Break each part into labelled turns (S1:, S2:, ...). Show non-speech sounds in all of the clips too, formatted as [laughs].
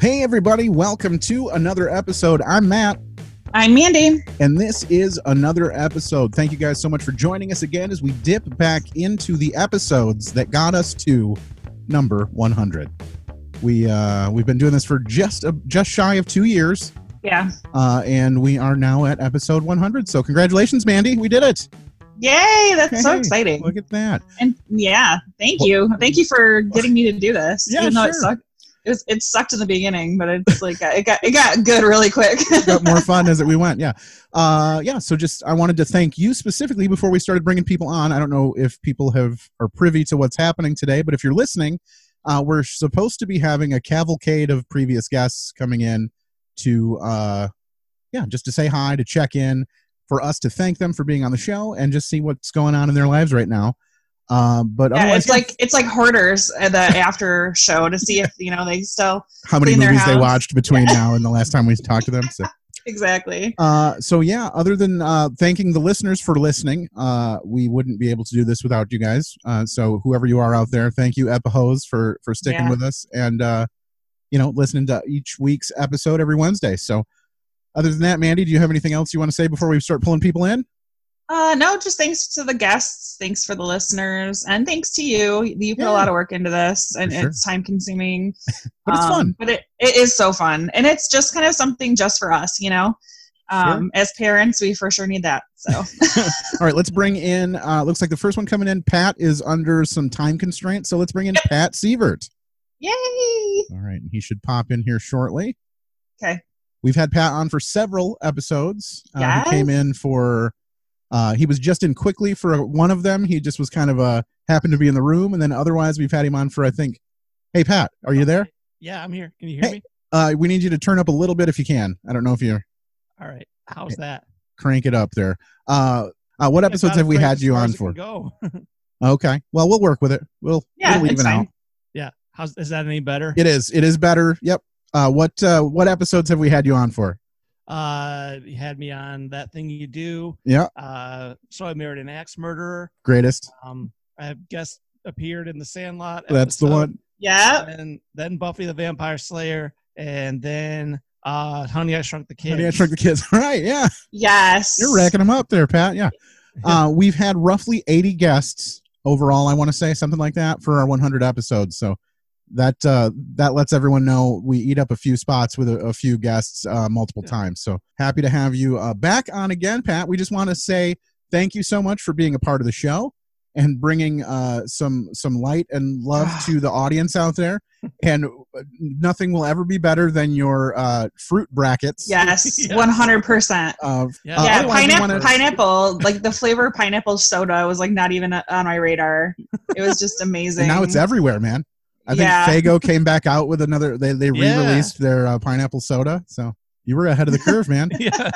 S1: Hey, everybody, welcome to another episode. I'm Matt,
S2: I'm Mandy.
S1: and this is another episode. Thank you guys so much for joining us again as we dip back into the episodes that got us to number 100. We uh, we've been doing this for just a, just shy of two years,
S2: Yeah.
S1: uh, and we are now at episode 100. So congratulations, Mandy, we did it!
S2: Yay, that's so
S1: Hey,
S2: exciting.
S1: Look at that.
S2: And yeah, thank you. Thank you for getting me to do this.
S1: Yeah,
S2: even though it
S1: sure.
S2: sucked. It, was, it sucked in the beginning, but it's like uh, it got it got good really quick. [laughs]
S1: got more fun as we went. Yeah. Uh, yeah. So just, I wanted to thank you specifically before we started bringing people on. I don't know if people have are privy to what's happening today, but if you're listening, uh, we're supposed to be having a cavalcade of previous guests coming in to, uh, yeah, just to say hi, to check in, for us to thank them for being on the show and just see what's going on in their lives right now. Um, but
S2: yeah,
S1: otherwise,
S2: it's like it's like hoarders at the after show to see if you know they still
S1: how many
S2: in their
S1: movies they
S2: house.
S1: watched between now and the last time we talked to them. So.
S2: exactly.
S1: Uh, so yeah, other than uh, thanking the listeners for listening, uh, we wouldn't be able to do this without you guys. Uh, so whoever you are out there, thank you, Epihose, for for sticking
S2: Yeah.
S1: with us and uh, you know listening to each week's episode every Wednesday. So other than that, Mandy, do you have anything else you want to say before we start pulling people in?
S2: Uh, no, just thanks to the guests, thanks for the listeners, and thanks to you. You put
S1: Yeah.
S2: a lot of work into this, and
S1: For sure.
S2: it's time consuming.
S1: [laughs] But it's
S2: Um,
S1: fun.
S2: But it, it is so fun. And it's just kind of something just for us, you know? Um, As parents, we for sure need
S1: [laughs]
S2: that. So,
S1: All right, let's bring in. Uh, looks like the first one coming in, Pat, is under some time constraint, so let's bring in Pat Sievert.
S2: yay!
S1: All right, and he should pop in here shortly.
S2: Okay.
S1: We've had Pat on for several episodes. Uh, he came
S2: Yes.
S1: in for. Uh, he was just in quickly for one of them. He just was kind of uh, happened to be in the room, and then otherwise we've had him on for I think. Hey Pat, are you there?
S3: Yeah, I'm here. Can you hear
S1: Hey.
S3: me?
S1: Uh, we need you to turn up a little bit if you can. I don't know if you
S3: All right. How's that?
S1: crank it up there. Uh, uh, what
S3: Yeah,
S1: episodes
S3: about
S1: have we
S3: as
S1: had
S3: as
S1: you
S3: far
S1: on
S3: as it can
S1: for?
S3: Go. [laughs]
S1: Okay, well we'll work with it. We'll
S2: Yeah,
S1: we'll
S2: it's
S1: even out.
S2: fine.
S3: yeah. How's is that any better?
S1: It is. It is better. Yep. Uh, what uh, what episodes have we had you on for?
S3: Uh, you had me on that thing you do.
S1: Yeah.
S3: Uh, so I married an axe murderer.
S1: Greatest.
S3: Um, I have guest appeared in the Sandlot.
S1: That's the
S3: episode,
S1: one.
S2: Yeah.
S3: And then Buffy the Vampire Slayer, and then uh, Honey I Shrunk the Kids.
S1: Honey, I Shrunk the Kids. [laughs] All right. Yeah.
S2: Yes.
S1: You're racking them up there, Pat. Yeah. Uh, we've had roughly 80 guests overall, I want to say, something like that, for our 100 episodes. So that uh, that lets everyone know we eat up a few spots with a, a few guests uh, multiple
S3: Yeah.
S1: times. So happy to have you uh, back on again, Pat. We just want to say thank you so much for being a part of the show and bringing uh, some some light and love to the audience out there. And uh, nothing will ever be better than your uh, fruit brackets.
S2: Yes.
S3: Yeah.
S2: 100%.
S1: Of
S3: Yeah.
S1: Uh,
S2: yeah,
S1: otherwise we
S2: pineapple,
S1: wanna- [laughs]
S2: pineapple, like the flavor of pineapple soda was like not even on my radar. It was just amazing.
S1: And now it's everywhere, man. I think
S2: Yeah.
S1: Fago came back out with another. They they
S3: Yeah.
S1: re-released their uh, pineapple soda. So you were ahead of the
S3: [laughs]
S1: curve, man.
S3: [laughs] yeah.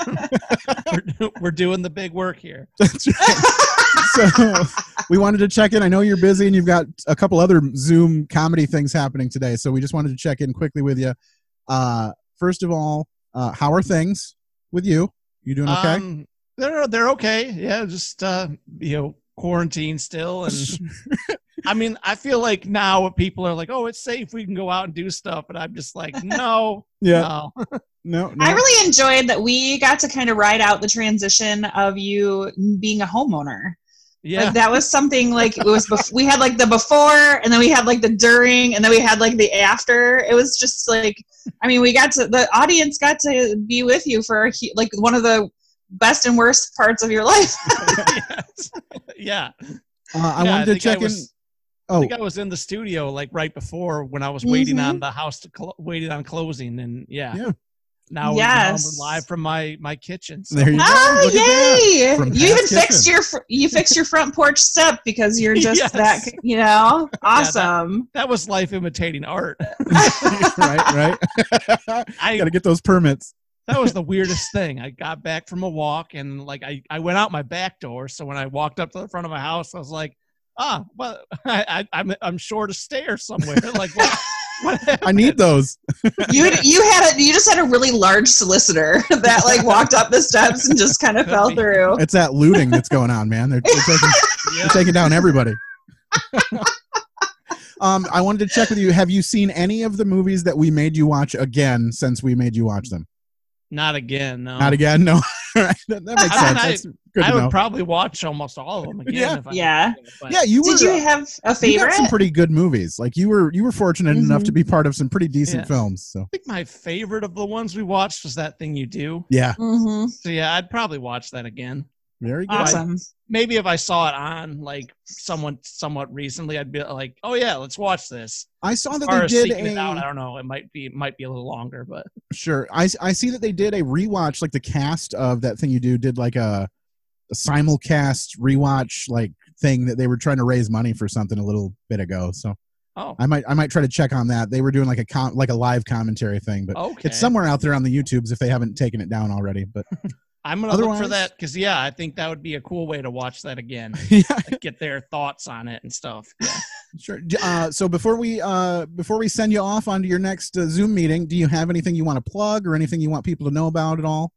S3: [laughs] we're, we're doing the big work here.
S1: That's right. so we wanted to check in. I know you're busy and you've got a couple other Zoom comedy things happening today. So we just wanted to check in quickly with you. Uh, first of all, uh, how are things with you? You doing okay?
S3: Um, they're they're okay. Yeah, just uh, you know, quarantine still,
S1: [laughs]
S3: and I mean, I feel like now people are like, "Oh, it's safe. We can go out and do stuff," and I'm just like, "No,
S1: [laughs] yeah.
S3: no, [laughs]
S1: No. no.
S2: I really enjoyed that we got to kind of ride out the transition of you being a homeowner.
S3: yeah,
S2: Like that was something like it was bef- we had like the before and then we had like the during and then we had like the after. It was just like I mean we got to the audience got to be with you for a hu- like one of the best and worst parts of your
S1: [laughs]
S2: life. [laughs]
S3: Yes. yeah."
S1: Uh, I
S3: Yeah,
S1: wanted to
S3: think I
S1: check Oh.
S3: was- I
S1: in.
S3: think I was in the studio like right before when I was waiting
S2: Mm-hmm.
S3: on the house to cl- waiting on closing, and yeah,
S1: Yeah.
S3: now we're- now we're
S2: Yes.
S3: live from my my kitchen.
S1: Oh,
S3: So.
S1: there you go.
S2: Oh
S1: Look at that.
S2: yay!
S1: From
S2: You even
S1: past
S2: fixed your fr- you fixed your front porch step because
S1: [laughs]
S2: you're just
S3: Yes.
S2: that you know
S3: that-
S2: awesome.
S3: That was life imitating art. [laughs]
S1: right, right. [laughs]
S3: I
S1: Got to get
S3: [laughs]
S1: those permits.
S3: that was the weirdest thing. I got back from a walk and like I, I went out my back door. So when I walked up to the front of my house, I was like, ah, well, [laughs] I, I, I'm I'm short a stair somewhere. [laughs] Like what? what
S1: I
S3: happened?
S1: need those.
S2: you you had a you just had a really large solicitor [laughs] that like walked up the steps and just kind of fell through.
S1: It's
S3: [laughs]
S1: that looting that's going on, man. They're, they're, taking, they're
S3: Yeah.
S1: taking down everybody. Um, I wanted to check with you. Have you seen any of the movies that we made you watch again since we made you watch them?
S3: Not again. No. [laughs]
S1: Not again. [laughs] No, All right. that, that
S3: I
S1: makes sense.
S3: mean, I-
S1: That's good
S3: I
S1: to
S3: would
S1: know.
S3: probably watch almost all of them again.
S1: Yeah.
S3: If I
S2: Yeah.
S3: but-
S1: yeah, you were. uh,
S2: Did you have a
S1: you
S2: favorite?
S1: got some pretty good movies. Like you were, you were fortunate enough
S2: Mhm.
S1: to be part of some pretty decent
S3: Yeah.
S1: films. So
S3: I think my favorite of the ones we watched was that thing you do.
S1: yeah,
S2: hmm
S3: So yeah, I'd probably watch that again.
S1: very good.
S2: Awesome.
S3: Maybe if I saw it on like someone somewhat recently, I'd be like, "Oh yeah, let's watch this."
S1: I saw
S3: As
S1: that
S3: far
S1: they
S3: as
S1: did
S3: seeking
S1: a
S3: it out, I don't know. It might be might be a little longer, but
S1: sure. I I see that they did a rewatch. Like the cast of that thing you do did like a, a simulcast rewatch like thing that they were trying to raise money for something a little bit ago. So
S3: oh,
S1: I might I might try to check on that. They were doing like a com- like a live commentary thing, but
S3: okay.
S1: it's somewhere out there on the YouTubes if they haven't taken it down already.
S3: [laughs]
S1: But
S3: I'm gonna look for
S1: otherwise-
S3: that because yeah, I think that would be a cool way to watch that again.
S1: [laughs] yeah,
S3: like, get their thoughts on it and stuff.
S1: [laughs]
S3: Yeah.
S1: sure. D- Uh, so before we uh, before we send you off onto your next uh, Zoom meeting, do you have anything you want to plug or anything you want people to know about at all?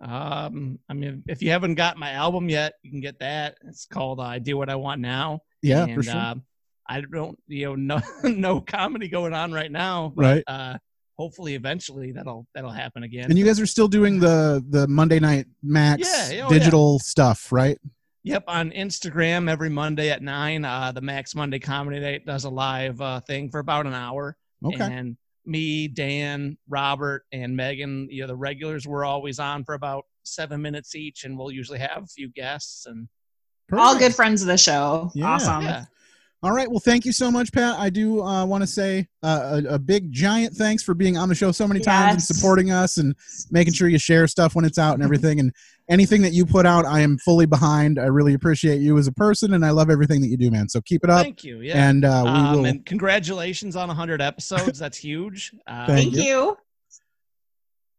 S3: Um, I mean, if you haven't got my album yet, you can get that. It's called uh, "I Do What I Want Now."
S1: Yeah,
S3: and,
S1: for sure.
S3: um, I don't, you know, [laughs] no no comedy going on right now. But,
S1: right.
S3: uh, hopefully, eventually that'll that'll happen again.
S1: And you guys are still doing the the Monday Night Max
S3: Yeah, oh,
S1: digital stuff, right?
S3: yep, on Instagram every Monday at nine, uh, the Max Monday Comedy Night does a live uh, thing for about an hour,
S1: Okay.
S3: and me, Dan, Robert, and Megan, you know, the regulars, we're always on for about seven minutes each, and we'll usually have a few guests and
S2: All
S1: Perfect.
S2: good friends of the show.
S1: Yeah.
S2: Awesome.
S3: yeah.
S1: All right. Well, thank you so much, Pat. I do uh, want to say uh, a, a big, giant thanks for being on the show so many times and
S2: Yes.
S1: supporting us and making sure you share stuff when it's out and everything. and anything that you put out, I am fully behind. I really appreciate you as a person, and I love everything that you do, man. So keep it up,
S3: Thank you. Yeah.
S1: and uh, we
S3: um,
S1: will.
S3: and congratulations on 100 episodes. That's huge. [laughs] Uh,
S1: Thank
S2: Thank you.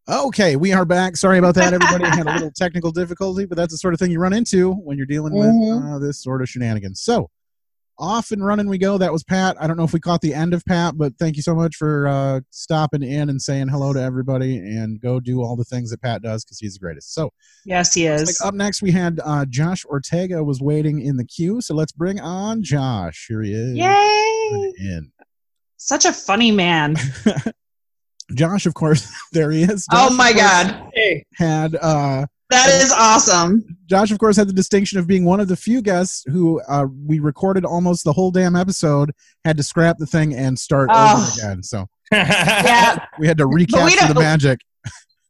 S1: okay, we are back. Sorry about that, everybody.
S2: [laughs]
S1: had a little technical difficulty, but that's the sort of thing you run into when you're dealing with
S2: Mhm.
S1: uh, this sort of shenanigans. So. Off and running we go. That was Pat. I don't know if we caught the end of Pat, but thank you so much for uh, stopping in and saying hello to everybody and go do all the things that Pat does because he's the greatest. So,
S2: Yes, he is.
S1: Looks like up next, we had uh, Josh Ortega was waiting in the queue, so let's bring on Josh. Here he is.
S2: Yay!
S1: In.
S2: Such a funny
S1: [laughs]
S2: man.
S1: Josh, of course, [laughs] there he is. Josh,
S2: Oh my
S1: of course,
S2: god. Hey.
S1: Had uh,
S2: That is awesome.
S1: Josh, of course, had the distinction of being one of the few guests who uh, we recorded almost the whole damn episode, had to scrap the thing and start
S2: Oh.
S1: over again. So
S2: Yeah.
S1: we had to recapture the
S2: don't-
S1: magic,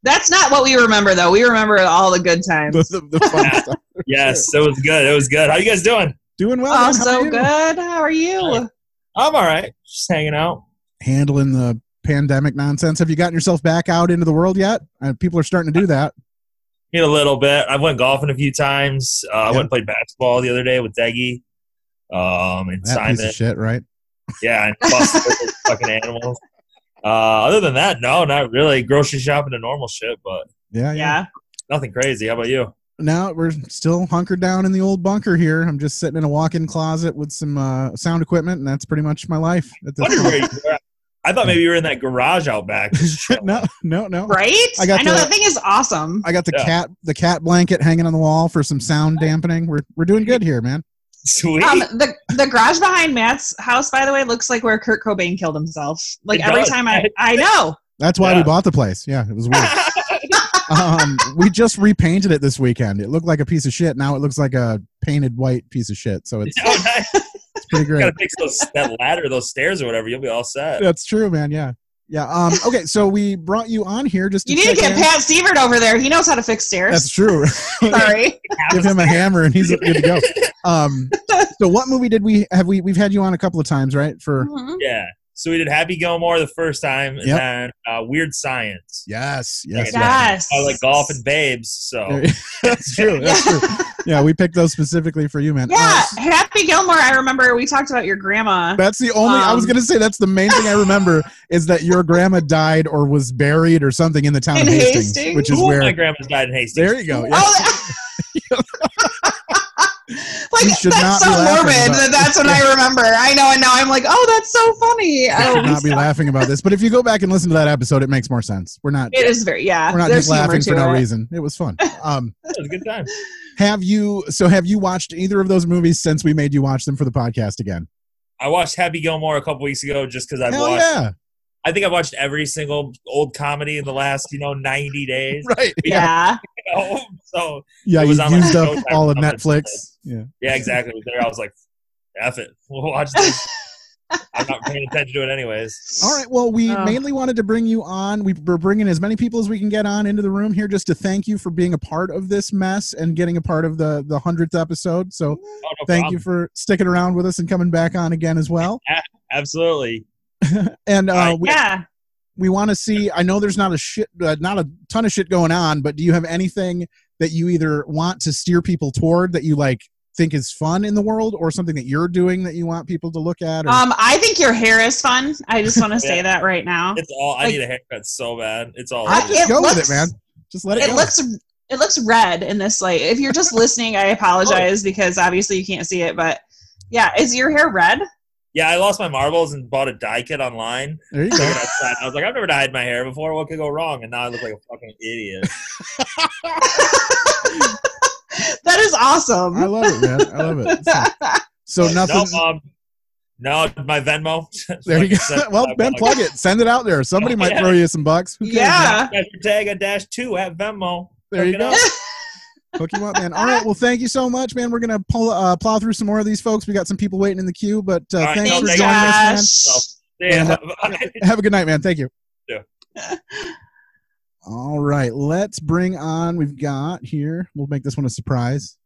S2: That's not what we remember though. We remember all the good times.
S1: the, the, the fun stuff.
S4: Yes, that was good. That was good. How you guys doing?
S1: Doing well.
S2: [laughs] Oh,
S1: man. How are
S2: so
S1: you?
S2: good. How are you?
S4: I'm all right. Just hanging out.
S1: Handling the pandemic nonsense. Have you gotten yourself back out into the world yet? Uh, people are starting to do that.
S4: Need a little bit. I went golfing a few times. Uh, I went and played basketball the other day with Deggy um, and
S1: That piece
S4: Simon.
S1: of shit, right?
S4: Yeah, and
S1: [laughs]
S4: busted those fucking animals. Uh, other than that, no, not really. Grocery shopping and normal shit, but
S1: Yeah, yeah.
S2: Yeah.
S4: nothing crazy. How about you?
S1: Now we're still hunkered down in the old bunker here. I'm just sitting in a walk-in closet with some uh, sound equipment, and that's pretty much my life at this
S4: Wondered
S1: point.
S4: where you were at. I thought maybe you were in that garage out
S1: [laughs]
S4: back. just chilling.
S1: no, no, no.
S2: Right?
S1: I got
S2: know
S1: the-
S2: that thing is awesome.
S1: I got the
S4: Yeah.
S1: cat, the cat blanket hanging on the wall for some sound dampening. We're we're doing good here, man.
S4: Sweet.
S2: Um, the the garage behind Matt's house, by the way, looks like where Kurt Cobain killed himself. Like
S4: It
S2: every
S4: does.
S2: time
S1: [laughs]
S2: I, I know.
S1: That's why we
S4: Yeah.
S1: bought the place. Yeah, it
S4: [laughs]
S1: was weird. um, we just repainted it this weekend. It looked like a piece of shit. Now it looks like a painted white piece of shit. So it's,
S4: Oh, nice.
S1: it's
S4: [laughs]
S1: pretty great.
S4: gotta fix those, that ladder, those stairs, or whatever. You'll be all set.
S1: That's true, man. Yeah, yeah. Um, okay, so we brought you on here just to
S2: You need to get
S1: check in.
S2: Pat Sievert over there. He knows how to fix
S1: That's
S2: stairs.
S1: true. [laughs]
S2: Sorry.
S1: give him a hammer and he's good to go.
S2: [laughs]
S1: Um, so what movie did we have? We we've had you on a couple of times, right? For
S2: Mhm.
S4: Yeah. So we did Happy Gilmore the first time, and
S1: Yep.
S4: then uh, Weird Science.
S1: yes, yes,
S4: Yeah.
S2: Yes.
S4: I like golf and babes. So [laughs]
S1: that's true. That's
S2: Yeah. [laughs]
S1: true. Yeah, we picked those specifically for you, man.
S2: Yeah,
S1: Uh,
S2: Happy Gilmore. I remember we talked about your grandma.
S1: that's the only. I was
S2: Um.
S1: gonna say that's the main thing I
S2: [laughs]
S1: remember is that your grandma died or was buried or something in the town
S2: In
S1: of Hastings,
S2: Hastings?
S1: which is
S4: Ooh, my
S1: where.
S4: grandma's died in Hastings.
S1: There you go. Yeah.
S2: Oh, like
S1: We should not
S2: that's so
S1: be laughing
S2: morbid
S1: about-
S2: that that's what I remember. I know, and now I'm like, oh, that's so funny.
S1: I
S2: Oh,
S1: should not be laughing about this, but if you go back and listen to that episode, it makes more sense. We're not
S2: it is very yeah.
S1: we're not
S2: there's
S1: just laughing for
S2: humor to
S1: no
S2: it.
S1: reason. It was fun. Um,
S4: It was a good time.
S1: Have you so have you watched either of those movies since we made you watch them for the podcast again?
S4: I watched Happy Gilmore a couple weeks ago just because I've
S1: Hell
S4: watched.
S1: yeah!
S4: I think I've watched every single old comedy in the last you know ninety days.
S1: [laughs] Right. Yeah.
S2: Yeah.
S4: you know? [laughs] So
S1: Yeah.
S4: It
S1: You
S4: was on, like,
S1: used up
S4: Showtime
S1: all of
S4: or something.
S2: [laughs]
S1: Netflix. Yeah.
S4: yeah, exactly. It was There, I was like, "F it, [laughs] we'll watch this." I'm not paying attention to it anyways.
S1: All right. Well, we
S2: Oh.
S1: mainly wanted to bring you on. We, we're bringing as many people as we can get on into the room here just to thank you for being a part of this mess and getting a part of the the hundredth episode.
S4: Oh,
S1: So
S4: no
S1: thank
S4: problem.
S1: you for sticking around with us and coming back on again as well.
S4: Absolutely.
S1: And uh,
S4: Alright.
S1: we,
S2: Yeah.
S1: we want to see. I know there's not a shit, uh, not a ton of shit going on, but do you have anything that you either want to steer people toward that you like think is fun in the world, or something that you're doing that you want people to look at? Or,
S2: Um, I think your hair is fun. I just want to say that right now.
S4: It's all. I
S2: Like-
S4: need a haircut so bad. It's all.
S1: I
S2: I-
S1: just
S2: it
S1: go with
S2: looks-
S1: it, man. Just let it.
S2: It
S1: go.
S2: looks it looks red in this light. If you're just listening, I apologize because obviously you can't see it, but yeah, is your hair red?
S4: yeah, I lost my marbles and bought a dye kit online.
S1: There you
S4: I
S1: go.
S4: went outside. I was like, I've never dyed my hair before. What could go wrong? And now I look like a fucking idiot.
S2: That is awesome.
S1: I love it, man. I love it. So- [laughs] So nothing.
S4: No, um, no my Venmo. [laughs]
S1: there you [laughs] go.
S4: Fucking
S1: well,
S4: send
S1: Ben,
S4: my
S1: plug it. Send it out there. Somebody might throw you some bucks. Who cares, man?
S2: yeah.
S4: Hashtag Tag a dash two at Venmo.
S1: There you
S4: Hook it
S1: go.
S4: up.
S1: Hook you up, man. All right. Well, thank you so much, man. We're gonna pull, uh, plow through some more of these folks. We got some people waiting in the queue, but uh,
S4: All right,
S1: thanks
S4: no,
S1: for
S2: Thanks,
S4: thank
S1: joining us,
S2: Josh.
S1: And,
S4: Yeah.
S1: man. Have a good night, man. Thank you.
S4: Yeah.
S1: All right. Let's bring on. We've got here. We'll make this one a surprise.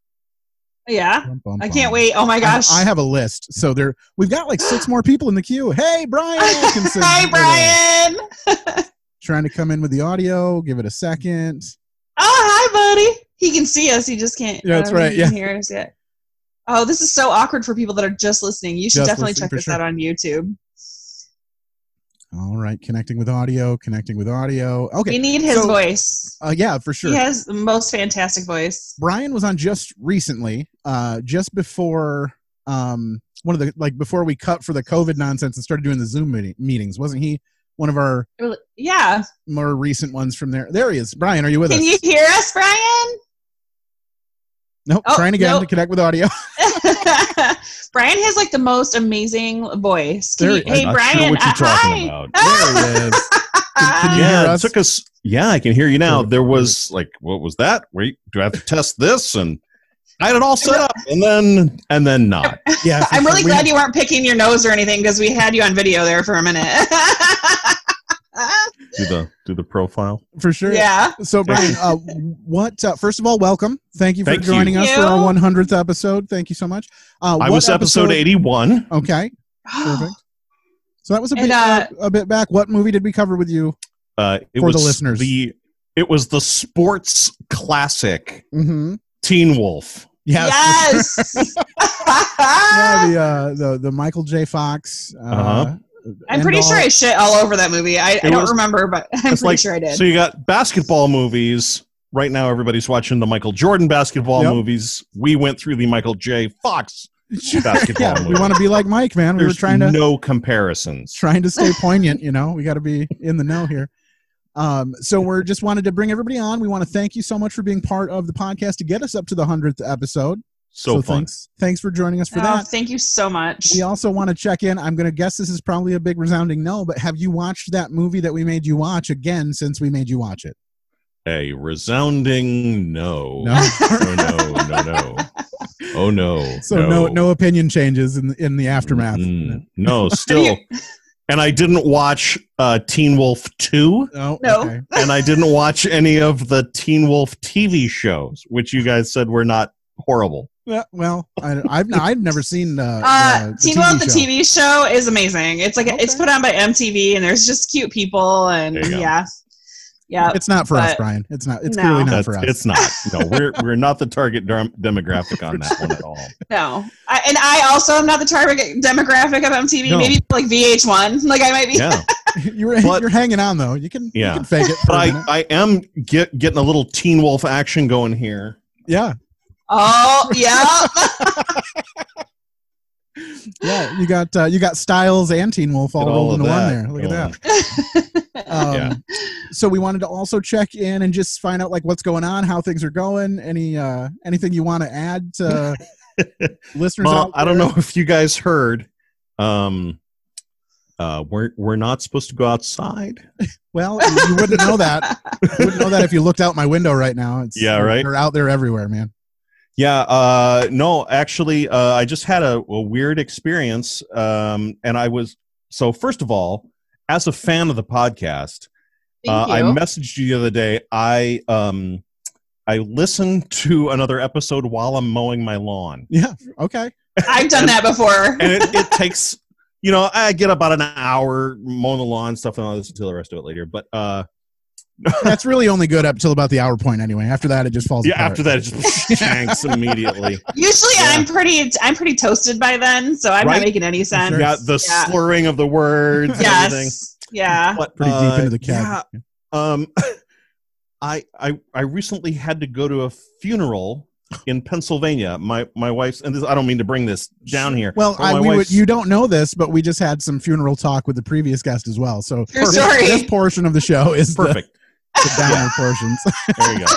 S2: Yeah.
S1: Bum, bum,
S2: I
S1: bum.
S2: can't wait. Oh my gosh.
S1: I have a list. So there, we've got like six more people in the queue. Hey,
S2: [laughs]
S1: Brian Atkinson.
S2: Hi, Brian.
S1: Trying to come in with the audio. Give it a second.
S2: Oh, hi, buddy. He can see us. He just can't.
S1: Yeah, that's
S2: I don't
S1: right,
S2: think He can hear us yet. Oh, this is so awkward for people that are just listening. You should
S1: Just
S2: definitely
S1: listening,
S2: check
S1: for
S2: this
S1: sure.
S2: out on YouTube.
S1: All right, connecting with audio, connecting with audio.
S2: We
S1: Okay,
S2: need his
S1: so-
S2: voice.
S1: uh, yeah, for sure.
S2: He has the most fantastic voice.
S1: Brian was on just recently, uh, just before um, one of the like before we cut for the COVID nonsense and started doing the Zoom meeting, meetings. Wasn't he one of our
S2: Yeah.
S1: more recent ones from there? There he is. Brian, are you with
S2: Can
S1: us?
S2: you hear us, Brian?
S1: nope.
S2: Oh,
S1: trying again
S2: nope.
S1: to connect with audio. [laughs]
S2: Brian has like the most amazing voice. Can
S1: There
S2: you,
S1: he-
S2: hey,
S5: I'm not
S2: Brian.
S5: sure what you're
S2: uh, hi.
S5: talking about.
S1: there he is. Can you
S5: yeah,
S1: hear
S5: it
S1: us?
S5: took us. Yeah, I can hear you now.
S1: Perfect,
S5: There was like, what was that? Wait, do I have to test this? And I had it all set
S2: re-
S5: up, and then and then not.
S1: Yeah, for
S2: I'm
S1: sure.
S2: really
S1: We-
S2: glad you weren't picking your nose or anything because we had you on video there for a minute. [laughs]
S5: Do the do the profile.
S1: for sure.
S2: yeah.
S1: So
S5: [laughs]
S1: Brian, uh, what? Uh, first of all, welcome. Thank you for
S5: Thank you.
S1: joining us for our
S2: You.
S1: 100th episode. Thank you so much. Uh,
S5: I
S1: what
S5: was episode eighty-one.
S2: [gasps]
S1: Okay, perfect. So that was a bit
S2: And, uh,
S1: uh, a bit back. What movie did we cover with you?
S5: Uh, it
S1: For the
S5: was
S1: listeners.
S5: the- it was the sports classic
S1: Mm-hmm.
S5: Teen Wolf.
S2: Yes.
S1: Yeah,
S2: Ah!
S1: the, uh, the the Michael J. Fox. Uh,
S5: Uh-huh.
S2: I'm pretty
S1: end
S2: sure
S1: all-
S2: I shit all over that movie. I, I
S5: It
S2: don't
S5: was-
S2: remember, but [laughs] I'm pretty
S5: It's like-
S2: sure I did.
S5: So you got basketball movies. Right now, everybody's watching the Michael Jordan basketball
S1: Yep.
S5: movies. We went through the Michael J. Fox
S1: Sure. [laughs] [laughs]
S5: basketball
S1: yeah, we
S5: movie.
S1: want to be like Mike, man. We
S5: There's
S1: were trying to
S5: no comparisons.
S1: trying to stay poignant. You know, we got to be in the know here. Um, so we're just wanted to bring everybody on. We want to thank you so much for being part of the podcast to get us up to the hundredth episode.
S5: So, fun.
S1: thanks, thanks for joining us for
S2: Oh,
S1: that.
S2: Thank you so much.
S1: We also want to check in. I'm going to guess this is probably a big resounding no, but have you watched that movie that we made you watch again since we made you watch it?
S5: A resounding no.
S1: No.
S5: no, no, no, no. Oh no.
S1: So no, no, opinion changes in in the aftermath.
S5: Mm,
S2: [laughs]
S5: no, still. and I didn't watch uh, Teen Wolf 2,
S1: No,
S2: No. [laughs]
S1: Oh, okay.
S5: and I didn't watch any of the Teen Wolf TV shows, which you guys said were not horrible.
S1: Yeah, Well, I, I've I've never seen uh,
S2: uh,
S1: the
S2: Teen Wolf, the
S1: show.
S2: TV show, is amazing. It's like it's
S1: Okay.
S2: put on by MTV, and there's just cute people, and
S5: There you go.
S2: yeah, yeah.
S1: It's not for us,
S2: but-
S1: Brian. It's not. It's
S2: No.
S1: clearly not
S5: That's-
S1: for us.
S5: It's not. No, we're we're not the target dem- demographic on that one
S2: [laughs]
S5: at all.
S2: No, I, and I also am not the target demographic of MTV.
S1: No.
S2: Maybe like VH1. [laughs] Like I might be.
S5: Yeah,
S1: you're
S5: But-
S1: you're hanging on though. You can
S5: Yeah.
S1: you can fake it. for
S5: but
S1: a
S5: I
S1: minute.
S5: I am get, getting a little Teen Wolf action going here.
S1: yeah,
S2: Oh yeah.
S1: yeah. You got uh, you got Styles and Teen Wolf all
S5: Get all
S1: rolled
S5: of
S1: into one
S5: that
S1: there. Look
S5: going.
S1: at that. Um,
S5: Yeah.
S1: So we wanted to also check in and just find out like what's going on, how things are going, any uh
S5: [laughs]
S1: anything you want to add to listeners.
S5: Well,
S1: out
S5: I don't
S1: there?
S5: know if you guys heard. um, uh, we're we're not supposed to go outside.
S1: Well, you wouldn't know that. You wouldn't know that if you looked out my window right now. It's,
S5: Yeah, right?
S1: They're out there everywhere, man.
S5: Yeah, uh, no, actually, uh, I just had a, a weird experience, um, and I was so. First of all, as a fan of the podcast, Uh,
S2: Thank
S5: I
S2: you.
S5: messaged you the other day. I um, I listened to another episode while I'm mowing my lawn,
S1: Yeah. Okay.
S2: I've done that before.
S5: and it, it takes you know I get about an hour mowing the lawn and stuff, and I'll listen to the rest of it later. But uh,
S1: That's really only good up till about the hour point anyway. After that, it just falls
S5: yeah,
S1: apart.
S5: after that it just shanks immediately.
S2: Usually,
S5: Yeah.
S2: I'm pretty I'm pretty toasted by then, so I'm
S5: Right?
S2: not making any sense.
S1: Sure.
S5: Yeah, the
S2: Yeah.
S5: slurring of the words. and everything.
S2: Yes. Yeah.
S5: But,
S1: Pretty
S5: uh,
S1: deep into the
S5: yeah,
S1: cab.
S5: um [laughs] I, I i recently had to go to a funeral in pennsylvania my my wife's and this i don't mean to bring this down here
S1: Well,
S5: but
S1: I,
S5: my
S1: we would,
S5: wife's-
S1: you don't know this, but we just had some funeral talk with the previous guest as well. So
S2: True
S1: this-
S2: story.
S1: this portion of the show is the,
S5: perfect
S1: the
S5: [laughs]
S1: downward portions.
S5: [laughs]
S1: [laughs]
S5: there you go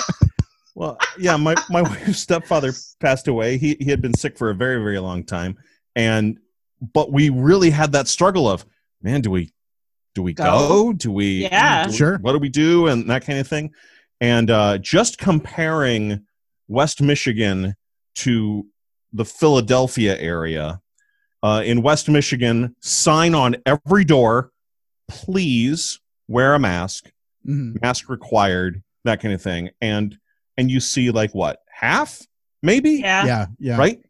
S5: well yeah my my wife's stepfather passed away he he had been sick for a very very long time and but we really had that struggle of man do we do we go,
S2: Go.
S5: do we
S2: Yeah.
S5: do we-
S1: Sure.
S5: what do we do and that kind of thing and uh, just comparing west michigan to the philadelphia area uh, in west michigan sign on every door please wear a mask
S1: Mhm.
S5: mask required that kind of thing and and you see like what half maybe
S2: Yeah.
S1: Yeah. Yeah.
S5: right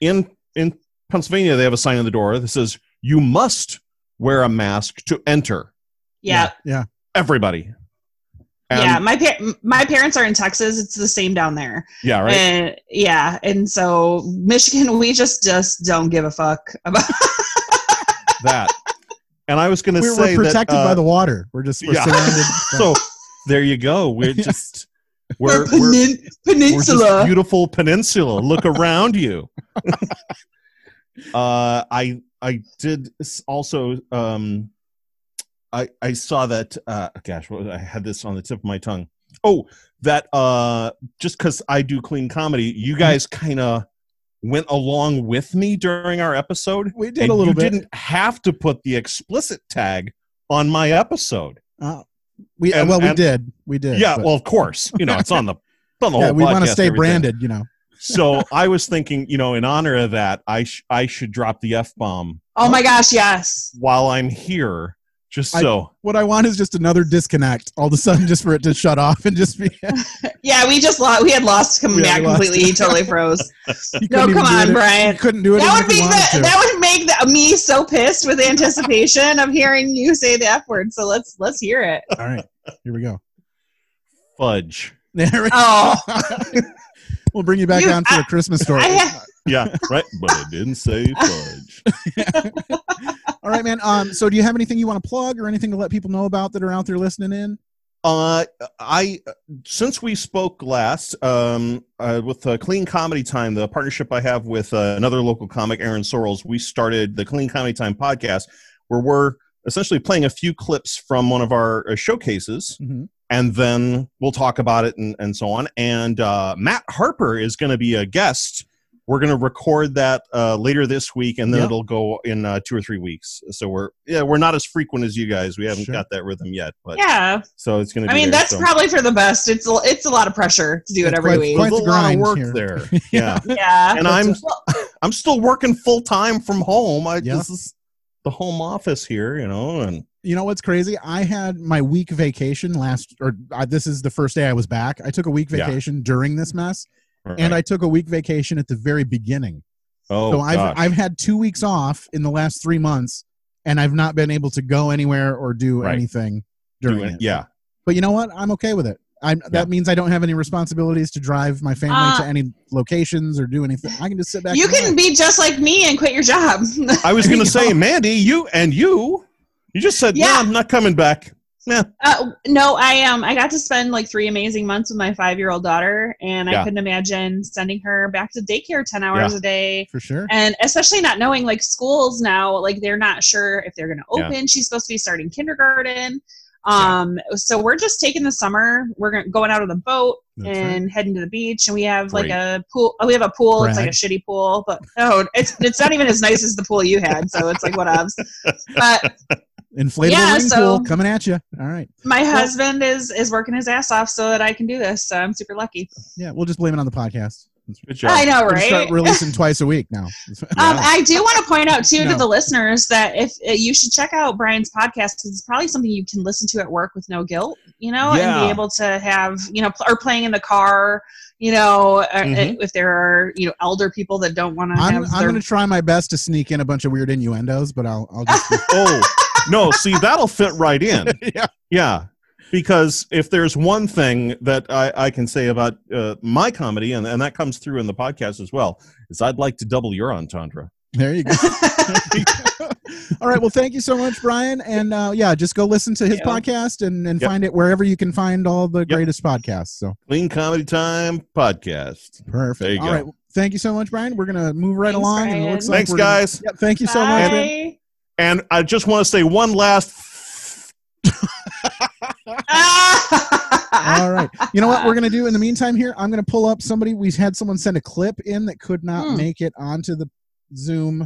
S5: in in pennsylvania they have a sign on the door that says you must wear a mask to enter
S2: Yeah.
S1: Yeah.
S5: everybody And-
S2: Yeah. My par- my parents are in Texas. It's the same down there.
S5: yeah right
S2: And yeah, and so Michigan, we just just don't give a fuck about. [laughs]
S5: that and i was gonna
S1: We're,
S5: say
S1: we're protected
S5: that, uh,
S1: by the water. We're just we're
S5: yeah. [laughs]
S1: surrounded. by-
S5: so there you go we're
S1: [laughs]
S5: just
S2: We're,
S5: we're, we're,
S2: penin-
S5: we're just
S2: peninsula.
S5: beautiful
S1: [laughs]
S5: peninsula look around you [laughs] uh i i did s- also um i i saw that uh gosh what was, i had this on the tip of my tongue oh that uh just because i do clean comedy you
S1: Mm-hmm.
S5: guys kind of went along with me during our episode
S1: we did
S5: and
S1: a little
S5: you
S1: bit.
S5: didn't have to put the explicit tag on my episode
S1: Uh, we
S5: And-
S1: well we
S5: and-
S1: did we did.
S5: yeah
S1: but-
S5: well of course you know it's on the it's on
S1: [laughs]
S5: the
S1: yeah.
S5: whole
S1: We want
S5: podcast,
S1: to stay
S5: everything.
S1: branded. You know.
S5: [laughs] so I was thinking, you know, in honor of that, I sh- I should drop the f bomb
S2: oh my gosh, yes.
S5: while I'm here, just so
S1: What I want is just another disconnect. All of a sudden, just for it to shut off and just be.
S2: Yeah, we just lost. We had lost. Come
S1: We
S2: yeah,
S1: had lost.
S2: completely.
S1: [laughs]
S2: He totally froze.
S1: you
S2: no,
S1: couldn't even
S2: come
S1: do it
S2: on,
S1: if-
S2: Brian.
S1: You couldn't do it.
S2: That
S1: even
S2: would
S1: if
S2: be
S1: you wanted
S2: the,
S1: to.
S2: that would make the, me so pissed with anticipation of hearing you say the f word. So let's let's hear
S1: [laughs]
S2: it.
S1: All right, here we go.
S5: fudge.
S1: There we
S2: [laughs] Oh,
S1: [laughs] we'll bring you back
S2: You-
S1: on for
S2: I-
S1: a Christmas story.
S2: I ha-
S5: Yeah, right. But I didn't say fudge.
S1: All right, man. Um, so do you have anything you want to plug or anything to let people know about that are out there listening in?
S5: Uh, I since we spoke last, um, uh, with uh, Clean Comedy Time, the partnership I have with uh, another local comic, Aaron Sorrells, we started the Clean Comedy Time podcast, where we're essentially playing a few clips from one of our uh, showcases
S1: Mm-hmm.
S5: and then we'll talk about it and, and so on. And uh, Matt Harper is going to be a guest. We're going to record that uh, later this week, and then
S1: Yeah.
S5: it'll go in uh, two or three weeks. So we're yeah, we're not as frequent as you guys. We haven't
S1: Sure.
S5: got that rhythm yet, but
S2: yeah.
S5: so it's going to.
S2: I
S5: be
S2: mean,
S5: there,
S2: that's
S5: so.
S1: [laughs]
S2: probably for the best. It's a, it's a lot of pressure to do it
S1: It's
S2: every
S1: quite-
S2: week.
S1: quite-
S5: There's a
S1: the
S5: lot
S1: grind
S5: of work
S1: here.
S5: there.
S1: Yeah.
S5: Yeah,
S2: Yeah.
S5: and I'm
S2: Well,
S5: I'm still working full time from home. I,
S1: Yeah.
S5: This is the home office here, you know, and
S1: You know what's crazy? I had my week vacation last, or uh, this is the first day I was back. I took a week
S5: Yeah.
S1: vacation during this mess, and I took a week vacation at the very beginning.
S5: oh,
S1: so I've
S5: gosh.
S1: I've had two weeks off in the last three months, and I've not been able to go anywhere or do
S5: Right.
S1: anything during
S5: Doing-
S1: it.
S5: yeah,
S1: But you know what? I'm okay with it. I'm,
S5: Yeah.
S1: That means I don't have any responsibilities to drive my family
S2: Uh,
S1: to any locations or do anything. I can just sit back.
S2: you
S1: and
S2: can
S1: relax.
S2: be just like me and quit your job. [laughs]
S1: [laughs]
S5: I was
S1: There you
S5: going to say, Mandy, you and you, you just said,
S2: Yeah.
S5: no, I'm not coming back.
S2: Uh, no, I um I got to spend like three amazing months with my five year old daughter, and
S5: Yeah.
S2: I couldn't imagine sending her back to daycare ten hours a day.
S1: for sure.
S2: And especially not knowing like schools now, like they're not sure if they're going to
S5: Yeah.
S2: open. She's supposed to be starting kindergarten. Um, so we're just taking the summer. We're gonna- going out on the boat
S1: That's right.
S2: and heading to the beach, and we have like
S5: Great.
S2: a pool. Oh, we have a pool. It's like a
S1: Brag.
S2: shitty pool, but no, it's it's not even as nice as the pool you had. So it's like
S1: [laughs]
S2: whatevs. But
S1: Inflatable
S2: Yeah,
S1: ring
S2: so-
S1: pool coming at you. All right.
S2: my husband is is working his ass off so that I can do this. So I'm super lucky.
S1: Yeah, we'll just blame it on the podcast. That's
S5: Good
S2: I
S5: job.
S2: know,
S1: We're gonna
S2: right? [laughs]
S1: Start releasing twice a week now.
S2: Um,
S5: Yeah.
S2: I do want to point out too to
S1: No.
S2: the listeners that if uh, you should check out Brian's podcast because it's probably something you can listen to at work with no guilt, you know, and
S5: Yeah.
S2: be able to have you know pl- or playing in the car, you know, uh,
S5: Mhm.
S2: if there are you know elder people that don't want to
S1: Mm-hmm. I'm,
S2: have
S1: I'm
S2: their
S1: going to try my best to sneak in a bunch of weird innuendos, but I'll,
S2: [laughs]
S1: I'll just.
S5: oh no see that'll fit right in
S1: [laughs] yeah.
S5: yeah because if there's one thing that i, I can say about uh, my comedy and, and that comes through in the podcast as well is i'd like to double your entendre
S1: There you go. [laughs] All right. Well, thank you so much, Brian. And uh, yeah, just go listen to his
S2: Yeah.
S1: podcast and, and
S5: Yep.
S1: find it wherever you can find all the greatest podcasts. So
S5: clean comedy time podcast
S1: perfect.
S5: There you
S1: All
S5: go.
S1: right. Thank you so much, Brian. We're going to move right
S2: Thanks,
S1: along. And it
S2: Brian.
S1: looks like
S5: Thanks,
S1: we're gonna-
S5: guys.
S1: Yep, thank you so much. Brian.
S2: Bye.
S5: and i just want to say one last
S2: Ah.
S1: All right. You know what we're going to do
S2: [laughs]
S1: in the meantime here? I'm going to pull up somebody. We had someone send a clip in that could not
S2: Hmm.
S1: make it onto the Zoom.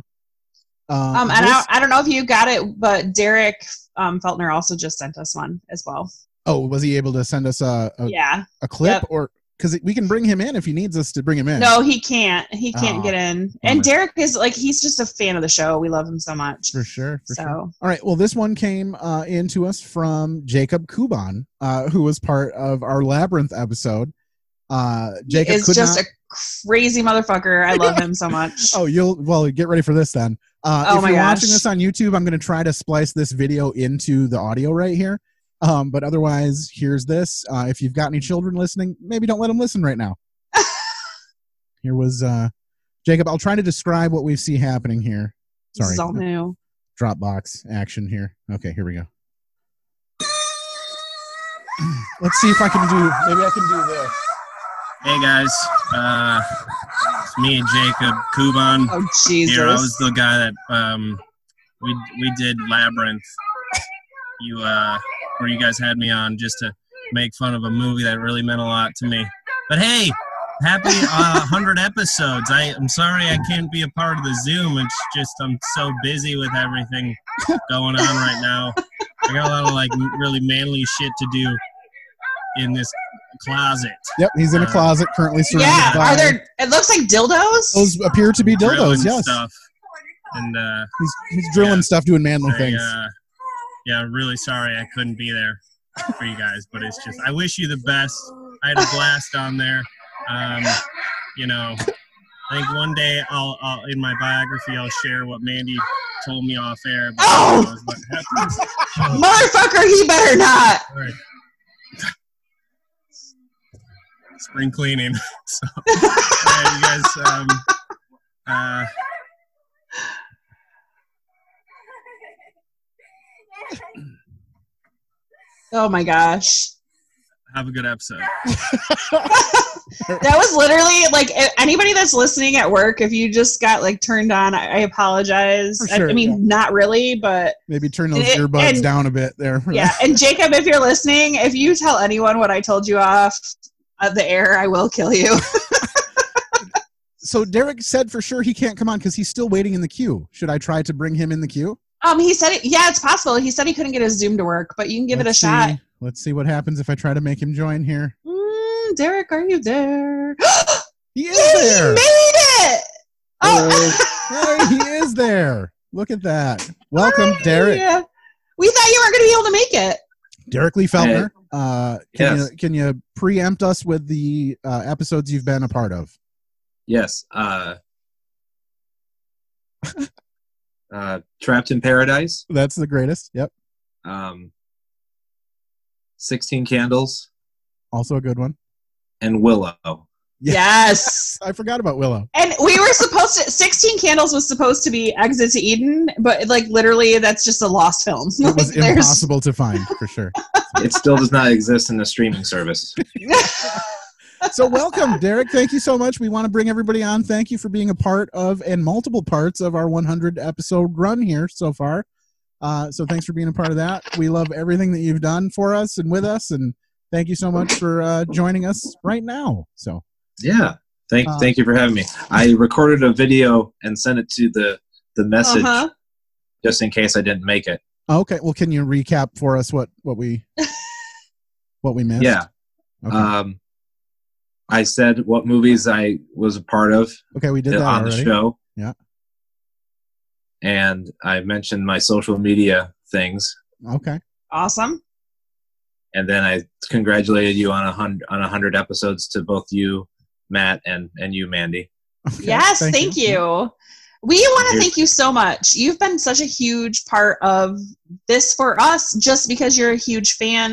S1: uh,
S2: Um,
S1: this-
S2: and I, I don't know if you got it, but Derek um, Feltner also just sent us one as well.
S1: oh, was he able to send us a, a,
S2: yeah.
S1: a clip
S2: Yep.
S1: or because we can bring him in if he needs us to bring him in.
S2: No, he can't. He can't
S1: Oh,
S2: get in.
S1: bummer.
S2: And Derek is like he's just a fan of the show. We love him so much.
S1: for sure. For
S2: so
S1: sure. All right. Well, this one came uh, in to us from Jacob Kuban, uh, who was part of our labyrinth episode. Uh,
S2: he
S1: Jacob
S2: is
S1: could
S2: just
S1: not-
S2: a crazy motherfucker. I love him so much.
S1: [laughs] Oh, you'll well get ready for this then. Uh,
S2: Oh
S1: if
S2: my
S1: you're
S2: gosh.
S1: watching this on YouTube, I'm going to try to splice this video into the audio right here. Um, but otherwise, here's this. Uh, if you've got any children listening, maybe don't let them listen
S2: [laughs]
S1: right now. here was uh, Jacob. I'll try to describe what we see happening here.
S2: this
S1: Sorry,
S2: is all new.
S1: Dropbox action here. Okay, here we go. [clears throat] Let's see if I can do. Maybe I can do this.
S6: Hey guys, uh, it's me and Jacob Kuban
S2: Oh
S6: here. I was
S2: Jesus.
S6: the guy that um, we we did Labyrinth. You uh, where you guys had me on just to make fun of a movie that really meant a lot to me. But hey, happy uh, hundred episodes. I am sorry I can't be a part of the Zoom. It's just I'm so busy with everything going on right now. I got a lot of like really manly shit to do in this closet.
S1: Yep, he's in a closet currently surrounded
S2: Yeah.
S1: by.
S2: Are there it looks like dildos?
S1: those appear to be
S6: Drilling
S1: dildos. Yes,
S6: Stuff. And uh,
S1: he's, he's drilling
S6: Yeah.
S1: stuff, doing manly
S6: I,
S1: things.
S6: uh, yeah, I'm really sorry I couldn't be there for you guys, but it's just I wish you the best. I had a blast on there. Um, you know, I think one day I'll, I'll in my biography I'll share what Mandy told me off air. But
S2: Oh!
S6: that was what happened.
S2: Motherfucker, he better not.
S6: All right. Spring cleaning. [laughs] so, yeah, you guys. Um, uh,
S2: Oh my
S1: [laughs]
S2: gosh.
S6: [laughs] have a good episode.
S2: That was literally like a- anybody that's listening at work. If you just got like turned on, I, I apologize.
S1: For
S2: I- I,
S1: sure,
S2: mean,
S1: yeah.
S2: not really, but
S1: Maybe turn those
S2: It-
S1: earbuds
S2: and-
S1: down a bit there. [laughs] for
S2: yeah
S1: that.
S2: and jacob if you're listening if you tell anyone what i told you off of the air i will kill you
S1: So Derek said for sure he can't come on because he's still waiting in the queue. Should I try to bring him in the queue?
S2: um he said it, yeah it's possible he said he couldn't get his zoom to work but you can give
S1: Let's
S2: it a shot
S1: see- Let's see what happens if I try to make him join here.
S2: mm, derek are you there [gasps]
S1: He is
S2: Yay, he
S1: there.
S2: made it [laughs] [laughs] oh
S1: Hey, he is there. Look at that. Welcome, Derek.
S2: yeah. we thought you weren't going to be able to make it
S1: Derek Lee Feltner. Uh, can,
S7: Yes.
S1: you, can you preempt us with the uh, episodes you've been a part of?
S7: Yes. Uh, uh, Trapped in Paradise,
S1: That's the greatest. Yep.
S7: um, 16 Candles,
S1: Also a good one.
S7: and Willow.
S2: yes
S1: [laughs] I forgot about Willow.
S2: and we were supposed to 16 candles was supposed to be exit to eden but like literally that's just a lost film [laughs]
S1: It was
S2: Like, there's-
S1: impossible to find for sure.
S7: [laughs] It still does not exist in the streaming service.
S1: so welcome derek thank you so much we want to bring everybody on thank you for being a part of and multiple parts of our 100 episode run here so far Uh, so thanks for being a part of that. We love everything that you've done for us and with us, and thank you so much for uh, joining us right now. So
S7: Yeah. Thank,
S1: Uh,
S7: thank you for having me. I recorded a video and sent it to the the message
S2: Uh-huh.
S7: just in case I didn't make it.
S1: okay, well, can you recap for us what what
S2: [laughs]
S1: we what we missed?
S7: Yeah.
S1: Okay,
S7: Um, I said what movies I was a part of
S1: okay we did that
S7: on
S1: already.
S7: the show.
S1: Yeah.
S7: And I mentioned my social media things,
S1: Okay.
S2: Awesome.
S7: and then I congratulated you on a hundred on a hundred episodes to both you, Matt, and and you, Mandy.
S1: Okay,
S2: Yes, thank, you. We want to
S7: You're-
S2: thank you so much. You've been such a huge part of this for us just because you're a huge fan.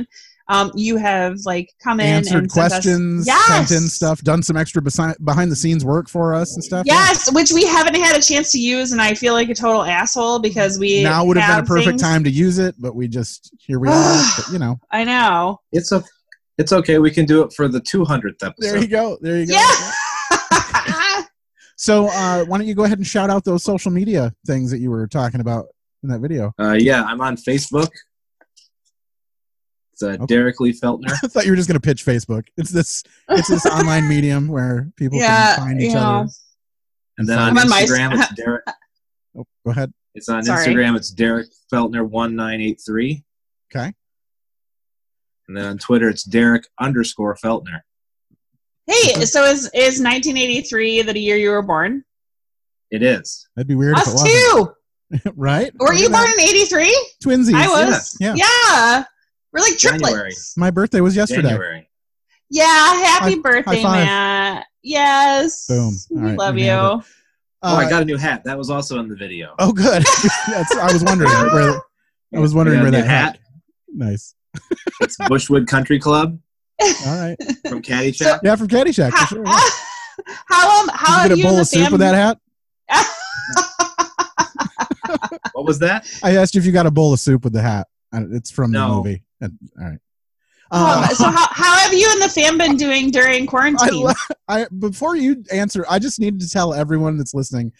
S2: Um, you have like come in
S1: Answered
S2: and sent us-
S1: questions,
S2: yes!
S1: sent in stuff, done some extra besi- behind the scenes work for us and stuff. Yeah.
S2: Yes, which we haven't had a chance to use, and I feel like a total asshole because we
S1: now would have, been a perfect
S2: things-
S1: time to use it, but we just here we are.
S2: [sighs]
S1: but, you know,
S2: I know.
S7: It's a, it's okay. We can do it for the two hundredth
S1: there
S7: episode.
S1: you go, there you go.
S2: Yeah.
S1: So uh, why don't you go ahead and shout out those social media things that you were talking about in that video? [laughs]
S7: Uh, yeah, I'm on Facebook. It's uh,
S1: Okay.
S7: Derek Lee Feltner.
S1: [laughs] I thought you were just going to pitch Facebook. It's this it's
S2: [laughs]
S1: this online medium where people
S2: Yeah,
S1: can find each
S2: you know.
S1: other.
S7: And then
S1: I'm
S7: on
S2: on my-
S7: Instagram, it's
S2: [laughs]
S7: Derek.
S1: Oh, go ahead.
S7: It's on
S2: Sorry.
S7: Instagram. It's Derek Feltner one nine eight three.
S1: Okay.
S7: And then on Twitter, it's Derek underscore Feltner.
S2: hey, so is is 1983 the year you were born?
S7: It is.
S1: That'd be weird. if it
S2: Us
S1: wasn't.
S2: too.
S1: right?
S2: Were
S1: Look
S2: you
S1: at
S2: born
S1: that.
S2: in 83?
S1: twinsies?
S2: I was.
S1: Yeah.
S2: Yeah. We're like triplets.
S7: January.
S1: My birthday was yesterday.
S7: January.
S2: Yeah, happy
S1: High-
S2: birthday,
S1: high five.
S2: Matt. Yes.
S1: Boom.
S2: We
S1: All right,
S2: love
S1: we
S2: you.
S1: nailed
S7: Oh,
S1: Uh,
S7: I got a new hat. That was also in the video.
S1: oh, good. [laughs] That's, I was wondering where. I was wondering
S7: I got
S1: where
S7: a new
S1: that hat. Nice.
S7: It's Bushwood Country Club
S1: All right. [laughs]
S7: from Caddy
S2: So-
S1: Yeah, from Caddyshack.
S2: How,
S1: For sure. yeah.
S2: how um how have
S1: Did you get a
S2: you and
S1: bowl
S2: the
S1: of soup
S7: [laughs]
S1: with that
S2: family?
S1: hat?
S7: What was that?
S1: [laughs] I asked you if you got a bowl of soup with the hat. Uh, It's from the
S7: No.
S1: movie. And- all right.
S2: Um,
S1: Uh,
S2: so how, how have you and the fam been doing during
S1: [laughs] I,
S2: quarantine?
S1: lo- I before you answer, I just needed to tell everyone that's listening.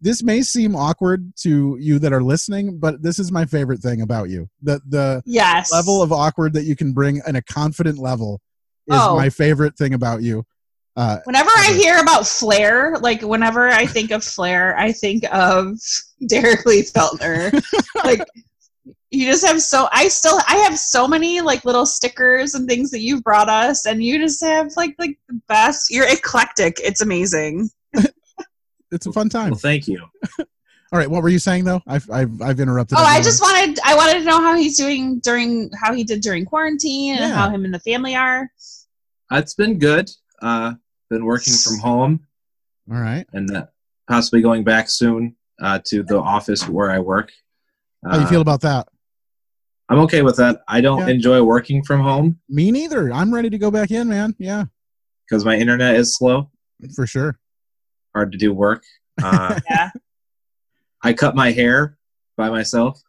S1: This may seem awkward to you that are listening, but this is my favorite thing about you. The the
S2: yes.
S1: level of awkward that you can bring and a confident level is
S2: Oh.
S1: my favorite thing about you. Uh,
S2: Whenever I hear about Flair, like whenever I think of Flair, I think of [laughs] Derek Lee Feltner.
S1: [laughs]
S2: like you just have so I still I have so many like little stickers and things that you've brought us and you just have like like the best. You're eclectic. It's amazing.
S1: it's a fun time.
S7: Well, thank you.
S1: [laughs] All right, what were you saying though? I've I've, I've interrupted.
S2: oh, I
S1: everyone.
S2: just wanted I wanted to know how he's doing during how he did during quarantine and
S1: Yeah.
S2: how him and the family are.
S7: It's been good. Uh, been working from home
S1: All right.
S7: and uh, possibly going back soon uh, to the office where I work. Uh,
S1: How Oh, you feel about that?
S7: I'm okay with that. I don't
S1: Yeah.
S7: enjoy working from home
S1: Me neither. I'm ready to go back in, man. Yeah,
S7: because my internet is slow,
S1: for sure.
S7: hard to do work. Uh,
S2: Yeah.
S7: I cut my hair by myself.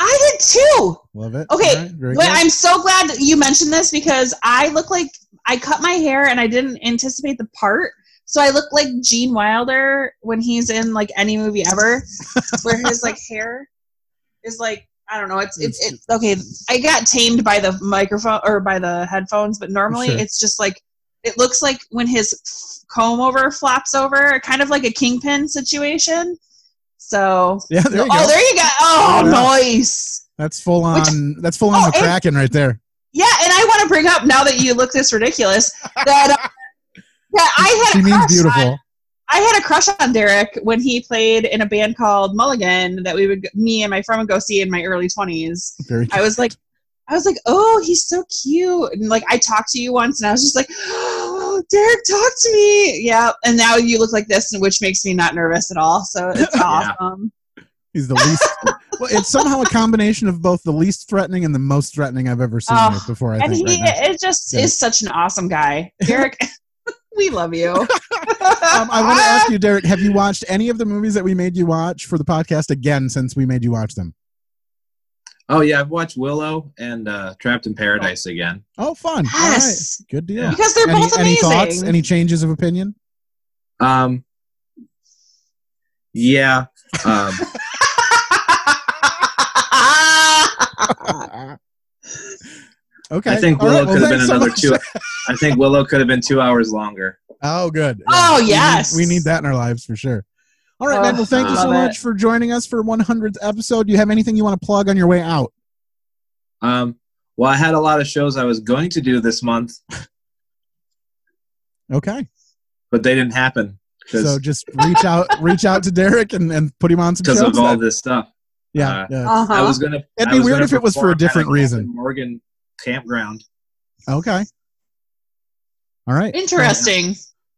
S2: I did too.
S1: Love it.
S2: Okay,
S1: All right, very
S2: But
S1: good.
S2: I'm so glad that you mentioned this because I look like I cut my hair and I didn't anticipate the part. So I look like Gene Wilder when he's in like any movie ever, where his [laughs] like hair is like I don't know. It's it's it, okay. I got tamed by the microphone or by the headphones, but normally
S1: Sure.
S2: it's just like it looks like when his comb over flops over, kind of like a kingpin situation. So
S1: [laughs] Yeah, there you go.
S2: oh, there you go. Oh,
S1: Yeah.
S2: nice.
S1: that's full on. that's full
S2: Oh,
S1: on
S2: and-
S1: McCracken right there.
S2: Yeah, and I want to bring up now that you look this ridiculous that uh, that I
S1: She
S2: had a
S1: means
S2: crush
S1: beautiful.
S2: On, I had a crush on Derek when he played in a band called Mulligan that we would me and my friend would go see in my early twenties.
S1: Very.
S2: I was like, I was like, oh, he's so cute, and like I talked to you once, and I was just like, oh, Derek, talk to me, yeah. And now you look like this, which makes me not nervous at all. So it's
S7: Yeah.
S2: awesome.
S1: He's the least.
S2: [laughs]
S1: well, it's somehow a combination of both the least threatening and the most threatening I've ever seen
S2: Oh,
S1: right before. I
S2: and
S1: think.
S2: he
S1: right now.
S2: it just
S1: Yeah.
S2: is such an awesome guy, Derek. [laughs] we love you.
S1: Um, I want to ask you, Derek.
S2: [laughs]
S1: Have you watched any of the movies that we made you watch for the podcast again since we made you watch them?
S7: Oh yeah, I've watched Willow and uh, Trapped in Paradise again.
S1: Oh, fun! All right,
S2: Yes.
S1: good deal.
S7: Yeah.
S2: Because they're
S1: Any,
S2: both
S1: any
S2: amazing.
S1: thoughts? Any changes of opinion?
S7: Um,
S1: [laughs]
S7: yeah. Um,
S1: okay.
S7: I think
S1: All
S7: Willow
S1: right, well,
S7: could have been
S1: thanks so
S7: another
S1: much.
S7: two. I think Willow could have been two hours longer.
S1: Oh, good.
S2: Oh,
S1: We need-
S2: yes.
S1: We need, that in our lives for sure. All right, man.
S2: Oh,
S1: Well, thank you so
S2: love
S1: much
S2: it.
S1: for joining us for 100th episode. Do you have anything you want to plug on your way out?
S7: Um, well, I had a lot of shows I was going to do this month,
S1: Okay.
S7: but they didn't happen
S1: So
S7: because
S1: just reach out, [laughs] reach out to Derek and, and put him on some shows.
S7: of all
S1: then.
S7: this stuff.
S1: yeah,
S7: uh,
S1: yeah.
S2: Uh-huh.
S7: I was gonna.
S1: It'd
S7: I
S1: be
S7: was
S1: weird
S7: gonna
S1: if it was for
S7: perform
S1: a
S7: at
S1: different
S7: Captain
S1: reason.
S7: Morgan campground.
S1: Okay. All right.
S2: Interesting.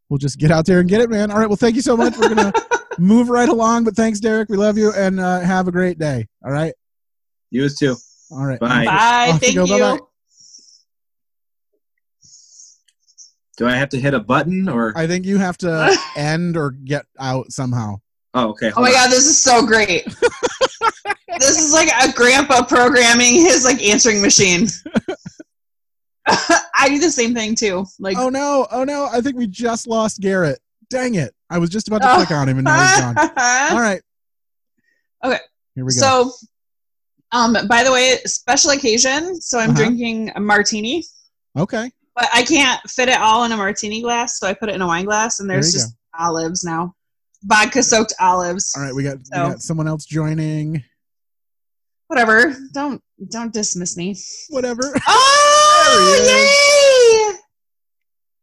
S1: We'll just get out there and get it, man. All right. Well, thank you so much.
S2: [laughs]
S1: We're gonna move right along, but thanks, Derek. We love you and uh, have a great day. All right.
S7: You was too.
S1: All right.
S7: Bye.
S2: Bye.
S1: Off you
S2: Thank
S1: go.
S2: you.
S1: Bye-bye.
S7: Do I have to hit a button or?
S1: I think you
S2: [laughs]
S1: have to end or get out somehow.
S7: oh, okay.
S2: Oh
S7: hold
S2: my
S7: on.
S2: god, this is so great. this is like a grandpa programming his like answering machine. [laughs] I do the same thing too. Like
S1: Oh no! Oh no! I think we just lost Garrett. Dang it! I was just about to
S2: Oh.
S1: click on him, and now he's
S2: [laughs]
S1: gone. All right.
S2: Okay.
S1: Here we go.
S2: so um by the way, special occasion, so I'm
S1: Uh-huh.
S2: drinking a martini,
S1: okay.
S2: but I can't fit it all in a martini glass, so I put it in a wine glass and
S1: There
S2: there's
S1: you
S2: just olives now. Vodka soaked olives.
S1: All right. We got,
S2: So-
S1: we got someone else joining.
S2: Whatever. Don't don't dismiss me. [laughs]
S1: Whatever.
S2: Oh yay!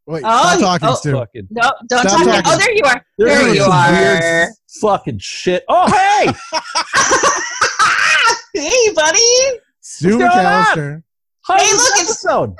S1: Wait.
S2: Oh,
S1: stop
S2: he-
S1: talking,
S2: oh.
S1: Stu.
S8: Fucking,
S2: No, don't
S1: Stop
S2: talk.
S1: talking.
S2: Oh, there you are.
S8: There
S2: There
S8: is
S2: you
S8: some
S2: are.
S8: weird fucking shit. Oh, hey!
S1: [laughs]
S2: [laughs] hey, buddy.
S1: Stu
S8: What's going
S1: McAllister.
S2: Hey, look, it's-
S8: episode.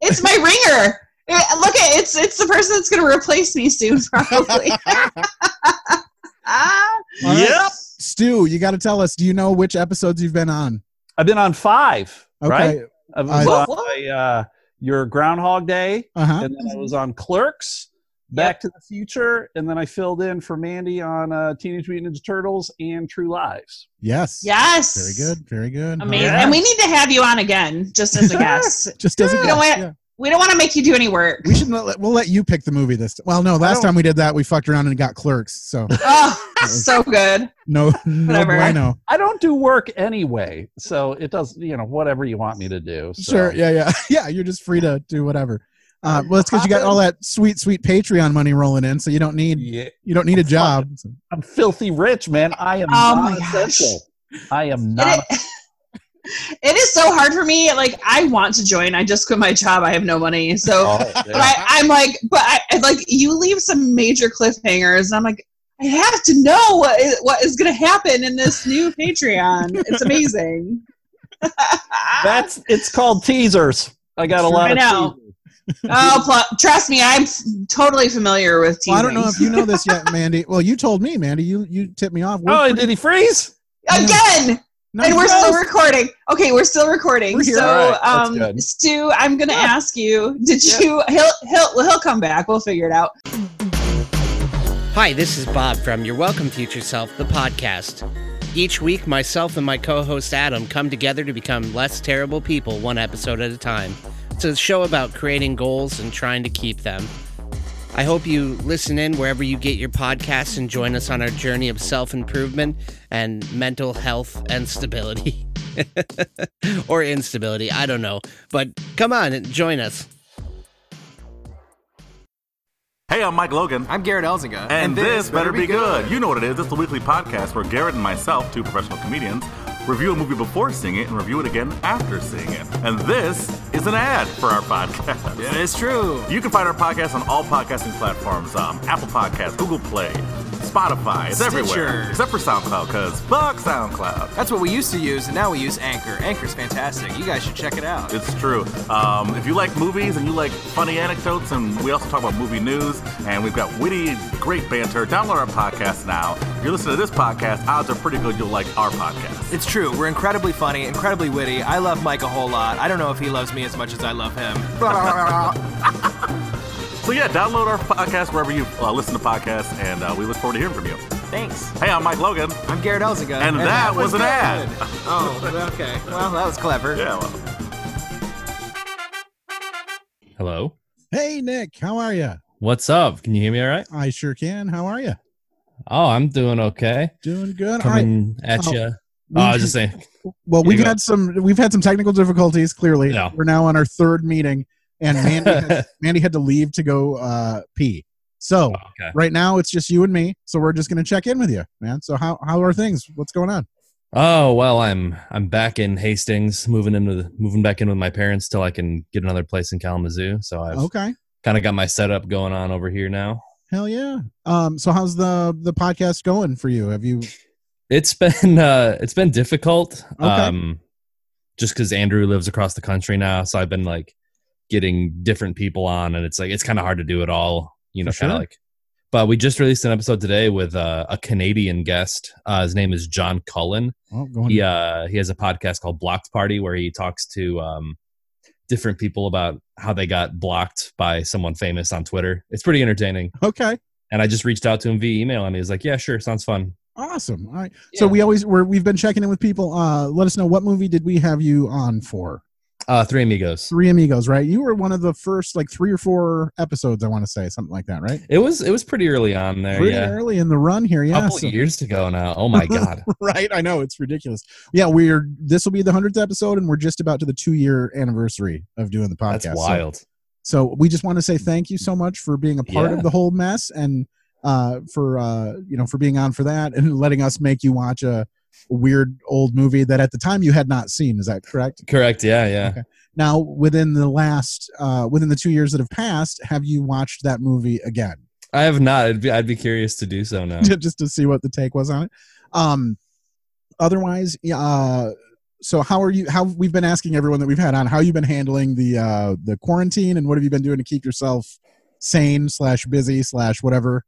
S2: It's my ringer. Eh, Look at it's it's the person that's going to replace me soon, [laughs] probably.
S1: [laughs]
S2: ah,
S1: All right.
S8: Yep.
S1: Stu, you got to tell us. Do you know which episodes you've been on?
S8: I've been on five,
S1: Okay.
S8: right? I was
S1: I-
S8: on my, uh, your Groundhog Day,
S1: Uh huh.
S8: and then I was on Clerks, Back to the Future, and then I filled in for Mandy on uh, Teenage Mutant Ninja Turtles and True Lives.
S1: Yes.
S2: yes.
S1: Very good. Very good. All
S2: Amazing.
S1: right.
S2: And we need to have you on again, just
S1: [laughs]
S2: as a guest.
S1: Just doesn't.
S2: You know what?
S1: Yeah.
S2: We don't want to make you do any work.
S1: We should not let, we'll let you pick the movie this. Well, no, last
S8: don't-
S1: time we did that, we fucked around and got clerks. So [laughs]
S2: Oh, [laughs] so good.
S1: no, no
S2: Whatever.
S1: bueno.
S8: I don't do work anyway, so it does, you know, whatever you want me to do. So.
S1: Sure. Yeah. [laughs] Yeah. Yeah. You're just free to do whatever. Uh, well, it's because you got all that sweet, sweet Patreon money rolling in, so you don't need
S8: Yeah. Oh,
S1: you don't need a job.
S8: I'm filthy rich, man. I am
S2: Oh my
S8: not essential. I am not.
S2: And it, it is so hard for me. Like, I want to join. I just quit my job. I have no money. So.
S8: Oh,
S2: But I, I'm like, but I I- like you leave some major cliffhangers, and I'm like, I have to know what is, what is going to happen in this new Patreon. It's amazing.
S8: That's it's called teasers. I got a lot
S2: I
S8: of
S2: know.
S8: teasers.
S2: oh, pl- trust me, I'm f- totally familiar with teasing.
S1: Well, I don't know if you know this yet,
S2: [laughs]
S1: Mandy. Well, you told me, Mandy. You you tipped me off. We're
S8: Oh,
S1: pretty-
S8: did he freeze?
S2: again.
S1: no,
S2: and we're
S1: you-
S2: still recording. Okay, we're still recording.
S1: We're here.
S2: So,
S8: All right, that's
S2: um,
S8: good.
S2: Stu, I'm gonna
S8: Yeah.
S2: ask you. Did
S8: Yeah.
S2: you? He'll he'll he'll come back. We'll figure it out.
S9: Hi, this is Bob from Your Welcome Future Self, the podcast. Each week, myself and my co host Adam come together to become less terrible people one episode at a time. It's a show about creating goals and trying to keep them. I hope you listen in wherever you get your podcasts and join us on our journey of self improvement and mental health and stability. [laughs] or instability, I don't know. But come on and join us.
S10: Hey, I'm Mike Logan.
S11: I'm Garrett Elzinga.
S10: And, this, better be good. You know what it is. It's the weekly podcast where Garrett and myself, two professional comedians, review a movie before seeing it and review it again after seeing it. And this is an ad for our podcast.
S11: It is true.
S10: You can find our podcast on all podcasting platforms um, Apple Podcasts, Google Play, Spotify. It's everywhere.
S11: Stitcher.
S10: Except for SoundCloud, because fuck SoundCloud.
S11: That's what we used to use, and now we use Anchor. Anchor's fantastic. You guys should check it out.
S10: It's true. Um, if you like movies and you like funny anecdotes, and we also talk about movie news, and we've got witty, great banter, download our podcast now. If you're listening to this podcast, odds are pretty good you'll like our podcast.
S11: It's true. We're incredibly funny, incredibly witty. I love Mike a whole lot. I don't know if he loves me as much as I love him.
S10: So, yeah, download our podcast wherever you uh, listen to podcasts, and uh, we look forward to hearing from you.
S11: Thanks.
S10: Hey, I'm Mike Logan.
S11: I'm Garrett Elzinga.
S10: And that was an
S11: good.
S10: ad.
S11: Oh, okay. Well, that was clever.
S10: Yeah, well,
S12: Hello.
S1: [laughs] Hey, Nick. How are you?
S12: What's up? Can you hear me all right?
S1: I sure can. How are you?
S12: Oh, I'm doing okay.
S1: Doing good. All right.
S12: Coming at
S1: Oh.
S12: you Oh, I was just saying.
S1: Well,
S12: Here
S1: we've
S12: you go.
S1: had some we've had some technical difficulties. Clearly, we're now on our third meeting, and Mandy had, Mandy had to leave to go uh, pee. So
S12: okay.
S1: right now it's just you and me. So we're just gonna check in with you, man. So how how are things? What's going on?
S12: Oh well, I'm I'm back in Hastings, moving into the, moving back in with my parents till I can get another place in Kalamazoo. So I've
S1: Okay,
S12: kind of got my setup going on over here now.
S1: hell yeah. Um, so how's the the podcast going for you? Have you?
S12: It's been [laughs] uh, it's been difficult.
S1: Okay.
S12: Um, just because Andrew lives across the country now, so I've been like getting different people on, and it's like it's kind of hard to do it all. You know,
S1: For
S12: kind of
S1: sure.
S12: like. But we just released an episode today with uh, a Canadian guest. Uh, his name is John Cullen.
S1: Oh, going.
S12: he uh, he has a podcast called Blocked Party where he talks to um, different people about how they got blocked by someone famous on Twitter. It's pretty entertaining.
S1: Okay.
S12: And I just reached out to him via email, and he was like, "Yeah, sure, sounds fun."
S1: Awesome. All right. So we always we're, we've been checking in with people. Uh, let us know what movie did we have you on for?
S12: Uh, Three Amigos.
S1: Three Amigos, right? You were one of the first like three or four episodes, I want to say, something like that, right?
S12: It was it was pretty early on there.
S1: Pretty
S12: yeah,
S1: early in the run here, yeah.
S12: couple
S1: so-
S12: years ago now. Oh my god.
S1: [laughs] right, I know it's ridiculous. Yeah, we're this will be the hundredth episode, and we're just about to the two year anniversary of doing the podcast.
S12: That's wild.
S1: So, so we just want to say thank you so much for being a part
S12: Yeah.
S1: of the whole mess, and uh, for uh, you know for being on for that, and letting us make you watch a weird old movie that at the time you had not seen. Is that correct?
S12: Correct. Yeah, yeah.
S1: Now, within the last uh, within the two years that have passed, have you watched that movie again?
S12: I have not. I'd be, I'd be curious to do so now.
S1: [laughs] just to see what the take was on it. Um, otherwise, yeah, uh, so how are you? How we've been asking everyone that we've had on how you've been handling the uh, the quarantine and what have you been doing to keep yourself sane slash busy slash whatever.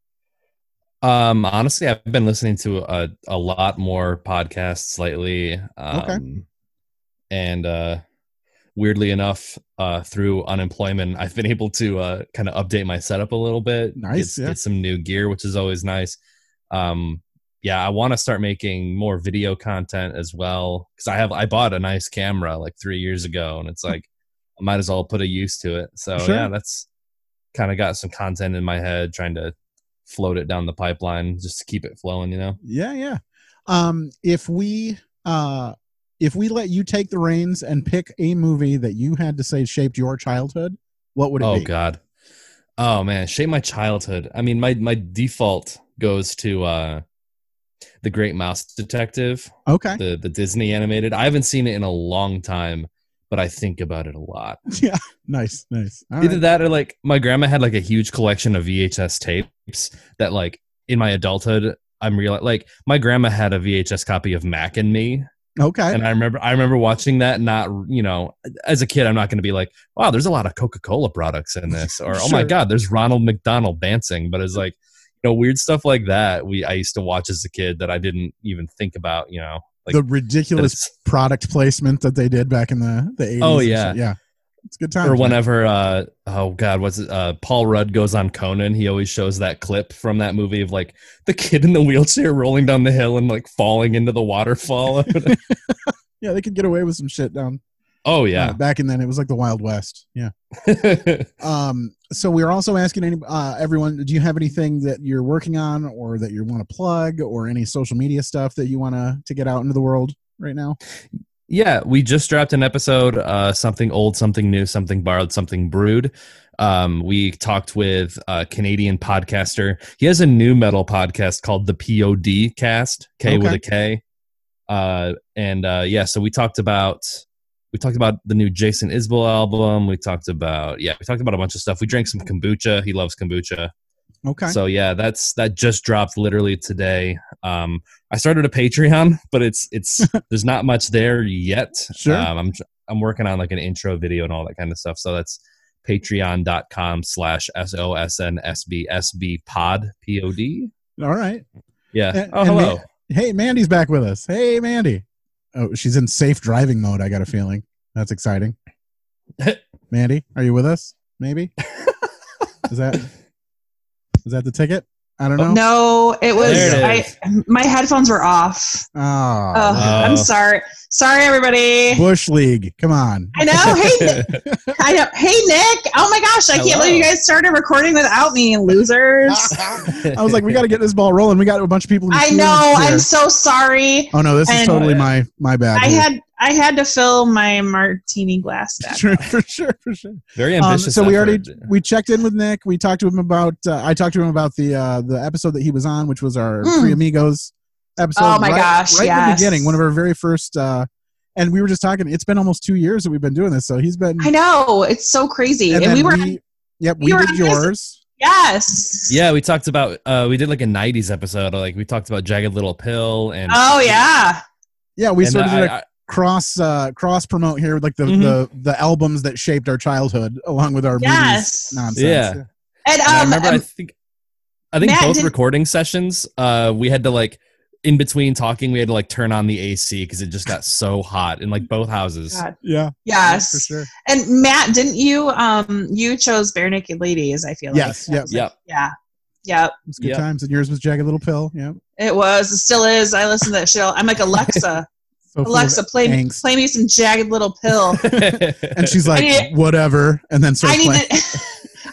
S12: Um, honestly, I've been listening to a, a lot more podcasts lately. Um,
S1: Okay.
S12: And uh, weirdly enough, uh, through unemployment, [laughs] I've been able to uh, kind of update my setup a little bit.
S1: Nice,
S12: Get,
S1: yeah.
S12: get some new gear, which is always nice. Um, yeah, I want to start making more video content as well because I have I bought a nice camera like three years ago, and it's
S1: Hmm.
S12: like I might as well put a use to it. So
S1: Sure.
S12: yeah, that's kind of got some content in my head, trying to float it down the pipeline just to keep it flowing, you know?
S1: Yeah, yeah. Um, if we uh, if we let you take the reins and pick a movie that you had to say shaped your childhood, what would it
S12: oh
S1: be?
S12: god. Oh man, shape my childhood. I mean my my default goes to uh The Great Mouse Detective.
S1: Okay.
S12: The the Disney animated. I haven't seen it in a long time, but I think about it a lot.
S1: [laughs] Yeah, nice, nice. All
S12: Either
S1: right.
S12: that or like my grandma had like a huge collection of VHS tapes that like in my adulthood I'm real like my grandma had a VHS copy of Mac and Me
S1: Okay.
S12: and I remember I remember watching that. Not you know, as a kid, I'm not going to be like, wow, there's a lot of Coca Cola products in this, or oh my
S1: Sure.
S12: god, there's Ronald McDonald dancing. But it's like, you know, weird stuff like that. We I used to watch as a kid that I didn't even think about. You know, like
S1: the ridiculous
S12: [laughs]
S1: product placement that they did back in the the 80s.
S12: Oh,
S1: and
S12: yeah.
S1: shit. yeah. It's [laughs] good time.
S12: or whenever uh oh god what's it uh paul rudd goes on conan he always shows that clip from that movie of like the kid in the wheelchair rolling down the hill and like falling into the waterfall [laughs]
S1: Yeah, they could get away with some shit down. uh,
S12: oh yeah
S1: back in then, it was like the Wild West.
S12: [laughs]
S1: Yeah. um. So we are also asking any uh, everyone, do you have anything that you're working on, or that you want to plug, or any social media stuff that you want to to get out into the world right now?
S12: Yeah, we just dropped an episode, uh, something old, something new, something borrowed, something brewed. Um, we talked with a Canadian podcaster. He has a new metal podcast called the POD Cast, K with
S13: Okay.
S12: a K. Uh, and uh, yeah, so we talked about we talked about the new Jason Isbell album. We talked about yeah, we talked about a bunch of stuff. We drank some kombucha. He loves kombucha.
S1: Okay.
S12: So yeah, that's that just dropped literally today. Um, I started a Patreon, but it's
S1: [laughs]
S12: it's there's not much there yet.
S1: Sure.
S12: Um, I'm tr- I'm working on like an intro video and all that kind of stuff. So that's patreon.com slash S O S N S B S B pod P O D.
S1: All right.
S12: Yeah.
S1: And-
S12: oh
S1: and Ma-
S12: hello.
S1: hey, Mandy's back with us. Hey, Mandy. Oh, she's in safe driving mode. I got a feeling that's [laughs] exciting. [laughs] Mandy, are you with us? Maybe. Is that is that the ticket? I don't know.
S2: No, it was.
S1: There it
S2: I,
S1: is.
S2: my headphones were off.
S1: Oh,
S2: Oh, I'm sorry. Sorry, everybody.
S1: Bush League. Come on.
S2: I know. Hey, Nick. I know. Hey, Nick. Oh my gosh, I can't
S1: Hello.
S2: believe you guys started recording without me,
S1: [laughs]
S2: losers.
S1: I was like, we got to get this ball rolling. We got a bunch of people. in the
S2: I
S1: queue
S2: know.
S1: here.
S2: I'm so sorry.
S1: Oh no, this is
S2: And
S1: totally my my bad.
S2: I
S1: here.
S2: had I had to fill my martini glass back.
S1: [laughs] Sure, for sure, for sure.
S12: Very
S1: Um,
S12: ambitious.
S1: so we
S12: effort.
S1: already we checked in with Nick. We talked to him about. Uh, I talked to him about the uh, the episode that he was on, which was our
S2: Mm.
S1: Three Amigos episode.
S2: Oh my
S1: right,
S2: gosh,
S1: Right in the
S2: yes.
S1: beginning, one of our very first. Uh, and we were just talking. It's been almost two years that we've been doing this, so he's been.
S2: I know. It's so crazy. And,
S1: then
S2: we were
S1: Yep,
S2: we
S1: we,
S2: were
S1: did
S2: on
S1: yours.
S2: yes.
S12: Yeah, we talked about uh we did like a '90s episode. Like we talked about Jagged Little Pill and
S2: Oh yeah.
S1: Yeah, we
S12: And
S1: sort of
S12: I-
S1: did a
S12: I-
S1: cross uh, cross promote here, with like the,
S2: Mm-hmm.
S12: Mhm.
S1: the the albums that shaped our childhood, along with our
S2: Yes.
S1: movies nonsense.
S12: Yeah.
S2: And
S12: And I
S2: um,
S12: remember I
S2: um,
S12: think I think
S2: Matt
S12: both
S2: did-
S12: recording sessions, uh, we had to like in between talking, we had to like turn on the AC because it just got so hot in like both houses.
S2: God.
S1: Yeah.
S2: Yes.
S1: for sure.
S2: and Matt, didn't you um you chose bare naked ladies? I feel
S1: Yes.
S2: like
S1: Yep. Yep.
S2: yeah, yeah,
S1: It was good times, and yours was Jagged Little Pill. Yeah.
S2: It was, it still is. I listen to that show. I'm like Alexa,
S1: [laughs] So full of
S2: Alexa, play me,
S1: angst.
S2: play me some jagged little pill.
S12: [laughs]
S1: And she's like,
S2: I need-
S1: whatever, and then starts
S2: I need
S1: playing.
S2: to,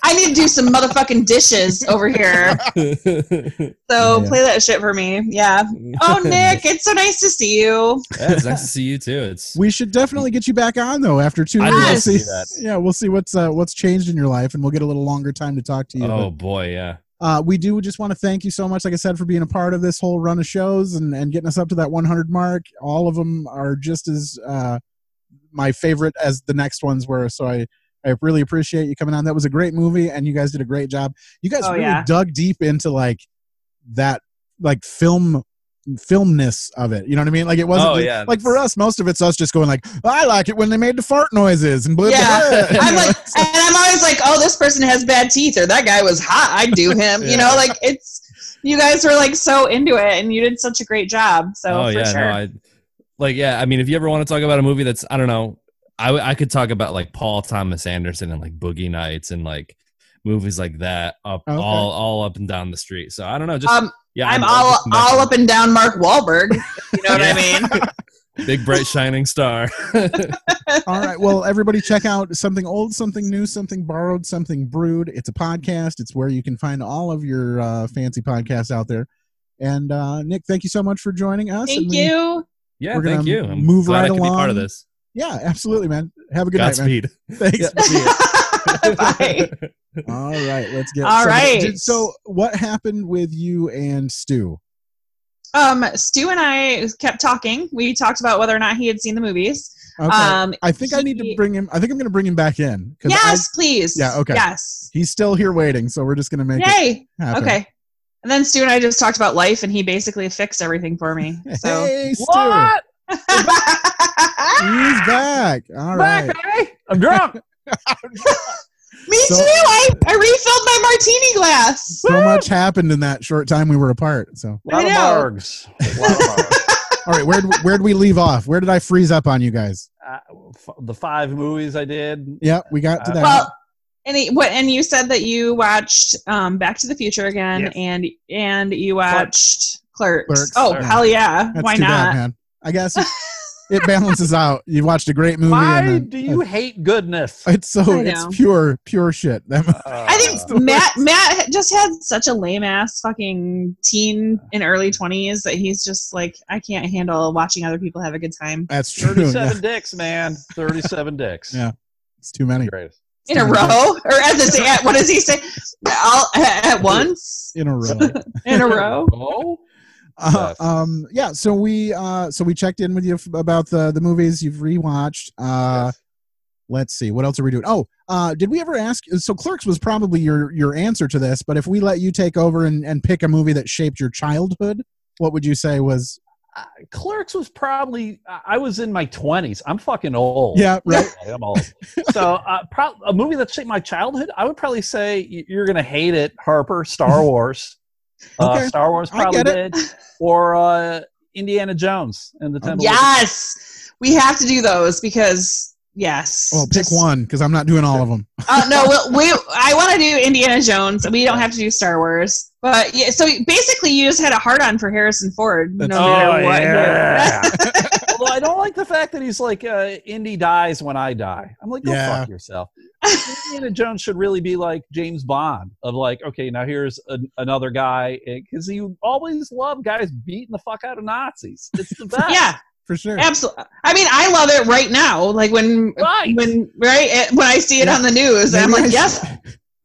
S2: I need to [laughs] do some motherfucking dishes over here. So
S12: Yeah.
S2: play that shit for me. Yeah. Oh, Nick, it's so nice to see you.
S12: Yeah, it's nice to see you too.
S2: [laughs]
S12: It's
S1: We should definitely get you back on though after two.
S12: I'd
S1: years.
S12: love
S1: We'll
S12: to
S1: see-
S12: do that.
S1: [laughs] Yeah, we'll see what's uh, what's changed in your life, and we'll get a little longer time to talk to you.
S12: oh
S1: but,
S12: boy, yeah.
S1: uh, we do just want to thank you so much, like I said, for being a part of this whole run of shows and and getting us up to that 100 mark. All of them are just as uh, my favorite as the next ones were. So I. I really appreciate you coming on. That was a great movie, and you guys did a great job. You guys
S2: Oh,
S1: really
S2: yeah.
S1: dug deep into like that, like film filmness of it. You know what I mean? Like it wasn't
S12: Oh,
S1: just-
S12: yeah,
S1: like for us, most of it's us just going like, I like it when they made the fart noises and blah blah.
S2: Yeah.
S1: [laughs]
S2: [laughs]
S1: blah.
S2: I'm like, and I'm always like, oh, this person has bad teeth or that guy was hot. I'd do him. You know,
S12: Yeah.
S2: like it's, you guys were like so into it and you did such a great job. So
S12: oh
S2: for
S12: yeah,
S2: sure.
S12: no, I like yeah. I mean, if you ever want to talk about a movie that's I don't know, I w- I could talk about like Paul Thomas Anderson and like Boogie Nights and like movies like that up
S2: Okay.
S12: all all up and down the street. So I don't know, just
S2: Um,
S12: yeah,
S2: I'm
S12: I'd
S2: all
S12: love to come back
S2: all
S12: on.
S2: up and down Mark Wahlberg. You know what I mean?
S12: big bright shining star.
S1: All right. Well, everybody check out something old, something new, something borrowed, something brewed. It's a podcast. It's where you can find all of your uh, fancy podcasts out there. And uh, Nick, thank you so much for joining us.
S2: Thank
S1: and we-
S2: you.
S12: Yeah,
S1: We're gonna
S12: thank you. I'm
S1: move
S12: glad
S1: right
S12: I could be part of
S1: along.
S12: this.
S1: Yeah, absolutely, man. Have a good
S12: Godspeed.
S1: night, man. [laughs] Thanks.
S12: Yeah, see ya.
S2: [laughs]
S1: [laughs]
S2: Bye.
S1: All right, let's get.
S2: All
S1: some-
S2: right.
S1: Did- So, what happened with you and Stu?
S2: Um, Stu and I kept talking. We talked about whether or not he had seen the movies.
S1: Okay.
S2: Um,
S1: I think I need to
S2: he-
S1: bring him. I think I'm going to bring him back in. 'cause I-
S2: Yes, please.
S1: Yeah. Okay.
S2: Yes.
S1: He's still here waiting, so we're just going to make
S2: Yay.
S1: it happen.
S2: Okay. And then Stu and I just talked about life, and he basically fixed everything for me. So
S1: Hey, Stu. What? He's back. All right.
S12: I'm drunk.
S2: me
S1: So-
S2: too. I, I refilled my martini glass.
S1: [laughs] So much happened in that short time we were apart. So,
S2: I know. [laughs]
S1: all right, where'd where'd we leave off? Where did I freeze up on you guys?
S8: Uh, f- the five movies I did.
S1: Yeah, we got to
S2: Uh,
S1: that.
S2: Well, and he, what? And you said that you watched um, Back to the Future again,
S1: Yes.
S2: and and you watched Clerks.
S1: Clerks.
S2: Oh,
S1: Clerks.
S2: hell yeah!
S1: That's
S2: Why
S1: too
S2: not?
S1: bad, man. I guess
S2: [laughs]
S1: it, it balances out. You watched a great movie.
S8: Why
S1: and then- uh,
S8: do you hate goodness?
S1: [laughs] It's so
S2: I
S1: it's
S2: know.
S1: pure pure shit. [laughs] That mo-
S2: I think Matt Matt just had such a lame ass fucking teen in early twenties that he's just like, I can't handle watching other people have a good time
S1: that's true. Yeah,
S8: 37 dicks, man. 37 [laughs] dicks.
S1: Yeah. it's too many.
S2: in a row or at the same. At, what does he say? All at once
S1: in a row.
S8: [laughs]
S2: in a row.
S8: Oh,
S1: Uh, um, yeah. So we uh, so we checked in with you f- about the the movies you've rewatched. Uh, Let's see what else are we doing. Oh, uh, did we ever ask? So Clerks was probably your your answer to this, but if we let you take over and, and pick a movie that shaped your childhood, what would you say was?
S8: Clerks was probably I- I was in my twenties. I'm fucking old.
S1: Yeah, right.
S8: I'm old. so uh, pro- a movie that shaped my childhood, I would probably say y- you're gonna hate it, Harper.
S1: [laughs]
S8: Star Wars. Uh,
S1: Okay.
S8: Star Wars
S1: I
S8: probably
S1: get it. Oh,
S8: did, or uh, Indiana Jones and the Temple. of-
S2: Yes, we have to do those because Yes.
S1: Well, pick
S2: Just-
S1: one because I'm not doing all of them.
S2: Uh, no, we'll, we I want to do Indiana Jones. We don't have to do Star Wars, but yeah. So basically, you just had a hard on for Harrison Ford, no matter what.
S8: Although Oh, I don't like the fact that he's like, uh, Indy dies when I die. I'm like, go
S1: Yeah.
S8: fuck yourself. Indiana Jones should really be like James Bond of like, okay, now here's an another guy because you always love guys beating the fuck out of Nazis. It's
S2: [laughs]
S8: the best.
S2: Yeah.
S1: For sure.
S2: Absolutely. I mean, I love it right now. Like when
S8: right.
S2: when right eh, when I see it on the news, and I'm
S1: Maybe
S2: like,
S1: I
S2: yes,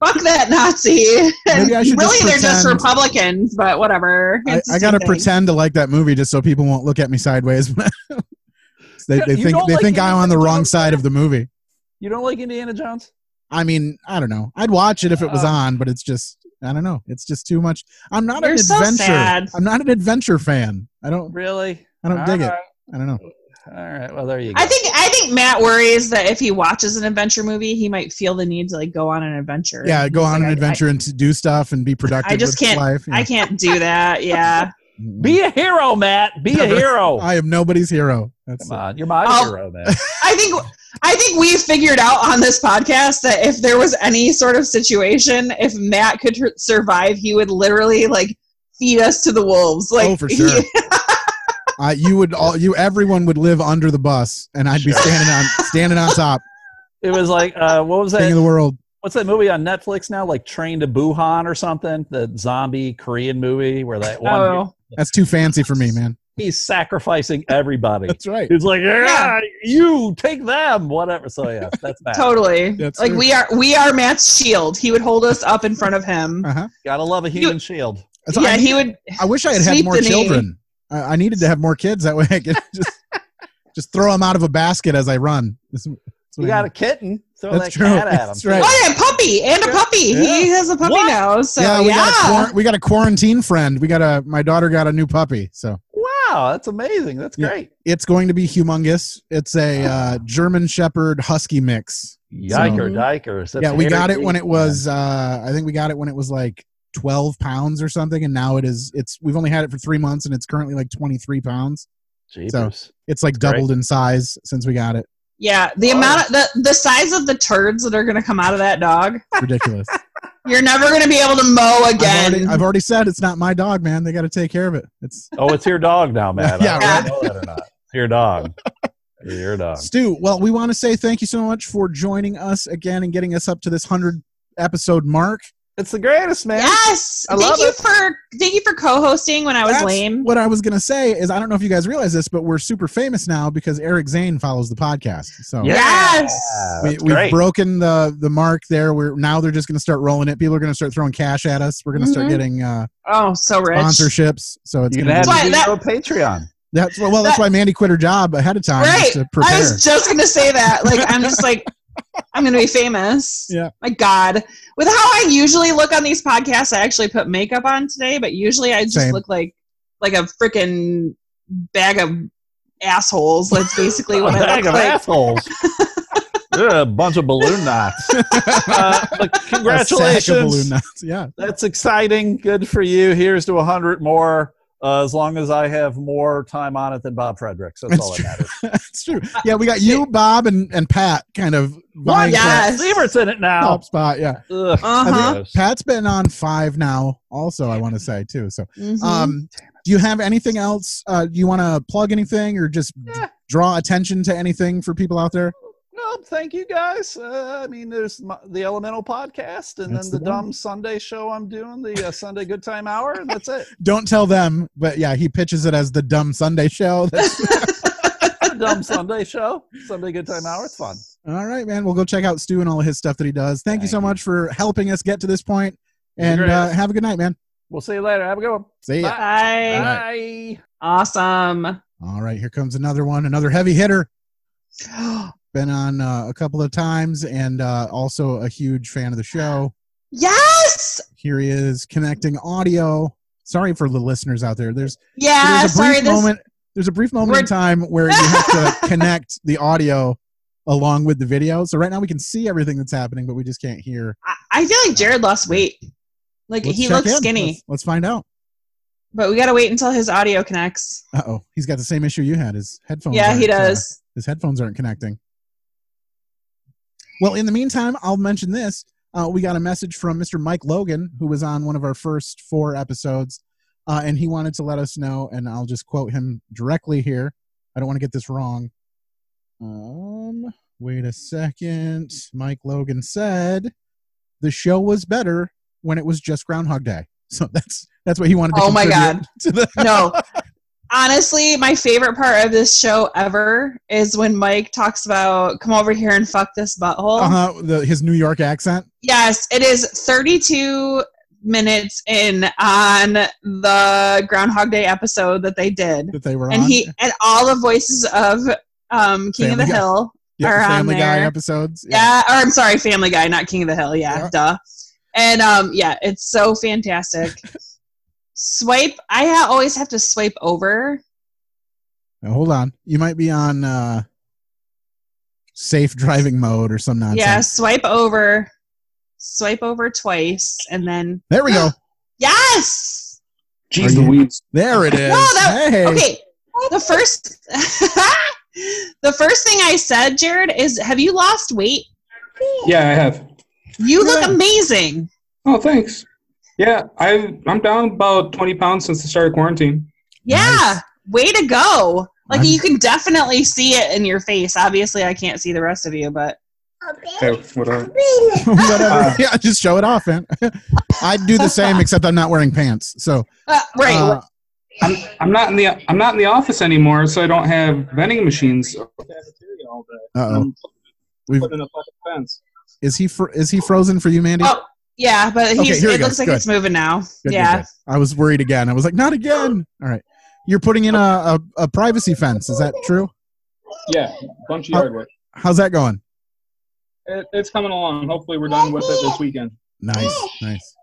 S2: fuck that Nazi. And
S1: [laughs] Maybe I
S2: really,
S1: should just
S2: they're just
S1: pretend-
S2: Republicans, but whatever.
S1: I,
S2: It's
S1: I
S2: just
S1: gotta
S2: a thing.
S1: pretend to like that movie just so people won't look at me sideways. [laughs] they they
S8: You
S1: think
S8: don't
S1: they
S8: like
S1: think I'm on the
S8: Indiana
S1: wrong
S8: Jones,
S1: side of the movie.
S8: You don't like Indiana Jones?
S1: I mean, I don't know. I'd watch it if it was
S8: Uh.
S1: on, but it's just I don't know. It's just too much. I'm not an
S8: You're so
S1: adventure.
S8: sad.
S1: I'm not an adventure fan. I don't
S8: Really?
S1: I don't dig it.
S8: Alright.
S1: I don't know.
S8: All right. Well, there you go.
S2: I think I think Matt worries that if he watches an adventure movie, he might feel the need to like go on an adventure.
S1: Yeah, go
S2: He's
S1: on
S2: like,
S1: an
S2: I-
S1: adventure and to do stuff and be productive.
S2: I, I just
S1: with
S2: can't.
S1: Life.
S2: I can't do that.
S1: [laughs]
S2: Yeah.
S8: Be a hero, Matt. Be
S1: Never.
S8: a hero.
S1: [laughs] I am nobody's hero. That's
S8: Come on, you're my
S2: I'll-
S8: hero,
S1: [laughs]
S8: man.
S2: I think I think we figured out on this podcast that if there was any sort of situation, if Matt could tr- survive, he would literally like feed us to the wolves. Like
S1: oh, for
S2: he-
S1: sure. uh, you would all you everyone would live under the bus, and I'd be standing on standing on top,
S8: It was like, uh, what was
S1: king of the
S8: that?
S1: world.
S8: What's that movie on Netflix now? Like Train to Busan or something? The zombie Korean movie where that [laughs] one
S2: Oh.
S1: That's too fancy for me, man.
S8: he's sacrificing everybody.
S1: That's right.
S8: He's like, yeah,
S2: Yeah.
S8: you take them, whatever. So yeah, that's Matt.
S2: [laughs] totally.
S1: That's
S2: like
S1: true.
S2: we are we are Matt's shield. He would hold us up in front of him.
S1: Uh huh.
S8: Gotta love a human shield.
S1: That's-
S2: yeah,
S1: I,
S2: he would.
S1: I wish I had had
S2: sweep
S1: more
S2: the knee.
S1: children. I, I needed to have more kids that way.
S2: [laughs]
S1: I could just just throw them out of a basket as I run. That's, that's what
S8: You
S1: I
S8: got a
S1: need.
S8: kitten. Throw
S1: That's
S8: that
S1: true.
S8: cat at him.
S1: That's right.
S2: Oh yeah, puppy and a puppy. He has a puppy
S8: What?
S2: now. So
S1: yeah,
S2: yeah,
S1: we got a quar- we got a quarantine friend. We got a my daughter got a new puppy, so
S8: Wow, that's amazing. That's
S1: Yeah.
S8: great.
S1: it's going to be humongous. It's a uh, German Shepherd Husky mix.
S8: Yiker,
S2: So-
S8: dikers. That's
S1: yeah, we got it
S8: very
S1: when it
S8: deep,
S1: was. Uh, I think we got it when it was like twelve pounds or something, and now it is. It's we've only had it for three months, and it's currently like twenty three pounds.
S8: man.
S1: so-
S8: Jeepers.
S1: It's like
S8: Great.
S1: doubled in size since we got it.
S2: yeah. The amount of, the the size of the turds that are going to come out of that dog.
S1: It's ridiculous.
S2: [laughs] You're never going to be able to mow
S1: I've,
S2: again.
S1: already, I've already said it's not my dog, man. They got to take care of it. It's
S8: Oh, it's your dog
S1: [laughs]
S8: now, Matt.
S1: Yeah,
S8: I don't
S2: right.
S8: know that or not. It's your dog. It's your dog.
S1: Stu. Well, we want to say thank you so much for joining us again and getting us up to this hundred episode mark.
S8: It's the greatest, man.
S2: Yes.
S8: I
S2: thank
S8: love
S2: you
S8: it.
S2: for thank you for co-hosting when I was
S1: That's
S2: lame.
S1: What I was gonna say is I don't know if you guys realize this, but we're super famous now because Eric Zane follows the podcast. So
S8: Yeah.
S2: Yes.
S1: we,
S8: That's
S1: we've
S8: great.
S1: broken the the mark there. We're now they're just going to start rolling it. People are going to start throwing cash at us. We're going to start
S2: Mhm.
S1: getting uh,
S2: Oh, so rich.
S1: sponsorships. So it's
S8: You're gonna
S1: going to
S8: have
S1: be
S2: Why,
S8: to do
S2: that-
S8: your own Patreon.
S1: that's well. That's
S2: that-
S1: why Mandy quit her job ahead of time
S2: Right.
S1: just to
S2: I
S1: prepare.
S2: was just gonna say that. Like I'm just like [laughs] I'm gonna be famous.
S1: Yeah.
S2: My God. With how I usually look on these podcasts, I actually put makeup on today, but usually I just
S1: Same.
S2: look like like a freaking bag of assholes. That's basically what I
S8: [laughs] bag of
S2: look like.
S1: [laughs]
S8: assholes. You're a bunch of balloon knots. Uh, look,
S1: A sack of balloon
S8: congratulations.
S1: nuts. Yeah,
S8: That's exciting. Good for you. Here's to 100 more. Uh, as long as I have more time on it than Bob Fredericks, that's,
S1: That's
S8: all that
S1: true.
S8: matters.
S1: that's true.
S8: Uh,
S1: Yeah, we got you, Bob, and, and Pat kind of vying for that
S2: Yes.
S8: Seavert's in it now.
S1: top spot. Yeah,
S8: Ugh.
S2: Uh-huh.
S8: Gross.
S1: Pat's been on five now. Also, I want to say too. So,
S2: Mhm.
S1: um, do you have anything else? Uh, do you want to plug anything or just
S8: Yeah.
S1: draw attention to anything for people out there?
S8: No, thank you guys. Uh, I mean, there's my, the Elemental podcast, and
S1: That's
S8: then the,
S1: the one.
S8: Dumb Sunday show I'm doing, the uh, Sunday Good Time Hour, and that's
S1: [laughs]
S8: it.
S1: don't tell them but yeah he pitches it as the dumb
S2: [laughs]
S1: sunday show [laughs] That's-
S8: the Dumb Sunday show, Sunday Good Time Hour. It's fun.
S1: all right man we'll go check out stu and all of his stuff that he does thank you
S8: Thank
S1: so
S8: you.
S1: much for helping us get to this point
S8: You're
S1: and
S8: great.
S1: uh, have a good night man
S8: We'll see you later. Have a good one.
S1: see ya
S8: Bye.
S2: Bye.
S8: Bye.
S2: Awesome.
S1: all right here comes another one another heavy hitter been on uh, a couple of times and uh, also a huge fan of the show
S2: [gasps] yes.
S1: here he is connecting audio sorry for the listeners out there there's
S2: Yeah.
S1: there's a brief
S2: Sorry. This.
S1: moment. There's a brief moment in
S2: We're-
S1: time where you
S2: [laughs]
S1: have to connect the audio along with the video. So right now we can see everything that's happening, but we just can't hear.
S2: I, I feel like Jared lost weight. Like
S1: Let's
S2: he
S1: check
S2: looks
S1: in.
S2: skinny,
S1: Let's, let's find out.
S2: but we gotta wait until his audio connects.
S1: Uh oh, he's got the same issue you had. His headphones.
S2: yeah, he
S1: aren't, uh,
S2: does.
S1: his headphones aren't connecting. Well, in the meantime, I'll mention this. Uh, we got a message from Mr. Mike Logan, who was on one of our first four episodes, uh, and he wanted to let us know, and I'll just quote him directly here. I don't want to get this wrong. Um, wait a second. Mike Logan said the show was better when it was just Groundhog Day. [laughs] So that's that's what he wanted. to
S2: Oh my
S1: contribute
S2: God.
S1: To the-
S2: no. Honestly, my favorite part of this show ever is when Mike talks about come over here and fuck this butthole.
S1: uh-huh, the, his New York accent.
S2: Yes, it is 32 minutes in on the Groundhog Day episode that they did.
S1: That they were
S2: and
S1: on.
S2: he and all the voices of um, King of the
S1: Family Guy.
S2: Hill
S1: Yeah,
S2: are
S1: the
S2: on
S1: Family
S2: there.
S1: Guy episodes.
S2: yeah. or I'm sorry, Family Guy, not King of the Hill. Yeah, duh. And um, yeah, it's so
S1: [laughs]
S2: fantastic. swipe. I ha- always have to swipe over.
S1: Now, hold on. You might be on uh, safe driving mode or some nonsense.
S2: Yeah, swipe over. Swipe over twice, and then
S1: There
S2: [gasps]
S1: we go.
S2: yes.
S1: Jeez Louise. There it is.
S2: No, that,
S1: Hey.
S2: okay. The first, [laughs] the first thing I said, Jared, is, "Have you lost weight?
S13: Yeah, I have.
S2: You look amazing."
S13: Oh, thanks. Yeah, I I'm down about 20 pounds since the start of quarantine.
S2: Yeah, way to go! Like you can definitely see it in your face. Obviously, I can't see the rest of you, but
S13: Okay, whatever.
S1: [laughs] Whatever.
S2: Uh.
S1: yeah, just show it off, man. [laughs] I'd do the same, except I'm not wearing pants. So
S2: uh, right.
S1: Uh,
S13: I'm I'm not in the I'm not in the office anymore, so I don't have vending machines.
S1: uh-oh. We've-
S13: Put in a fucking fence.
S1: is he fr- is he frozen for you, Mandy?
S2: oh, yeah, but
S1: Okay,
S2: he's,
S1: here we
S2: it
S1: go.
S2: looks like
S1: Good.
S2: it's moving now.
S1: Good, good,
S2: yeah,
S1: good. I was worried again. I was like, not again. All right. You're putting in a, a, a privacy fence. Is that true?
S13: Yeah, bunch of yard work.
S1: How's that going?
S13: It, it's coming along. Hopefully, we're done with it this weekend.
S1: Nice, nice.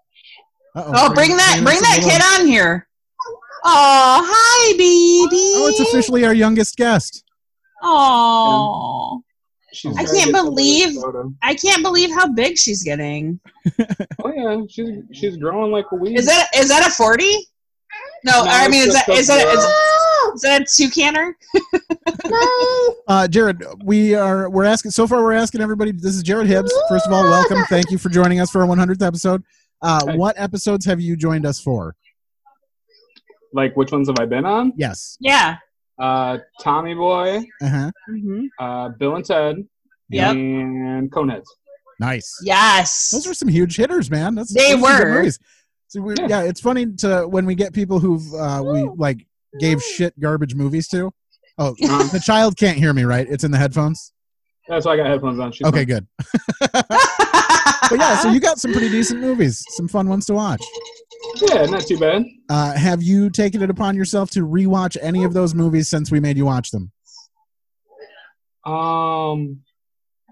S2: Oh, bring, that bring that kid on here. Oh, hi, baby.
S1: Oh, it's officially our youngest guest.
S2: Oh,
S13: She's
S2: I
S13: trying to
S2: can't
S13: get some of this
S2: believe
S13: photo.
S2: I can't believe how big she's getting.
S13: Oh yeah, she's she's growing like a weed.
S2: Is that is that a forty?
S13: No,
S2: No, I mean
S13: it's
S2: is that
S13: just
S2: is
S13: a
S2: that is, is that a two canner?
S1: Uh, Jared, we are we're asking so far we're asking everybody. This is Jared Hibbs. First of all, welcome. Thank you for joining us for our 100th episode. Uh, what episodes have you joined us for?
S13: like which ones have I been on?
S1: Yes.
S2: Yeah.
S13: Uh, Tommy Boy,
S1: Uh huh.
S2: Mm-hmm.
S13: uh, Bill and Ted,
S1: Yep.
S13: and Coneheads.
S1: Nice.
S2: Yes.
S1: Those are some huge hitters, man. That's
S13: They
S1: those are some good
S13: were.
S1: movies. So we, yeah. it's funny to when we get people who've uh, we like gave shit garbage movies to.
S2: [laughs]
S1: Oh,
S13: Uh-huh.
S1: the child can't hear me, right? It's in the headphones.
S13: That's why I got headphones on. She's
S1: Okay, good. [laughs] but yeah, so you got some pretty decent movies, some fun ones to watch.
S13: Yeah, not too bad.
S1: Uh, have you taken it upon yourself to rewatch any of those movies since we made you watch them?
S13: Um,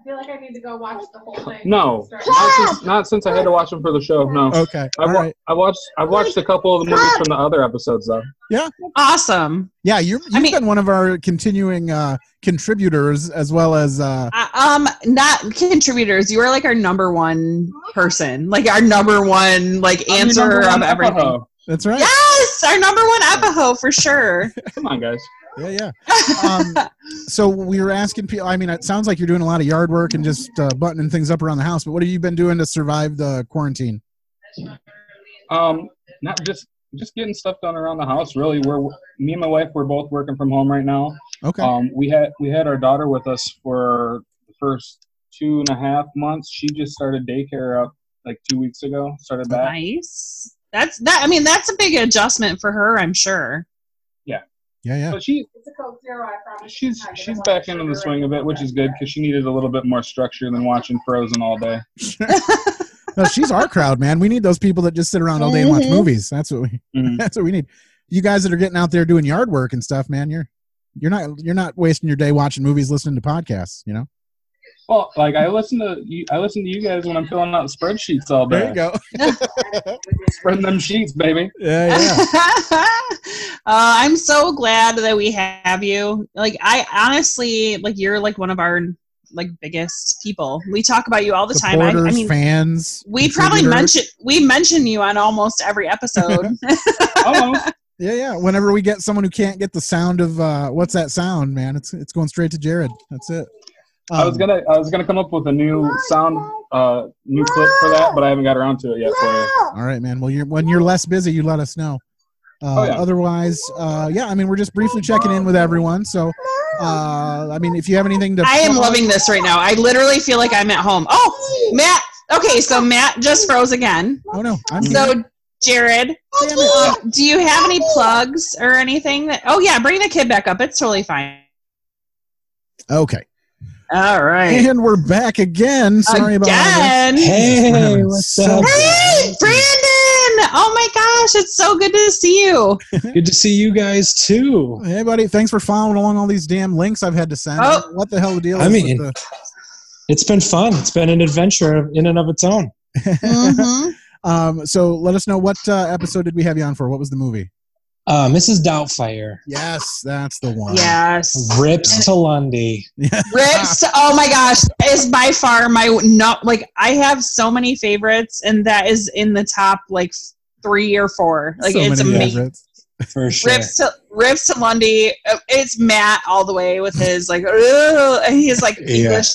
S14: I feel like I need to go watch the whole thing.
S13: no, not since, not since I had to watch them for the show. No.
S1: Okay.
S13: I, wa- I watched. I watched a couple of the movies from the other episodes though.
S1: Yeah.
S2: Awesome.
S1: Yeah, you're, you've been one of our continuing uh, contributors as well as uh,
S2: Uh, um, not contributors. You are like our number one person, like our number one like
S13: I'm the number
S2: answerer
S13: one
S2: of everything.
S13: Epaho.
S1: That's right.
S2: Yes, our number one Epaho for sure.
S13: [laughs] Come on, guys.
S1: Yeah, yeah. Um, so we were asking people. I mean, it sounds like you're doing a lot of yard work and just uh, buttoning things up around the house. But what have you been doing to survive the quarantine?
S13: Um, not just just getting stuff done around the house. Really, we're me and my wife. We're both working from home right now.
S1: Okay.
S13: Um, we had we had our daughter with us for the first two and a half months. She just started daycare up like two weeks ago. Started back.
S2: Nice. That's that. I mean, that's a big adjustment for her. I'm sure.
S13: Yeah.
S1: Yeah, yeah.
S13: But she
S14: It's a Coke Zero, I promise.
S13: she's she's back into the swing of it, which is good because she needed a little bit more structure than watching Frozen all day.
S1: No, she's our crowd, man. We need those people that just sit around all day and watch
S13: Mhm.
S2: Mm-hmm.
S1: movies. That's what we. [laughs] That's what we need. You guys that are getting out there doing yard work and stuff, man. You're you're not you're not wasting your day watching movies, listening to podcasts. You know.
S13: Well, like I listen to you, I listen to you guys when I'm filling out spreadsheets all day.
S1: There you go.
S2: [laughs]
S13: Spreading them sheets, baby.
S1: Yeah,
S2: Uh, I'm so glad that we have you. Like, I honestly, like, you're like one of our like biggest people. We talk about you all the time. I, I
S1: Supporters,
S2: mean,
S1: fans.
S2: we probably
S1: contributors. [laughs]
S2: mention we mention you on almost every episode.
S1: Yeah, yeah. Whenever we get someone who can't get the sound of uh, what's that sound, man? It's it's going straight to Jared. That's it.
S13: [laughs] I was gonna I was gonna come up with a new sound uh new clip for that, but I haven't got around to it yet. So
S1: All right, man. Well, you're when you're less busy, you let us know. Uh,
S13: Oh, yeah.
S1: Otherwise, uh, yeah. I mean, we're just briefly checking in with everyone. So, uh, I mean, if you have anything to,
S2: I am
S1: plug-
S2: loving this right now. I literally feel like I'm at home. Oh, Matt. Okay, so Matt just froze again.
S1: Oh no. I'm
S2: so Jared, um, do you have any plugs or anything that? Oh yeah, bring the kid back up. It's totally fine.
S1: Okay.
S2: All right.
S1: And we're back again. Sorry about that.
S2: Again? Hey, what's up? Hey, Brandon! Oh my gosh, it's so good to see you.
S1: Good to see you guys too. Hey, buddy. Thanks for following along all these damn links I've had to send.
S2: Oh.
S1: What the hell the deal?
S15: I
S1: is
S15: mean-
S1: with
S15: It's been fun. It's been an adventure in and of its own.
S1: the, um, so let us know what uh, episode did we have you on for? What was the movie?
S15: Uh,
S1: Um,
S15: Mrs. Doubtfire
S1: Yes, that's the one.
S2: Yes.
S15: rips to Lundy.
S2: Rips. Oh my gosh, that is by far my not like I have so many favorites, and that is in the top like three or four. Like
S15: So
S2: it's
S15: many
S2: amazing.
S15: favorites. For sure.
S2: Rips to Rips to Lundy. Uh, It's Matt all the way with his like, "Ugh," and he's like
S1: Yeah.
S2: English.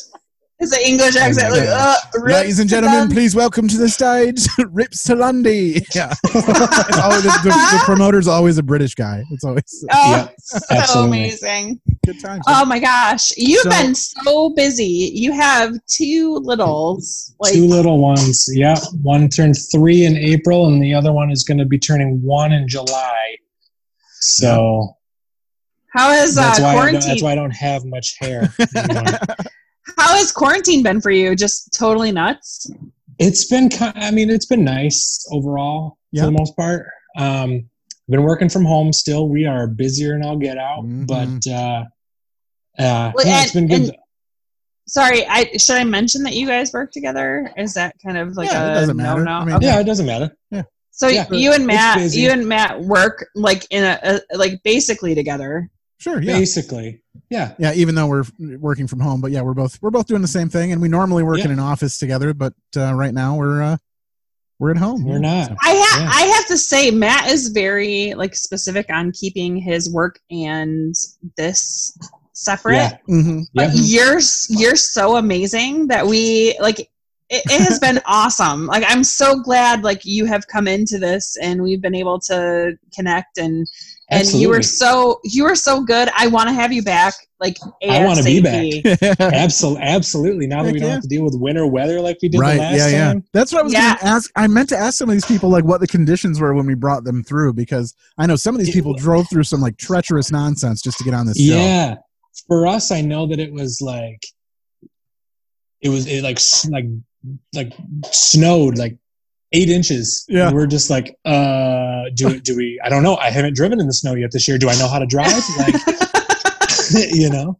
S2: His English
S1: Oh my
S2: accent, like, uh,
S1: gosh.
S2: rips
S1: Ladies and
S2: to
S1: gentlemen,
S2: Lundy.
S1: please welcome to the stage, [laughs] Rips to [laughs] Lundy. Yeah. It's always- the, the- the promoter's always a British guy. It's always.
S2: [laughs] Oh, so amazing.
S1: Good times.
S2: Oh my gosh. You've
S1: So-
S2: been so busy. You have two littles. Like
S15: Two little ones. Yeah. One turned three in April, and the other one is going to be turning one in July. So
S2: how has uh,
S15: that's, why I don't,
S2: quarantine
S15: that's why I don't have much hair. [laughs]
S2: [laughs] how has quarantine been for you? Just totally nuts?
S15: It's been, ki- I mean, it's been nice overall
S1: Yeah.
S15: for the most part. Um, I've been working from home still. We are busier and I'll get out, but uh, uh,
S2: Well,
S15: yeah,
S2: and-
S15: it's been good.
S2: and- Sorry, I should I mention that you guys work together? Is that kind of like uh,
S15: yeah,
S2: a
S15: it doesn't matter.
S2: no-no?
S15: I mean,
S2: Okay.
S15: Yeah, it doesn't matter.
S1: Yeah.
S2: So
S15: Yeah.
S2: you and
S15: It's
S2: Matt,
S15: busy.
S2: you and Matt work like in a, a like basically together.
S1: Sure. Yeah.
S15: Basically. Yeah.
S1: Yeah. Even though we're working from home, but yeah, we're both we're both doing the same thing, and we normally work
S15: Yeah.
S1: in an office together, but uh, right now we're uh, we're at home.
S15: We're not.
S2: I have I have to say Matt is very like specific on keeping his work and this separate.
S15: Yeah.
S1: Mm-hmm.
S2: But you're s- you're so amazing that we like it, it
S15: [laughs]
S2: has been awesome. Like I'm so glad like you have come into this and we've been able to connect and and you
S15: Absolutely.
S2: were so you were so good. I want to have you back. Like
S15: I want to be
S2: ASAP.
S15: back. [laughs] Absolutely. Absolutely. Now that we don't have to deal with winter weather like we did
S1: Right.
S15: the last
S1: Yeah. Yeah.
S15: time.
S1: That's what I was
S15: Yeah.
S1: going to ask. I meant to ask some of these people like what the conditions were when we brought them through, because I know some of these people drove through some like treacherous nonsense just to get on this. show.
S15: Yeah. For us, I know that it was like, it was it like s- like like snowed like eight inches.
S1: Yeah.
S15: And we're just like, uh, do do we? I don't know. I haven't driven in the snow yet this year. Do I know how to drive?
S1: [laughs]
S15: Like, you know,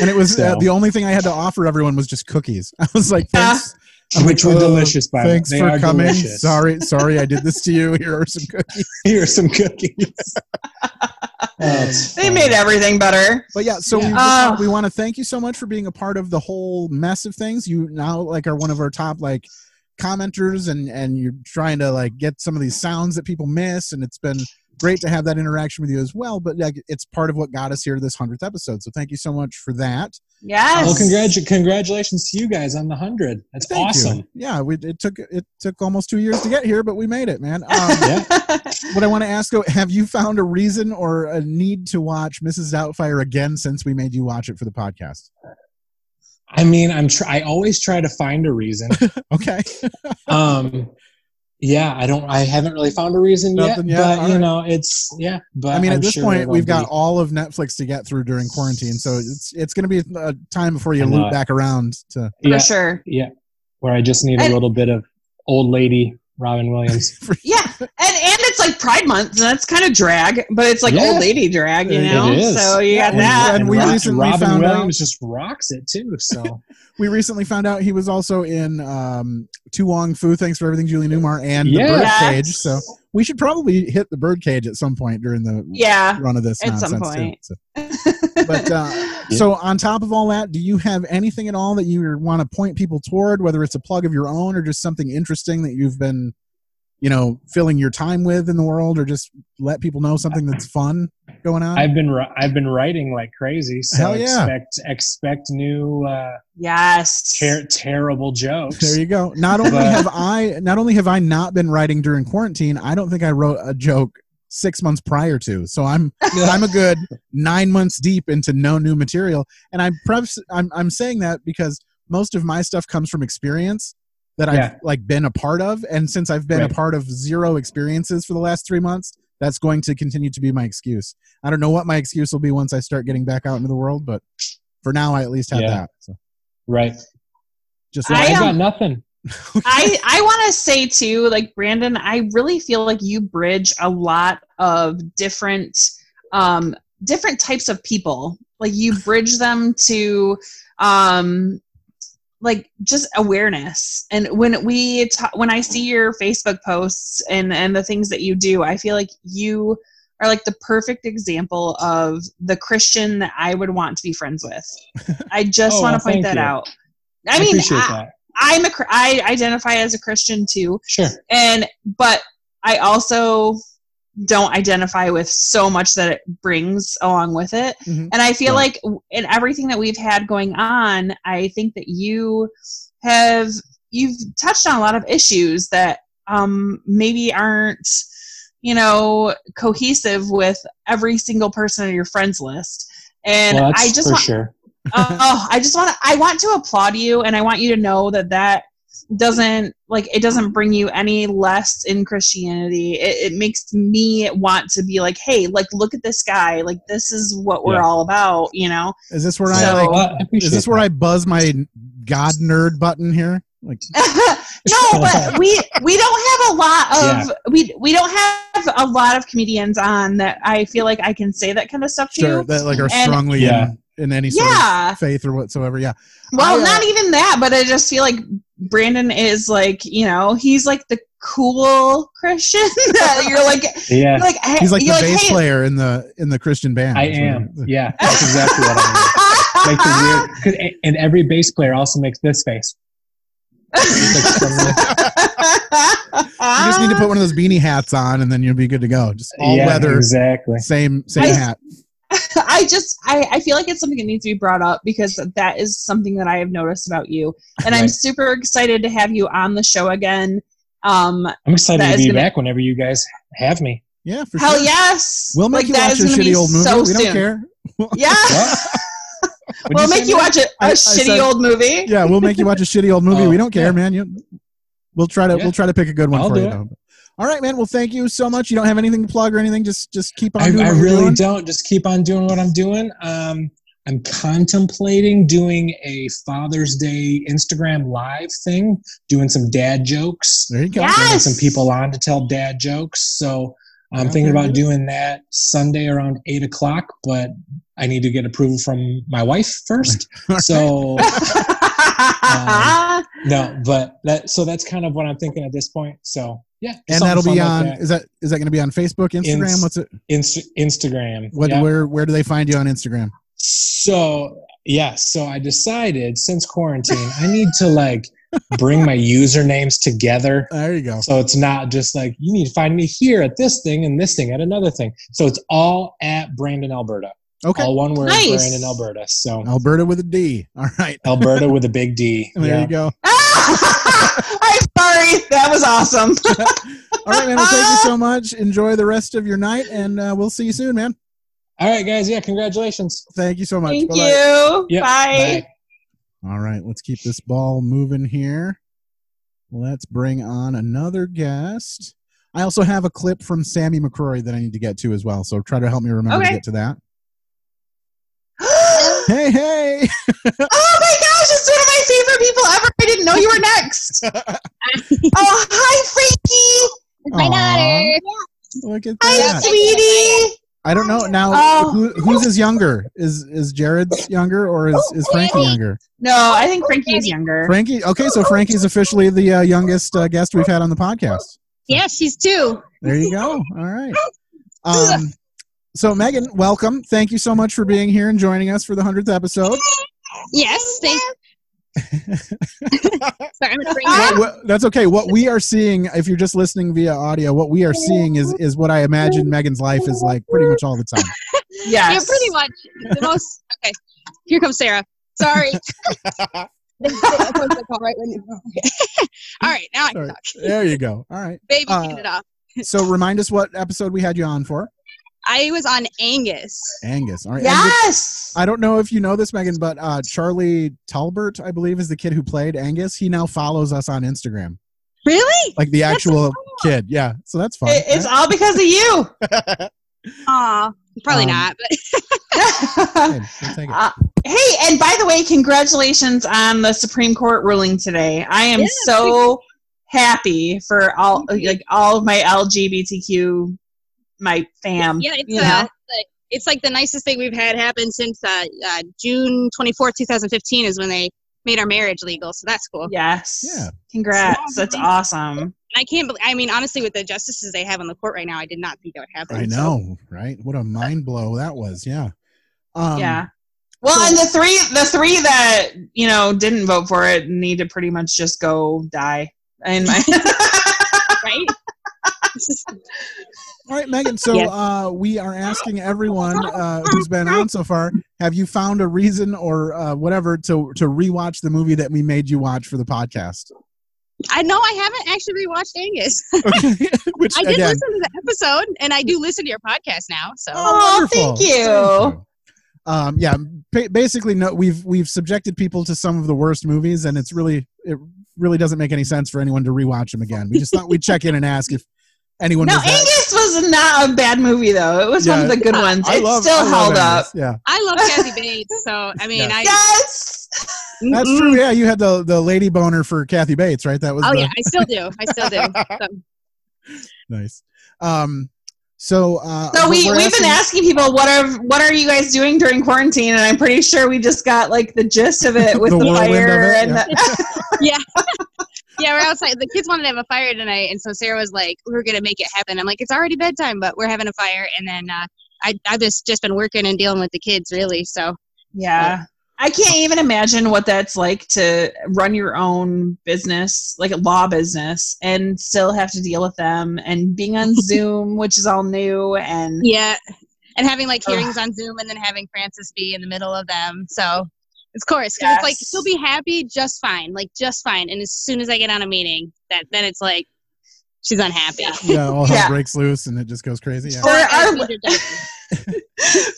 S1: And it was uh,
S15: So-
S1: the only thing I had to offer everyone was just cookies. [laughs] I was like, thanks.
S15: [laughs]
S1: I'm
S15: which were
S1: like, "Oh,
S15: delicious. By the way.
S1: Thanks
S15: They
S1: for
S15: are
S1: coming.
S15: delicious. [laughs]
S1: Sorry, sorry, I did this to you. Here are some cookies.
S15: Here are some cookies.
S2: They made everything better.
S1: But yeah, so we, just
S2: Uh,
S1: want, we want to thank you so much for being a part of the whole mess of things. You now like are one of our top like commenters, and and you're trying to like get some of these sounds that people miss, and it's been great to have that interaction with you as well. But like, it's part of what got us here to this hundredth episode. So thank you so much for that.
S2: Yes.
S15: Well, congratu- congratulations to you guys on the hundred. That's
S1: Thank you.
S15: awesome.
S1: Yeah, we, it took it took almost two years to get here, but we made
S15: [laughs]
S1: it, man. Um, What I want to ask though, have you found a reason or a need to watch Mrs. Doubtfire again since we made you watch it for the podcast?
S15: I mean, I'm tr- I always try to find a reason.
S1: [laughs] okay.
S15: um, yeah, I don't. I haven't really found a reason yet,
S1: Nothing yet,
S15: but
S1: all
S15: you
S1: right.
S15: know, it's yeah. But
S1: I mean,
S15: I'm
S1: at this
S15: sure
S1: point,
S15: it'll
S1: we've got
S15: be-
S1: all of Netflix to get through during quarantine, so it's it's going to be a time before you
S15: I know
S1: loop
S15: it.
S1: back around to.
S15: yeah,
S2: sure.
S15: Yeah, where I just need a
S2: And-
S15: little bit of old lady Robin Williams.
S2: Yeah, and and it's like Pride Month, and that's kind of drag, but it's like
S15: Yeah.
S2: old lady drag, you know. So you got
S15: And-
S2: that.
S1: and we
S15: Ro-
S1: recently
S15: Robin
S1: found out- Uh-huh.
S15: Williams just rocks it too.
S1: [laughs]
S15: So
S1: We recently found out he was also in um, Tu Wong Fu. Thanks for everything, Julie Newmar, and
S15: Yes.
S1: the Birdcage. So we should probably hit the Birdcage at some point during the
S2: Yeah,
S1: run of this
S2: at some
S1: nonsense
S2: point.
S1: too. So- But uh,
S2: [laughs]
S1: so on top of all that, do you have anything at all that you want to point people toward, whether it's a plug of your own or just something interesting that you've been you know filling your time with in the world, or just let people know something that's fun going on?
S15: I've been ri- I've been writing like crazy, so
S1: Hell yeah.
S15: expect expect new uh,
S2: yes
S15: ter- terrible jokes.
S1: There you go. Not only
S15: But-
S1: have I not only have I not been writing during quarantine, I don't think I wrote a joke six months prior to. So I'm I'm a good nine months deep into no new material. And I'm preps I'm I'm saying that because most of my stuff comes from experience that I've
S15: Yeah.
S1: like been a part of. And since I've been
S15: Right.
S1: a part of zero experiences for the last three months, that's going to continue to be my excuse. I don't know what my excuse will be once I start getting back out into the world, but for now I at least have
S15: Yeah.
S1: that. So
S15: Right.
S1: just
S2: I,
S15: I've got
S2: um,
S15: nothing.
S2: I I want to say too, like Brandon, I really feel like you bridge a lot of different um, different types of people. Like you bridge them to um, like just awareness. And when we ta- when I see your Facebook posts and and the things that you do, I feel like you are like the perfect example of the Christian that I would want to be friends with. I just
S15: [laughs] Oh,
S2: want
S15: well,
S2: to point
S15: thank
S2: that
S15: you.
S2: out. I, mean,
S15: appreciate
S2: I-
S15: that.
S2: I'm a Chri- I identify as a Christian too,
S15: Sure.
S2: and but I also don't identify with so much that it brings along with it.
S15: Mm-hmm.
S1: Mhm.
S2: And I feel
S1: Right.
S2: like w- in everything that we've had going on, I think that you have you've touched on a lot of issues that um, maybe aren't you know cohesive with every single person on your friends list. And
S15: well, that's
S2: I just
S15: for
S2: want,
S15: sure.
S2: oh, I just want to. I want to applaud you, and I want you to know that that doesn't like it doesn't bring you any less in Christianity. It, it makes me want to be like, hey, like look at this guy. Like this is what we're
S1: Yeah.
S2: all about. You
S1: [laughs]
S2: know.
S1: Is this where
S2: So-
S1: I like?
S15: uh,
S2: Well, I
S1: is this where I buzz my god nerd button here? Like,
S2: no, but we we don't have a lot of
S1: Yeah.
S2: we we don't have a lot of comedians on that. I feel like I can say that kind of stuff
S1: sure,
S2: to.
S1: that like are
S2: And-
S1: strongly
S15: Yeah.
S1: in, in any sort
S2: Yeah.
S1: of faith or whatsoever. Yeah,
S2: Well,
S1: I, uh,
S2: not even that, but I just feel like Brandon is like, you know, he's like the cool Christian [laughs] that you're
S1: [laughs]
S2: like,
S1: Yeah.
S2: you're like hey-
S1: he's like the
S2: you're
S1: bass
S2: hey-
S1: player in the in the Christian band.
S15: I am. Yeah, that's exactly what I mean. Like the weird, 'cause a- and every bass player also makes this face.
S1: You just need to put one of those beanie hats on, and then you'll be good to go. Just all
S15: Yeah,
S1: weather,
S15: exactly.
S1: Same same
S2: I-
S1: hat.
S2: [laughs] I just, I, I feel like it's something that needs to be brought up because that is something that I have noticed about you, and I'm
S15: Right.
S2: super excited to have you on the show again. Um,
S15: I'm excited to
S2: that is
S15: be
S2: gonna-
S15: back whenever you guys have me.
S1: Yeah, for
S2: Hell
S1: sure.
S2: yes!
S1: We'll make
S2: Like,
S1: you
S2: that
S1: watch
S2: is
S1: your
S2: gonna be
S1: shitty old movie.
S2: so
S1: we don't
S2: soon.
S1: care.
S2: [laughs] Yeah, [laughs]
S1: What'd
S2: we'll
S1: say,
S2: make you
S1: man?
S2: watch a, a
S1: I- I
S2: shitty
S1: said-
S2: old movie.
S1: Yeah, we'll make you watch a shitty old movie. we don't care, man. You, we'll try to
S2: Yeah.
S1: we'll try to pick a good one
S15: I'll
S1: for
S15: do
S1: you.
S15: it.
S1: Though. All right, man. Well, thank you so much. You don't have anything to plug or anything. Just just keep on.
S15: I,
S1: doing
S15: I
S1: what you're
S15: really
S1: doing.
S15: don't. Just keep on doing what I'm doing. Um, I'm contemplating doing a Father's Day Instagram live thing, doing some dad jokes.
S1: There you
S2: go. Yes!
S15: Bringing some people on to tell dad jokes. So I'm
S1: Out
S15: thinking
S1: there,
S15: about
S1: dude.
S15: doing that Sunday around eight o'clock, but I need to get approval from my wife
S1: [laughs]
S15: first. so um, no, but that so that's kind of what I'm thinking at this point. So yeah,
S1: And
S15: something
S1: that'll
S15: fun
S1: be
S15: like
S1: on.
S15: that.
S1: Is that is that going to be on Facebook, Instagram?
S15: Inst-
S1: What's it?
S15: Inst- Instagram.
S1: What,
S15: Yep.
S1: Where where do they find you on Instagram?
S15: So yeah, so I decided since quarantine, I need to like bring my usernames together.
S1: [laughs] There you go.
S15: So it's not just like you need to find me here at this thing and this thing at another thing. So it's all at Brandon Alberta.
S1: Okay.
S15: All one word,
S2: Nice.
S15: Brandon Alberta. So
S1: Alberta with a D. All right.
S15: [laughs] Alberta with a big D.
S1: There
S15: Yeah.
S1: you go.
S2: I'm sorry, that was awesome.
S1: [laughs] All right, man. Well, thank you so much. Enjoy the rest of your night, and uh, we'll see you soon, man.
S15: All right, guys. Yeah, congratulations.
S1: Thank you so much.
S2: Thank
S1: Bye-bye.
S2: you.
S15: Yep,
S2: Bye.
S1: All right, let's keep this ball moving here. Let's bring on another guest. I also have a clip from Sammy McCrory that I need to get to as well. So try to help me remember to
S2: Okay.
S1: get
S2: [gasps]
S1: to that. hey, hey.
S2: Oh my gosh, it's one of my favorite people ever. I didn't know you were
S1: [laughs]
S2: next. oh, hi, Frankie.
S1: my Aw. daughter. Look at
S2: Hi,
S1: that.
S2: sweetie.
S1: I don't know now.
S2: Oh.
S1: Who, who's is younger? Is is Jared's younger or is,
S2: Oh,
S1: is Frankie younger?
S2: No, I think Frankie's younger.
S1: Frankie. Okay, so Frankie's officially the uh, youngest uh, guest we've had on the podcast.
S16: Yeah, she's two.
S1: There
S16: [laughs]
S1: you go. All right. Um, so Megan, welcome. Thank you so much for being here and joining us for the hundredth episode.
S16: Yes, thank, [laughs] Sorry,
S2: [laughs]
S16: I'm gonna bring
S1: What- what- that's okay. What we are seeing, if you're just listening via audio, what we are seeing is is what I imagine Megan's life is like pretty much all the time.
S2: Yes.
S16: Yeah, pretty much. The most. Okay. Here comes Sarah. Sorry. That's what they call right when you- okay. All right, now [laughs] I can
S1: Sorry.
S16: talk.
S1: There you go. All right.
S16: Baby
S1: Uh,
S16: Canada.
S1: So remind us what episode we had you on for,
S16: I was on Angus.
S1: Angus. All right. Angus-
S2: Yes.
S1: I don't know if you know this, Megan, but uh, Charlie Talbert, I believe, is the kid who played Angus. He now follows us on Instagram,
S16: Really?
S1: like the actual kid. Yeah. So that's fun.
S2: It, it's all because of you.
S16: Aw, probably
S1: Um,
S16: not. But [laughs]
S2: Uh, hey, and by the way, congratulations on the Supreme Court ruling today. I am
S16: Yeah,
S2: so happy for all like all of my LGBTQ my fam.
S16: yeah, it's
S2: you
S16: uh,
S2: know?
S16: like, it's like the nicest thing we've had happen since uh, uh, June twenty fourth, two thousand fifteen, is when they made our marriage legal. So that's cool.
S2: Yes. Congrats. That's awesome.
S16: I can't. bel I mean, honestly, with the justices they have on the court right now, I did not think that would happen.
S1: I
S16: so-
S1: know, right? What a mind blow that was. Yeah. Um,
S2: yeah. Well,
S1: so-
S2: and the three the three that, you know, didn't vote for it need to pretty much just go die. In my [laughs]
S16: right?
S1: All right, Megan. So
S2: Yes.
S1: uh, we are asking everyone uh, who's been on so far: Have you found a reason or uh, whatever to to rewatch the movie that we made you watch for the podcast?
S16: I know I haven't actually rewatched Angus. [laughs]
S1: [laughs] Which
S16: I did
S1: again,
S16: listen to the episode, and I do listen to your podcast now. So,
S1: Oh, wonderful. Um, yeah, ba- basically, no. We've we've subjected people to some of the worst movies, and it's really it really doesn't make any sense for anyone to rewatch them again. We just thought we'd check in and ask if anyone.
S2: No,
S1: was that-
S2: Angus was not a bad movie though. It was one of
S1: Yeah.
S2: the good ones.
S1: I
S2: It
S1: love- I
S2: still
S1: love
S2: held up.
S1: Angus, Yeah,
S16: I love Kathy Bates, so I mean, I
S2: yes,
S1: that's true. Yeah, you had the the lady boner for Kathy Bates, right? That was
S16: Oh
S1: the,
S16: yeah, I still do. I still do.
S1: [laughs]
S16: So-
S1: nice. Um, so uh,
S2: So we [laughs]
S1: we're
S2: we've been asking people what are what are you guys doing during quarantine, and I'm pretty sure we just got like the gist of
S1: [laughs]
S2: it with
S1: The
S2: the,
S1: whirlwind of
S2: fire
S1: it,
S2: and
S1: yeah.
S2: the,
S16: yeah, yeah. We're outside. The kids wanted to have a fire tonight, and so Sarah was like, "We were gonna make it happen." I'm like, "It's already bedtime, but we're having a fire." And then uh, I I've just just been working and dealing with the kids, really. So
S2: [laughs] yeah. I can't even imagine what that's like to run your own business, like a law business, and still have to deal with them and being
S1: [laughs]
S2: on Zoom, which is all new and
S16: yeah, and having like
S2: Ugh.
S16: hearings on Zoom, and then having Francis be in the middle of them. So. Of course, 'cause it's like
S2: Yes.
S16: she'll be happy just fine, like just fine. And as soon as I get on a meeting, that then it's like she's unhappy.
S1: yeah, all hell
S2: Yeah.
S1: breaks loose and it just goes crazy.
S2: For
S1: Yeah.
S2: our, [laughs]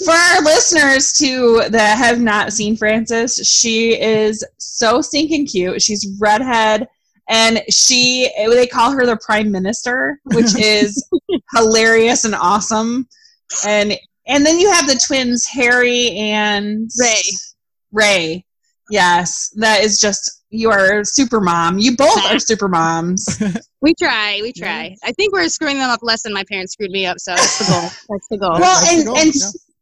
S2: for our listeners to that have not seen Frances, she is so stinking cute. She's redhead, and she they call her the prime minister, which is hilarious and awesome. And and then you have the twins Harry and
S16: Ray.
S2: Ray, yes, that is just you are super mom. You both are super moms.
S16: We try, we try. I think we're screwing them up less than my parents screwed me up, so that's the goal. That's the goal.
S2: well and, and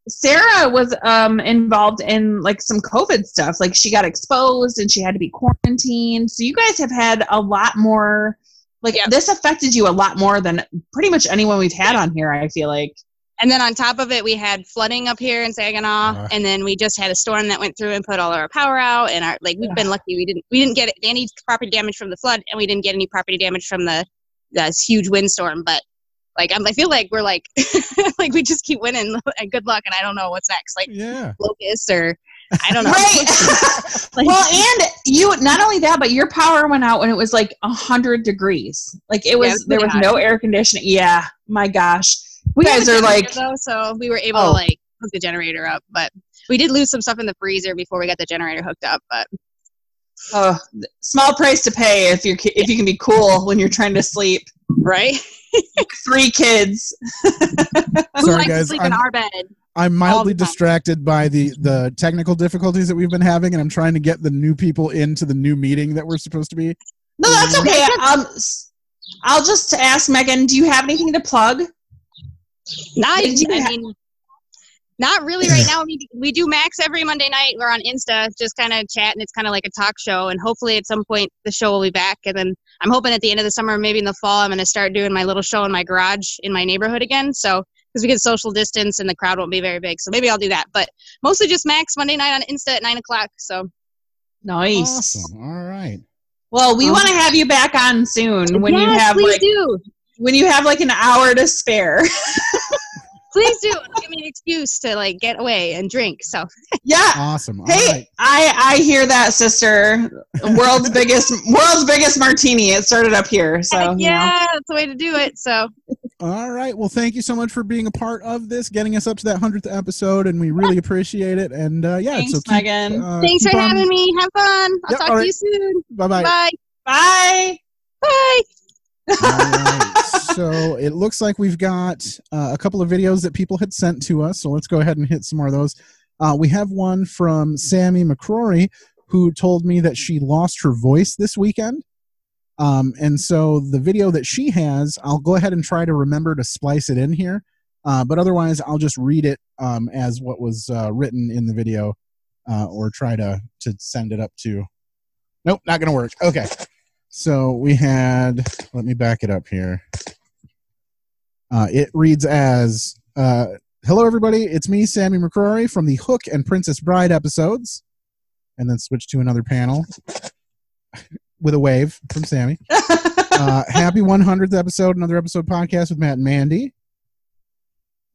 S2: sarah was um involved in like some covid stuff like she got exposed and she had to be quarantined so you guys have had a lot more like this affected you a lot more than pretty much anyone we've had on here i feel like
S16: and then on top of it, we had flooding up here in Saginaw,
S2: Uh.
S16: and then we just had a storm that went through and put all our power out. And our like, we've been lucky. We didn't we didn't get any property damage from the flood, and we didn't get any property damage from the this huge windstorm. But like, I'm, I feel like we're like [laughs] like we just keep winning. [laughs] and good luck, and I don't know what's next. Like
S1: yeah.
S16: locust or I don't know. [laughs] Like-
S2: [laughs] well and you not only that but your power went out when it was like 100 degrees like it was
S16: Yeah, it was
S2: there was
S16: pretty
S2: no
S16: hot.
S2: air conditioning yeah my gosh you
S16: We
S2: guys
S16: have a
S2: are like
S16: generator, though, so we were able
S2: Oh.
S16: to like hook the generator up, but we did lose some stuff in the freezer before we got the generator hooked up. But
S2: oh, small price to pay if you're ki- if you can be cool when you're trying to sleep
S16: right
S2: three kids
S1: Who Sorry, likes to guys, sleep in I'm- our
S16: bed
S1: I'm mildly distracted by the the technical difficulties that we've been having, and I'm trying to get the new people into the new meeting that we're supposed to be.
S2: no that's
S1: Mm-hmm.
S2: okay um s- i'll just ask megan do you have anything to plug
S16: not,
S2: Did you
S16: I
S2: ha-
S16: mean, not really right now. We, we do Max every Monday night. We're on Insta, just kind of chatting. It's kind of like a talk show, and hopefully at some point the show will be back. And then I'm hoping at the end of the summer, maybe in the fall, I'm going to start doing my little show in my garage in my neighborhood again. So because we can social distance and the crowd won't be very big, so maybe I'll do that. But mostly just Max Monday night on Insta at nine o'clock. So
S2: Nice.
S1: Awesome. All right.
S2: Well, we want to have you back on soon when you
S16: Yes,
S2: have
S16: please
S2: like when you have like an hour to spare.
S16: Please do It'll give me an excuse to like get away and drink. So [laughs]
S2: yeah.
S1: Awesome. All
S2: Hey,
S1: right.
S2: I I hear that, sister. World's
S1: [laughs]
S2: biggest world's biggest martini. It started up here, so you know.
S16: yeah, that's the way to do it. So
S1: All right. Well, thank you so much for being a part of this, getting us up to that hundredth episode, and we really appreciate it. And uh, yeah,
S2: Thanks,
S1: so keep,
S2: Megan.
S1: uh,
S16: thanks
S1: keep
S16: for
S1: on-
S16: having me. Have fun. I'll
S1: Yep,
S16: talk
S1: all
S16: to you
S1: right.
S16: soon.
S1: Bye-bye.
S16: Bye.
S2: Bye.
S16: Bye.
S1: so it looks like we've got uh, a couple of videos that people had sent to us. So let's go ahead and hit some more of those. Uh, we have one from Sammy McCrory, who told me that she lost her voice this weekend. Um, and so the video that she has, I'll go ahead and try to remember to splice it in here. Uh, but otherwise, I'll just read it um, as what was uh, written in the video uh, or try to, to send it up to. Nope, not going to work. Okay. So we had, let me back it up here. Uh, it reads as uh, Hello, everybody. It's me, Sammy McCrory, from the Hook and Princess Bride episodes. And then switch to another panel [laughs] with a wave from Sammy. uh, happy 100th episode, another episode podcast with Matt and Mandy.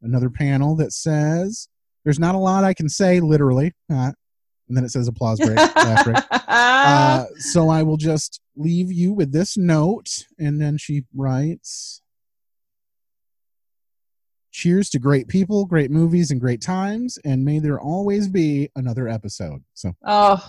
S1: Another panel that says, There's not a lot I can say, literally. Uh, and then it says applause break. laugh break. Uh, so I will just leave you with this note. And then she writes Cheers to great people, great movies, and great times. And may there always be another episode. So,
S2: Oh,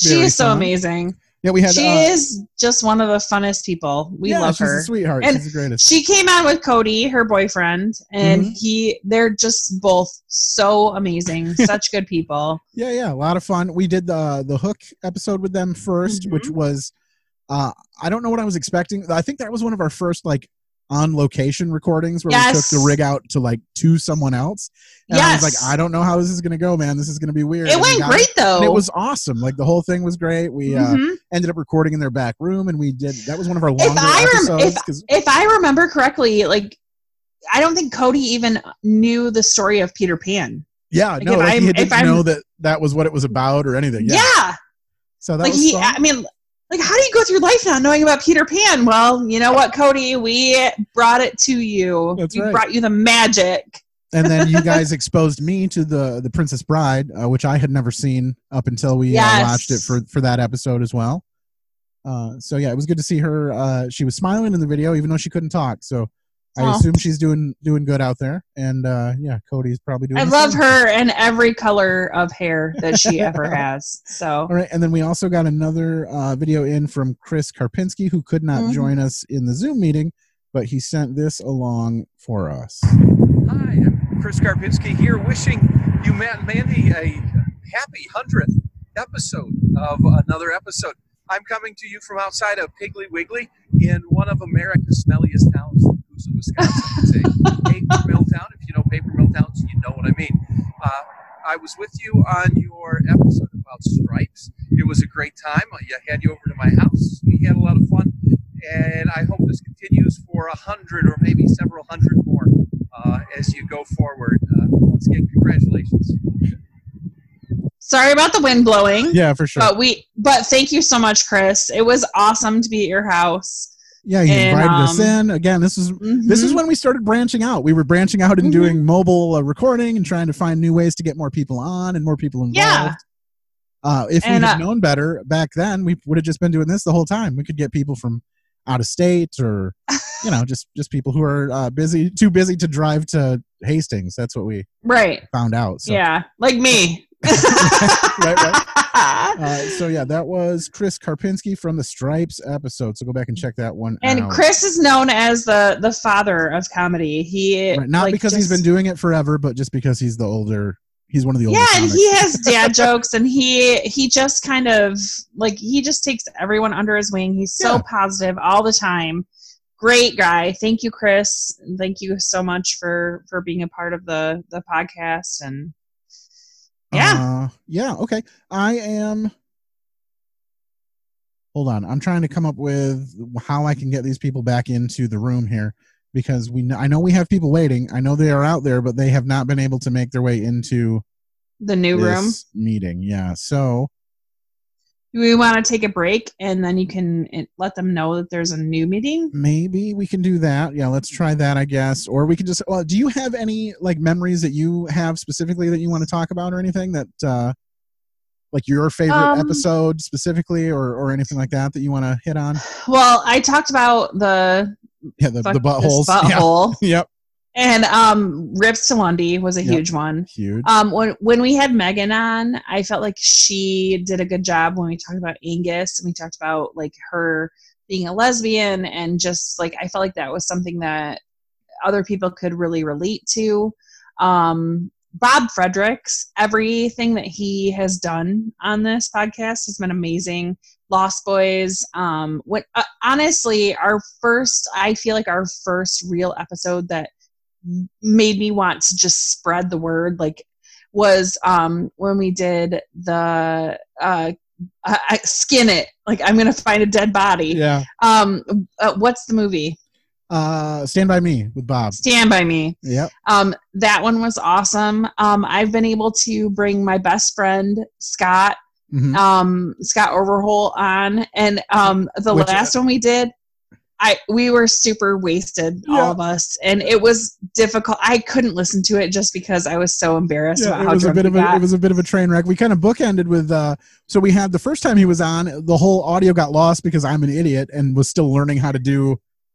S2: she
S1: Very
S2: is so
S1: fun.
S2: amazing.
S1: yeah, we had.
S2: she
S1: uh,
S2: is just one of the funnest people. We
S1: yeah,
S2: love
S1: she's
S2: her.
S1: A sweetheart.
S2: And
S1: she's the greatest. Mm-hmm.
S2: she came on with Cody, her boyfriend, and he they're just both so
S1: [laughs]
S2: amazing, such good people.
S1: Yeah, yeah, a lot of fun. We did the the hook episode with them 1st
S2: Mm-hmm.
S1: which was uh I don't know what I was expecting. I think that was one of our first like on location recordings where we took
S2: Yes.
S1: the rig out to like to someone else. And I was
S2: Yes.
S1: like, I don't know how this is gonna go, man. This is gonna be weird.
S2: It
S1: And we
S2: went
S1: got
S2: great, though.
S1: and it was awesome. Like the whole thing was great. We uh,
S2: Mhm.
S1: ended up recording in their back room, and we did. That was one of our
S2: If
S1: longer
S2: I rem-
S1: episodes.
S2: if,
S1: 'cause-
S2: if I remember correctly, like I don't think Cody even knew the story of Peter Pan.
S1: yeah,
S2: like,
S1: no,
S2: if
S1: like
S2: I'm-
S1: he
S2: if
S1: didn't
S2: I'm-
S1: know that that was what it was about or anything. Yeah,
S2: Yeah,
S1: so that
S2: like
S1: was
S2: he.
S1: fun.
S2: I mean, like how do you go through life not knowing about Peter Pan? Well, you know what, Cody, we brought it to you.
S1: That's
S2: we
S1: right.
S2: brought you the magic.
S1: and then you
S2: [laughs]
S1: guys exposed me to the the Princess Bride, uh, which I had never seen up until we
S2: Yes.
S1: uh, watched it for for that episode as well. Uh, so yeah, it was good to see her. Uh, she was smiling in the video, even though she couldn't talk. So I
S2: Aw.
S1: assume she's doing doing good out there. And uh, yeah, Cody's probably doing.
S2: I
S1: the
S2: love
S1: same.
S2: her and every color of hair that she
S1: [laughs]
S2: ever has. So
S1: All right, and then we also got another uh, video in from Chris Karpinski, who could not
S2: Mhm.
S1: join us in the Zoom meeting, but he sent this along for us.
S17: Chris Karpinski here, wishing you, Matt and Mandy, a happy 100th episode of another episode. I'm coming to you from outside of Piggly Wiggly in one of America's smelliest towns, Coosa, Wisconsin. It's a paper mill town. If you know paper mill towns, you know what I mean. Uh, I was with you on your episode about stripes. It was a great time. I had you over to my house. We had a lot of fun, and I hope this continues for a hundred or maybe several hundred more uh, as you go forward. Uh, once again, congratulations.
S2: sorry about the wind blowing.
S1: Yeah, for sure.
S2: But we but thank you so much, Chris. It was awesome to be at your house.
S1: Yeah, he
S2: And,
S1: invited us
S2: um, mm-hmm.
S1: in. Again, this is this is when we started branching out. We were branching out and doing mobile uh, recording and trying to find new ways to get more people on and more people involved.
S2: Yeah.
S1: Uh, if
S2: And,
S1: we had
S2: uh,
S1: known better back then, we would have just been doing this the whole time. We could get people from out of state
S2: [laughs]
S1: or you know just just people who are uh, busy too busy to drive to Hastings. That's what we
S2: Right.
S1: found out. So.
S2: Yeah. Like me.
S1: [laughs] right,
S2: [laughs]
S1: right. Uh, so yeah, that was Chris Karpinski from the Stripes episode. So go back and check that one
S2: And
S1: out.
S2: Chris is known as the the father of comedy. He
S1: Right, not
S2: like,
S1: because
S2: just-
S1: he's been doing it forever, but just because he's the older. He's one of the older.
S2: yeah and
S1: comics.
S2: he has
S1: [laughs]
S2: dad jokes and he he just kind of like he just takes everyone under his wing he's so positive all the time great guy thank you chris thank you so much for for being a part of the the podcast and
S1: Yeah. Uh, yeah. Okay. I am. Hold on. I'm trying to come up with how I can get these people back into the room here because we. Know, I know we have people waiting. I know they are out there, but they have not been able to make their way into
S2: the new room
S1: this meeting. Yeah. So
S2: we want to take a break and then you can eh, let them know that there's a new meeting?
S1: Maybe we can do that. Yeah, let's try that, I guess. Or we can just. Well, do you have any like memories that you have specifically that you want to talk about, or anything that, uh, like your favorite
S2: Um,
S1: episode specifically, or or anything like that that you want to hit on?
S2: Well, I talked about the
S1: Yeah, the,
S2: fuck
S1: the
S2: this
S1: buttholes. [laughs] Yeah.
S2: butthole.
S1: yep.
S2: and um Rip Salundi was a
S1: Yep.
S2: huge one.
S1: Huge.
S2: Um, when when we had Megan on, I felt like she did a good job when we talked about Angus and we talked about like her being a lesbian and just like I felt like that was something that other people could really relate to. Um, Bob Fredericks, everything that he has done on this podcast has been amazing. Lost Boys. Um, what uh, honestly, our first, I feel like our first real episode that made me want to just spread the word like was um when we did the uh I, I skin it like i'm gonna find a dead body
S1: Yeah.
S2: um uh, what's the movie
S1: Uh, Stand by Me with Bob.
S2: stand by me
S1: Yep.
S2: um that one was awesome um i've been able to bring my best friend scott
S1: Mhm.
S2: um scott overhaul on and um the
S1: Which- uh,
S2: last one we did I we were super wasted,
S1: Yeah.
S2: all of us, and it was difficult. I couldn't listen to it just because I was so embarrassed about
S1: Yeah,
S2: how
S1: it was a
S2: drunk
S1: bit
S2: we
S1: of a,
S2: got.
S1: it was a bit of a train wreck. We kind of bookended with uh, so we had the first time he was on, the whole audio got lost because I'm an idiot and was still learning how to do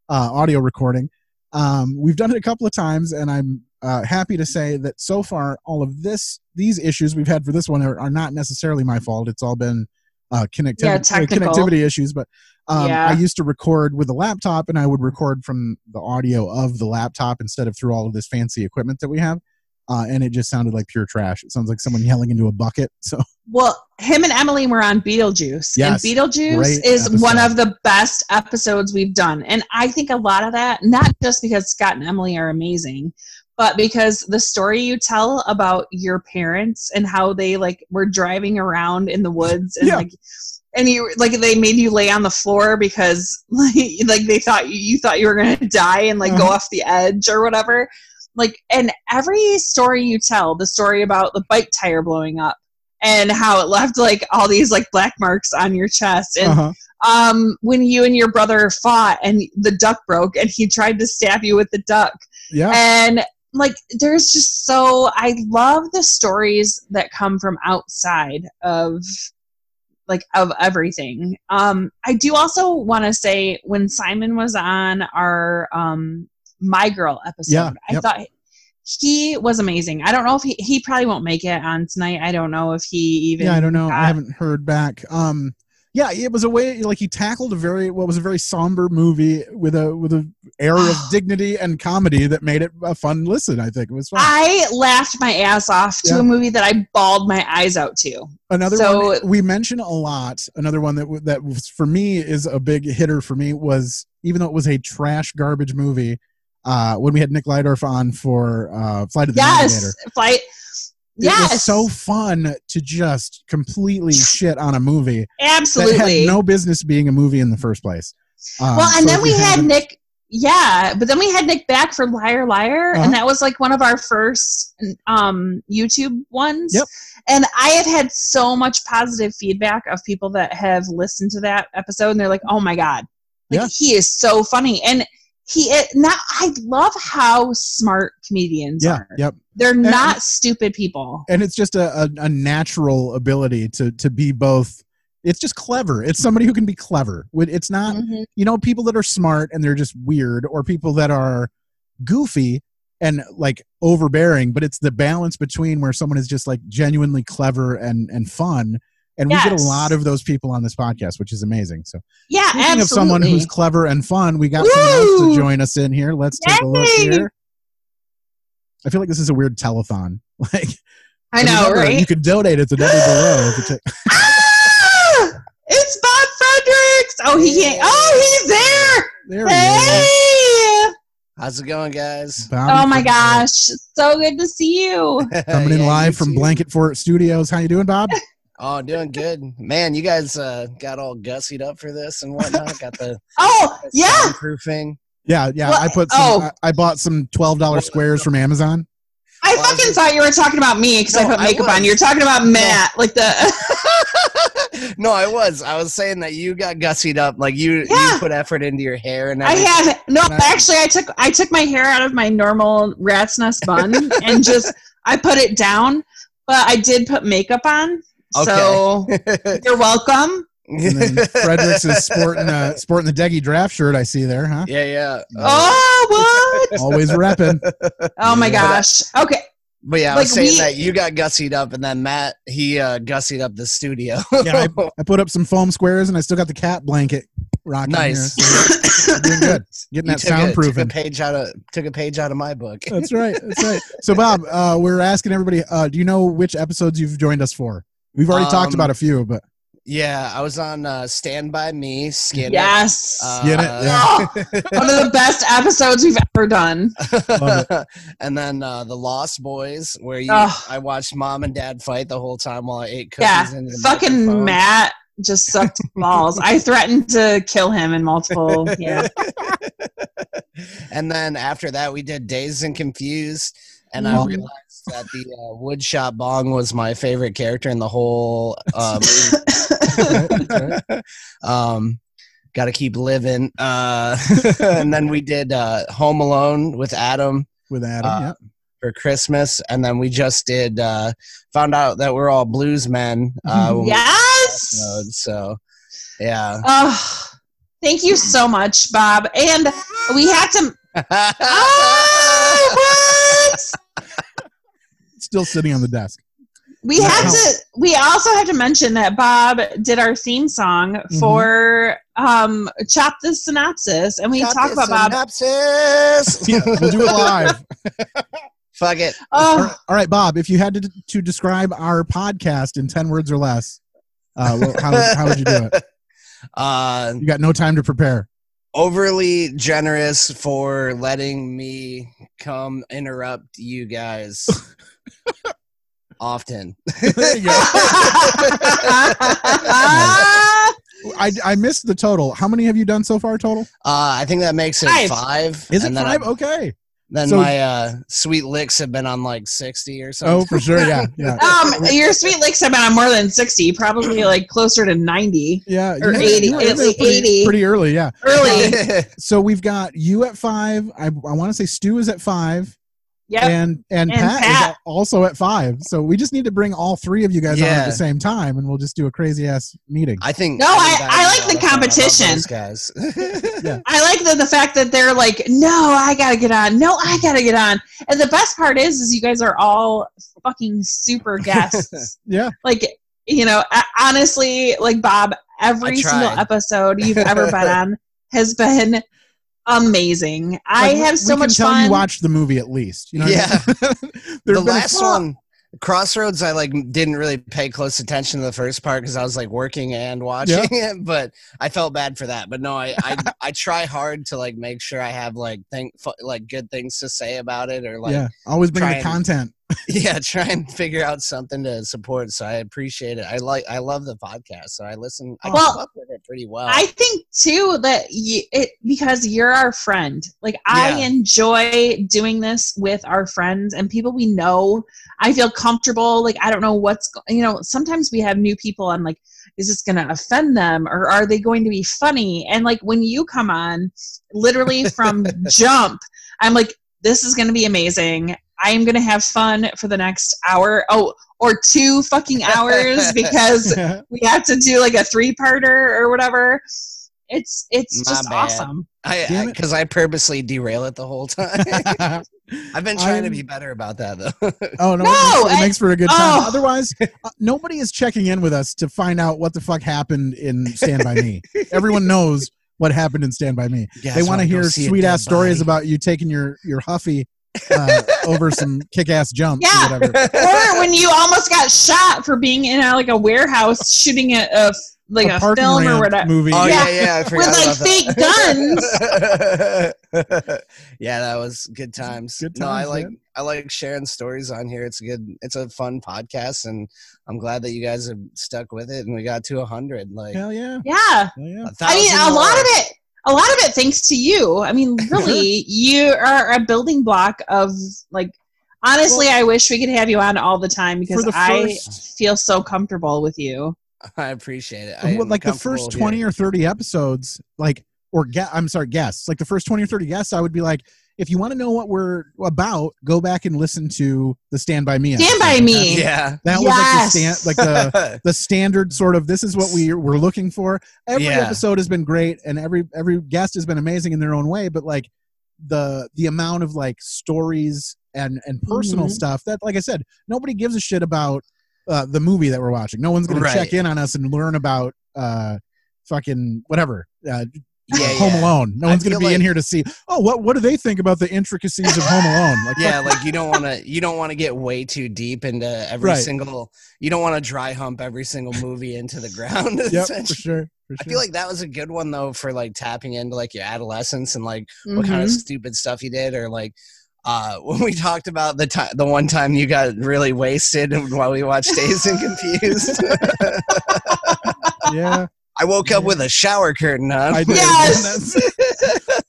S1: uh, audio recording. Um, we've done it a couple of times, and I'm uh, happy to say that so far all of this these issues we've had for this one are, are not necessarily my fault. It's all been uh, connectivity
S2: Yeah,
S1: uh,
S2: technical.
S1: connectivity issues, but um,
S2: Yeah.
S1: I used to record with a laptop, and I would record from the audio of the laptop instead of through all of this fancy equipment that we have uh, and it just sounded like pure trash. It sounds like someone yelling into a bucket. [laughs] So
S2: Well, him and Emily were on Beetlejuice,
S1: Yes,
S2: and Beetlejuice
S1: great
S2: is
S1: episode.
S2: one of the best episodes we've done. And I think a lot of that, not just because Scott and Emily are amazing, but because the story you tell about your parents and how they like were driving around in the woods and
S1: Yeah.
S2: like and you like they made you lay on the floor because [laughs] like, like they thought you, you thought you were going to die and like go
S1: Uh-huh.
S2: off the edge or whatever like and every story you tell the story about the bike tire blowing up and how it left like all these like black marks on your chest and
S1: Uh-huh.
S2: um when you and your brother fought and the duck broke and he tried to stab you with the duck
S1: yeah,
S2: and like there's just so i love the stories that come from outside of like of everything um i do also want to say when simon was on our um my girl episode
S1: Yeah,
S2: i
S1: yep.
S2: thought he was amazing i don't know if he he probably won't make it on tonight i don't know if he even
S1: yeah, I don't know. I
S2: got-
S1: haven't heard back. Um, yeah, it was a way like he tackled a very what was a very somber movie with a with a air of
S2: [sighs]
S1: dignity and comedy that made it a fun listen. I think it was fun.
S2: I laughed my ass off to
S1: Yeah.
S2: a movie that I bawled my eyes out to.
S1: Another
S2: So-
S1: one we mention a lot. Another one that w- that was, for me is a big hitter for me was even though it was a trash garbage movie. Uh, when we had Nick Lydorf on for uh, Flight of the Navigator.
S2: Yes, flight.
S1: It was
S2: Yes,
S1: so fun to just completely shit on a movie
S2: absolutely.
S1: that had no business being a movie in the first place. Um,
S2: well, and
S1: so
S2: then
S1: if
S2: we
S1: you
S2: had
S1: haven't-
S2: Nick. Yeah, but then we had Nick back for Liar Liar,
S1: Uh-huh.
S2: and that was like one of our first um, YouTube ones.
S1: Yep.
S2: And I have had so much positive feedback of people that have listened to that episode, and they're like, "Oh my god, like
S1: Yeah.
S2: he is so funny." And he it, not. I love how smart comedians
S1: Yeah,
S2: are.
S1: yep.
S2: They're not stupid people.
S1: And it's just a, a, a natural ability to to be both. It's just clever. It's somebody who can be clever. When- It's not
S2: Mm-hmm.
S1: you know people that are smart and they're just weird, or people that are goofy and like overbearing. But it's the balance between where someone is just like genuinely clever and and fun. And we get
S2: Yes.
S1: a lot of those people on this podcast, which is amazing. So
S2: Yeah,
S1: Speaking
S2: absolutely.
S1: of someone who's clever and fun, we got someone else to
S2: Woo!
S1: join us in here. Let's take a look
S2: Yay!
S1: here. I feel like this is a weird telethon. [laughs] Like
S2: I know,
S1: remember,
S2: right?
S1: You could donate at the number below.
S9: [laughs]
S1: if you take-
S2: Ah! It's Bob Fredericks. Oh, he can't. Oh, he's there.
S1: There
S2: hey.
S9: How's it going, guys?
S1: Bob
S2: Oh my gosh, so good to see you.
S1: Coming in
S9: Yeah,
S1: live
S9: you
S1: from
S9: too.
S1: Blanket Fort Studios. How you
S9: [laughs]
S1: doing, Bob?
S9: Oh, doing good, man. You guys uh, got all gussied up for this and whatnot. Got the
S2: [laughs] oh yeah
S9: soundproofing.
S1: Yeah, yeah.
S9: Well,
S1: I put some,
S9: oh.
S1: I, I bought some twelve dollars squares from Amazon.
S2: I fucking thought you were talking about me because I put makeup on. You're talking about Matt, like the
S9: no, I was. I was saying that you got gussied up. Like you, you put effort into your hair and
S2: [laughs] I
S9: everything.
S2: have no.
S9: And I-
S2: Actually, I took I took my hair out of my normal rat's nest bun
S9: [laughs]
S2: and just I put it down. But I did put makeup on, so [laughs] you're welcome.
S1: And
S9: [laughs]
S1: then [laughs] Fredericks is sporting uh, sporting the Deggy draft shirt I see there, huh?
S9: Yeah, yeah.
S1: Uh,
S9: [laughs]
S2: Oh, what?
S1: Always repping.
S2: Oh
S9: But
S2: my
S9: I-
S2: gosh. Okay.
S9: But yeah, I was
S2: Like,
S9: saying
S2: we-
S9: that you got gussied up, and then Matt he uh, gussied up the studio.
S1: Yeah,
S9: [laughs]
S1: I, I put up some foam squares and I still got the cat blanket rocking.
S9: Nice.
S1: Here, so
S9: [laughs]
S1: I'm doing good. Getting
S9: You
S1: that
S9: took a-
S1: soundproofing.
S9: Took a page out of took a page out of my book.
S1: That's right. That's right. So, Bob, uh, we're asking everybody uh, do you know which episodes you've joined us for? We've already talked
S9: Um,
S1: about a few, but
S9: [laughs] Yeah, I was on uh, Stand by Me. Skin. Uh,
S2: Yes.
S1: Skin It, yeah.
S2: [laughs] One of the best episodes we've Oh, ever done.
S9: [laughs] and then uh, the Lost Boys, where you,
S2: Ugh.
S9: I watched mom and dad fight the whole time while I ate cookies.
S2: Yeah.
S9: into the
S2: Fucking
S9: microphone.
S2: Matt just sucked balls. I threatened to kill him
S9: [laughs]
S2: in multiple. Yeah.
S9: And then after that, we did Dazed and Confused, and
S1: Oh.
S9: I
S2: Mhm.
S9: realized that the uh, woodshop bong was my favorite character in the whole
S1: [laughs]
S9: uh, movie. um, Got to keep living. Uh, [laughs] and then we did uh, Home Alone with Adam.
S1: With Adam,
S9: uh,
S1: yeah.
S9: For Christmas, and then we just did uh, found out that we're all blues men. Uh, when we-
S2: yes.
S9: So, yeah.
S1: Uh,
S2: Oh, thank you so much, Bob. And we had to.
S9: [laughs]
S2: Oh, what?
S1: still sitting on the
S9: [laughs]
S1: desk.
S2: We had to. We also had to mention that Bob did our theme song
S1: Mm-hmm.
S2: for um, "Chop the Synopsis," and we
S9: Chop the
S2: talk about Bob.
S9: Synopsis.
S1: Yeah, we'll do it live.
S9: Fuck it.
S1: [laughs] All
S9: Oh.
S1: right- all right, Bob, if you had to, to describe our podcast in 10 words or less, uh, well, how, would- how would you do
S9: [laughs]
S1: it?
S9: Uh,
S1: You got no time to prepare.
S9: overly generous for letting me come interrupt you
S1: [laughs]
S9: guys often.
S1: [laughs]
S9: [laughs]
S1: I, I missed the total. How many have you done so far total?
S9: Uh, I think that makes it
S1: Five.
S9: five.
S1: Is it
S9: and then I-
S1: five? okay.
S9: Then
S1: So-
S9: my uh, sweet licks have been on like sixty or something.
S1: Oh, for sure.
S9: [laughs]
S1: Yeah. Yeah.
S2: Um, your sweet licks have been on more than sixty, probably like closer to ninety.
S1: Yeah,
S2: or
S1: Uh, you-
S2: eighty.
S1: you were
S2: It's
S1: there
S2: like
S1: pretty,
S2: eighty.
S1: pretty early. Yeah,
S9: [laughs]
S2: Early.
S1: so we've got you at five. I, I want to say Stu is at five.
S2: Yep.
S1: And and,
S2: And
S1: Pat,
S2: Pat.
S1: is also at five. So we just need to bring all three of you guys on at
S9: Yeah.
S1: the same time, and we'll just do a crazy ass meeting.
S9: I think.
S2: No, I,
S9: think
S2: I
S9: that'd
S2: like
S9: be
S2: the
S9: a lot of fun. I love
S2: competition.
S9: those
S2: [laughs]
S9: guys.
S2: I like the, the fact that they're like, no, I gotta get on. No, I gotta get on. And the best part is, is you guys are all fucking
S7: [laughs]
S2: super guests.
S1: yeah.
S2: like, you know, a- honestly, like Bob, every
S9: tried.
S2: single episode you've ever been on has been amazing. I
S1: Like, we-
S2: have so
S1: we
S2: much
S1: can tell
S2: fun.
S1: You watched the movie at least. You know. what I mean?
S9: Yeah.
S1: There've
S9: the
S1: been a
S9: last
S1: few-
S9: one, Crossroads, I like didn't really pay close attention to the first part because I was like working and watching it, [laughs] but I felt bad for that. But no, I I, I try hard to like make sure I have like think fu- like good things to say about it or like
S1: yeah. Always bring
S9: try
S1: the
S9: and-
S1: content.
S9: [laughs] yeah try and figure out something to support. So I appreciate it. I like I love the podcast, so I listen. I
S2: Well,
S9: keep up with it pretty well.
S2: I think too that you, it because you're our friend. Like I
S9: Yeah.
S2: enjoy doing this with our friends and people we know. I feel comfortable. Like I don't know what's go- you know. Sometimes we have new people. I'm like, is this going to offend them or are they going to be funny? And like when you come on, literally
S1: [laughs]
S2: from jump, I'm like, this is going to be amazing. I am going to have fun for the next hour. Oh, or two fucking
S1: [laughs]
S2: hours because we have to do like a three parter or whatever. It's it's
S9: My
S2: just
S9: bad.
S2: awesome.
S9: I
S1: Damn it.
S9: because I, purposely derail it the whole
S1: [laughs]
S9: time. [laughs] I've been trying to be better about that though.
S1: Oh
S9: No,
S1: no! it, makes, it
S9: I-
S1: makes for a good time.
S9: Oh.
S1: Otherwise, uh, nobody is checking in with us to find out what the fuck happened in Stand
S9: [laughs]
S1: by Me. Everyone knows what happened in Stand by Me.
S9: Guess
S1: they want to
S9: what? Go
S1: hear
S9: see a
S1: sweet
S9: dead
S1: ass stories
S9: body.
S1: about you taking your your huffy
S9: [laughs]
S1: uh, over some kick ass jumps
S2: Yeah.
S1: or whatever.
S2: or when you almost got shot for being in a, like a warehouse shooting a, a like a,
S1: parking
S2: film or
S1: ramp
S2: whatever
S1: movie. Oh,
S9: yeah, yeah, I
S2: with
S9: forgot
S2: like
S9: about that.
S2: fake guns.
S9: [laughs] yeah, that was good times.
S1: Good
S9: no, I
S1: times,
S9: like
S1: man.
S9: I like sharing stories on here. It's a good. It's a fun podcast, and I'm glad that you guys have stuck with it. And we got to a hundred. Like
S1: Hell [laughs] yeah!
S2: Yeah.
S1: yeah.
S2: I mean, a lot of it, a lot of it, thanks to you. I
S1: [laughs]
S2: mean, really, you are a building block of like. Honestly, I wish we could have you on all the time because
S1: the
S2: I
S1: first-
S2: feel so comfortable with you.
S9: [laughs] I appreciate it. I
S1: Well,
S9: am
S1: like the first
S9: comfortable
S1: 20
S9: here.
S1: or 30 episodes like or get i'm sorry guests like the first 20 or 30 guests i would be like if you want to know what we're about go back and listen to the stand by me
S2: Stand By
S1: episode."
S2: Me.
S1: That-
S2: Yeah.
S1: that was like the,
S2: Yes.
S1: stand, like
S9: [laughs]
S1: the, the standard sort of this is what we we're looking for every
S9: Yeah.
S1: episode has been great and every every guest has been amazing in their own way but like the the amount of like stories and and personal
S2: Mm-hmm.
S9: Mhm.
S1: stuff that like i said nobody gives a shit about uh, the movie that we're watching no one's gonna
S9: Right.
S1: check in on us and learn about uh fucking whatever uh,
S9: Yeah,
S1: home
S9: yeah.
S1: alone no
S9: I
S1: one's gonna
S9: feel
S1: be in
S9: like-
S1: here to see oh what what do they think about the intricacies of home alone like [laughs]
S9: yeah, like [laughs] you don't want to you don't want to get way too deep into every
S1: Right.
S9: single. You don't want to dry hump every single movie into the ground. [laughs]
S1: yep, for
S9: essentially.
S1: sure for
S9: I
S1: sure.
S9: feel like that was a good one though for like tapping into like your adolescence and like what kind of
S1: Mhm.
S9: stupid stuff you did or like uh [laughs] when we talked about the time the one time you got really wasted while we watched Days and Confused.
S1: [laughs]
S9: [laughs]
S1: yeah.
S9: I woke up with a shower curtain on. [laughs]
S1: I did. [laughs]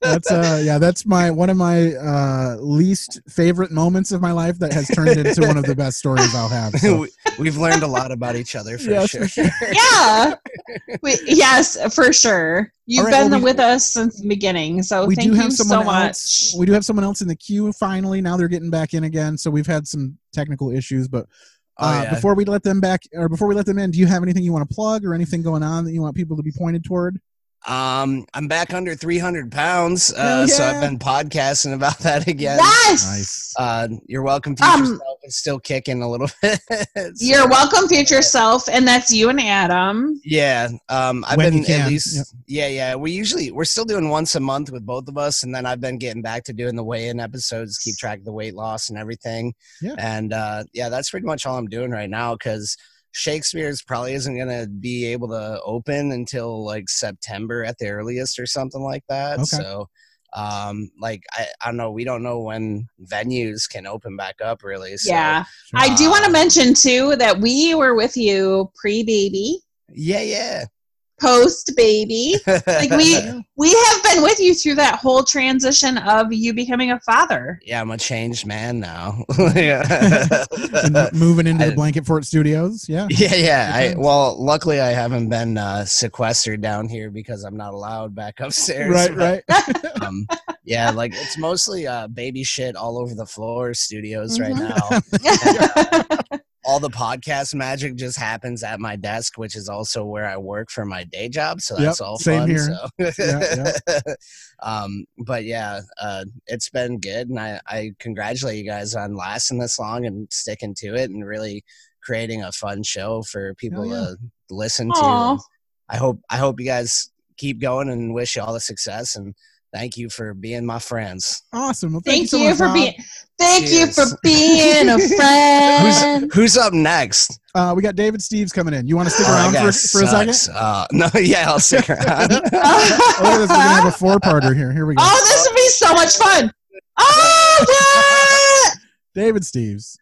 S1: that's uh yeah that's my one of my uh least favorite moments of my life that has turned into one of the best stories i'll have
S9: [laughs]
S1: so.
S9: We- We've learned a lot about each other for
S1: Yes,
S9: sure.
S1: for sure.
S2: [laughs] yeah. We, yes, for sure. You've
S1: right,
S2: been
S1: well, we-
S2: with us since the beginning, so
S1: we
S2: thank
S1: do
S2: you
S1: have
S2: so
S1: someone
S2: much.
S1: else. We do have someone else in the queue finally. Now they're getting back in again. So we've had some technical issues, but uh,
S9: Oh, yeah.
S1: before we let them back or before we let them in, do you have anything you want to plug or anything going on that you want people to be pointed toward?
S9: Um, I'm back under 300 pounds, uh,
S1: Hell
S9: so
S1: yeah.
S9: I've been podcasting about that again.
S2: Yes!
S1: Nice.
S9: Uh, you're welcome. Future
S1: Um
S9: self is still kicking a little [laughs] bit.
S1: [laughs]
S2: You're welcome, future self, and that's you and Adam.
S9: yeah, um, I've
S2: When you
S9: been
S2: can,
S9: at least. Yeah, yeah. We usually we're still doing once a month with both of us, and then I've been getting back to doing the weigh-in episodes, keep track of the weight loss and everything.
S1: Yeah.
S9: And uh, yeah, that's pretty much all I'm doing right now because Shakespeare's probably isn't gonna be able to open until like September at the earliest or something like that.
S1: Okay.
S9: So um like I, I don't know we don't know when venues can open back up really so
S2: yeah. I
S9: [laughs]
S2: do want to mention too that we were with you pre baby.
S9: Yeah, yeah.
S2: Post baby.
S18: [laughs]
S2: like we we have been with you through that whole transition of you becoming a father.
S9: yeah i'm a changed man now [laughs]
S1: And
S9: yeah
S1: moving into
S9: I-
S1: the Blanket Fort Studios. Yeah.
S9: [laughs] Yeah, yeah. I,
S1: Okay.
S9: well, luckily I haven't been uh, sequestered down here because I'm not allowed back upstairs.
S1: Right, right.
S11: [laughs]
S9: right. um,
S1: [laughs]
S9: yeah, like it's mostly uh, baby shit all over the floor studios right now.
S1: Mm-hmm. [laughs]
S9: And, uh, all the podcast magic just happens at my desk, which is also where I work for my day job. So that's
S1: Yep,
S9: all
S1: same
S9: fun. So.
S1: here. Yeah,
S9: [laughs] um, but yeah, uh, it's been good, and I, I congratulate you guys on lasting this long and sticking to it, and really creating a fun show for people to listen to.
S2: Aw.
S9: And I hope I hope you guys keep going and wish you all the success and thank you for being my friends.
S1: Awesome. Well,
S2: Thank,
S1: thank,
S2: you,
S1: so much,
S2: for
S1: Rob.
S2: being thank you
S9: Cheers.
S2: for
S9: [laughs]
S2: being
S1: [laughs]
S2: a friend.
S9: Who's, who's up next?
S1: Uh, we got David Steves coming in. You want to stick
S9: Oh, that
S1: around
S9: guy
S1: for, for a
S9: sucks.
S1: second?
S9: Uh, [laughs] no, yeah, I'll
S1: [laughs]
S9: stick around.
S1: Oh, look at this. We're gonna have a four-parter here. Here we go.
S2: oh, this would be so much fun. Oh
S1: David Steves.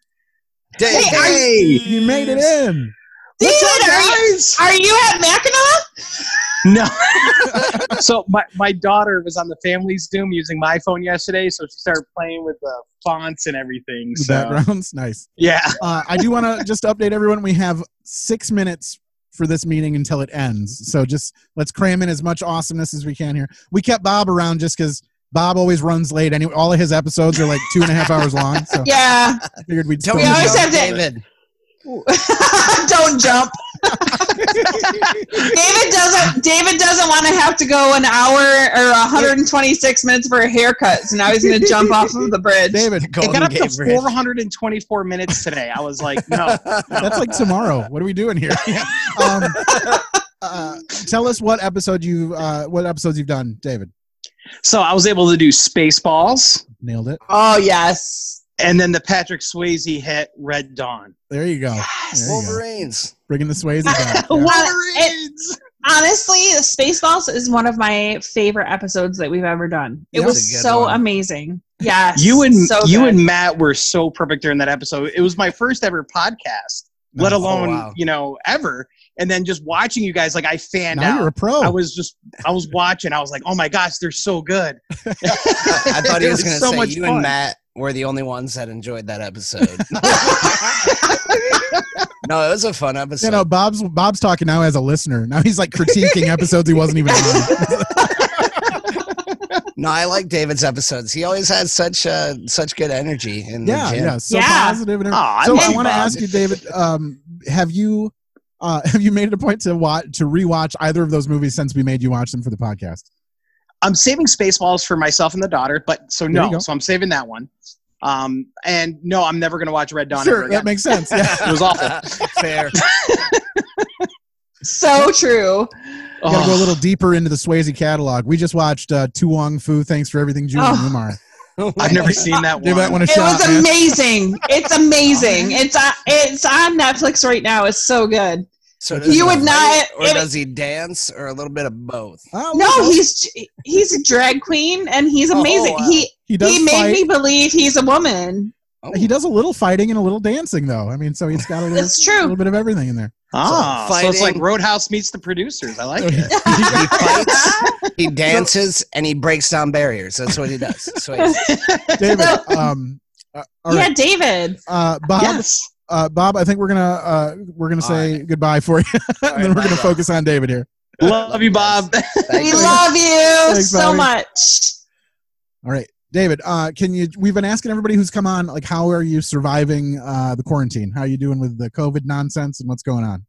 S9: Dave,
S1: you made it in.
S2: David, are you, are you at Mackinac?
S18: No. [laughs] so my, my daughter was on the family's Zoom using my phone yesterday, so she started playing with the fonts and everything.
S1: The [laughs]
S18: So
S1: backgrounds, nice.
S18: Yeah.
S1: Uh, I do want to just update everyone. We have six minutes for this meeting until it ends. So just let's cram in as much awesomeness as we can here. We kept Bob around just because Bob always runs late. Anyway, all of his episodes are like two and a half hours long. So
S2: Yeah.
S1: I figured we'd.
S9: Don't
S1: still-
S9: we always have to- David.
S2: [laughs] Don't
S18: [laughs]
S2: jump. David doesn't David doesn't want to have to go an hour or 126 minutes for a haircut, so now he's gonna jump
S18: [laughs]
S2: off of the bridge.
S1: David,
S18: it got up to 424 minutes today. I was like, no.
S1: [laughs] That's like tomorrow. What are we doing here? [laughs] um, uh, tell us what episode you uh, what episodes you've done, David.
S18: So I was able to do Spaceballs.
S1: Nailed it.
S2: Oh yes.
S18: And then the Patrick Swayze hit Red Dawn.
S1: There you go. There you go.
S2: [laughs]
S9: Wolverines.
S1: Bringing the Swayze back. Yeah.
S2: It- honestly, Spaceballs is one of my favorite episodes that we've ever done. It
S18: Yeah. That's a
S2: was
S18: good
S2: so
S18: one.
S2: amazing. Yes.
S18: You and
S2: so
S18: you
S2: good.
S18: and Matt were so perfect during that episode. It was my first ever podcast, let
S1: Oh,
S18: alone
S1: wow.
S18: you know ever. And then just watching you guys, like I fanned
S1: Now
S18: out.
S1: you're a pro.
S18: I was just I was watching. I was like, oh my gosh, they're so good.
S9: I thought he
S18: It
S9: was,
S1: [laughs]
S18: was
S9: going to
S18: so
S9: say
S18: much
S9: you
S18: fun.
S9: and Matt we're the only ones that enjoyed that
S1: [laughs]
S9: episode. [laughs] no, it was a fun episode.
S1: You know, Bob's Bob's talking now as a listener. Now he's like critiquing episodes he wasn't even on.
S9: No, I like David's episodes. He always has such uh, such good energy. In
S1: Yeah,
S9: the gym.
S1: yeah, so positive. And everything. so I want to ask you, David, um, have you uh, [laughs] have you made it a point to watch to rewatch either of those movies since we made you watch them for the podcast?
S18: I'm saving Spaceballs for myself and the daughter, but so
S1: There you
S18: no,
S1: go.
S18: so I'm saving that one. Um, and no, I'm never gonna watch Red Dawn.
S1: Sure,
S18: ever
S1: that
S18: again.
S1: makes sense.
S18: [laughs] it was
S1: [laughs]
S18: awful.
S9: Fair.
S2: So true.
S1: We Gotta go a little deeper into the Swayze catalog. We just watched uh, Tu Wong Fu. Thanks for everything, Julie
S2: Oh.
S1: Newmar.
S2: [laughs]
S18: I've never seen that
S1: Give that one a
S2: it
S1: shot.
S2: was
S1: man.
S2: amazing. It's amazing. It's on, it's on Netflix right now. It's so good.
S9: So does he
S2: you would not.
S9: fight, or
S2: it-
S9: does he dance, or a little bit of both?
S2: no, he's he's a drag queen and he's
S9: Oh,
S2: amazing.
S9: wow.
S2: He
S1: He
S2: he,
S1: does
S2: made
S1: fight.
S2: me believe he's a woman.
S18: Oh.
S1: He does a little fighting and a little dancing, though. I mean, so he's got a little,
S2: It's true.
S1: a little bit of everything in there.
S18: Ah, so, it's like
S9: fighting-
S18: Roadhouse meets the producers.
S1: [laughs]
S18: I like it.
S9: He dances and he breaks down barriers. That's what he does.
S2: [laughs]
S9: Swayze.
S1: [laughs] David, um, uh, all
S2: yeah,
S1: right.
S2: David.
S1: Uh, Bob, uh, Bob, I think we're gonna uh, we're gonna say goodbye for you, [laughs] and then we're gonna focus on David here.
S18: Love you, Bob. [laughs]
S2: we love you
S1: Thanks,
S2: so
S1: Bobby.
S2: much.
S1: All right, David, uh, can you? We've been asking everybody who's come on, like, how are you surviving uh, the quarantine? How are you doing with the COVID nonsense and what's going on?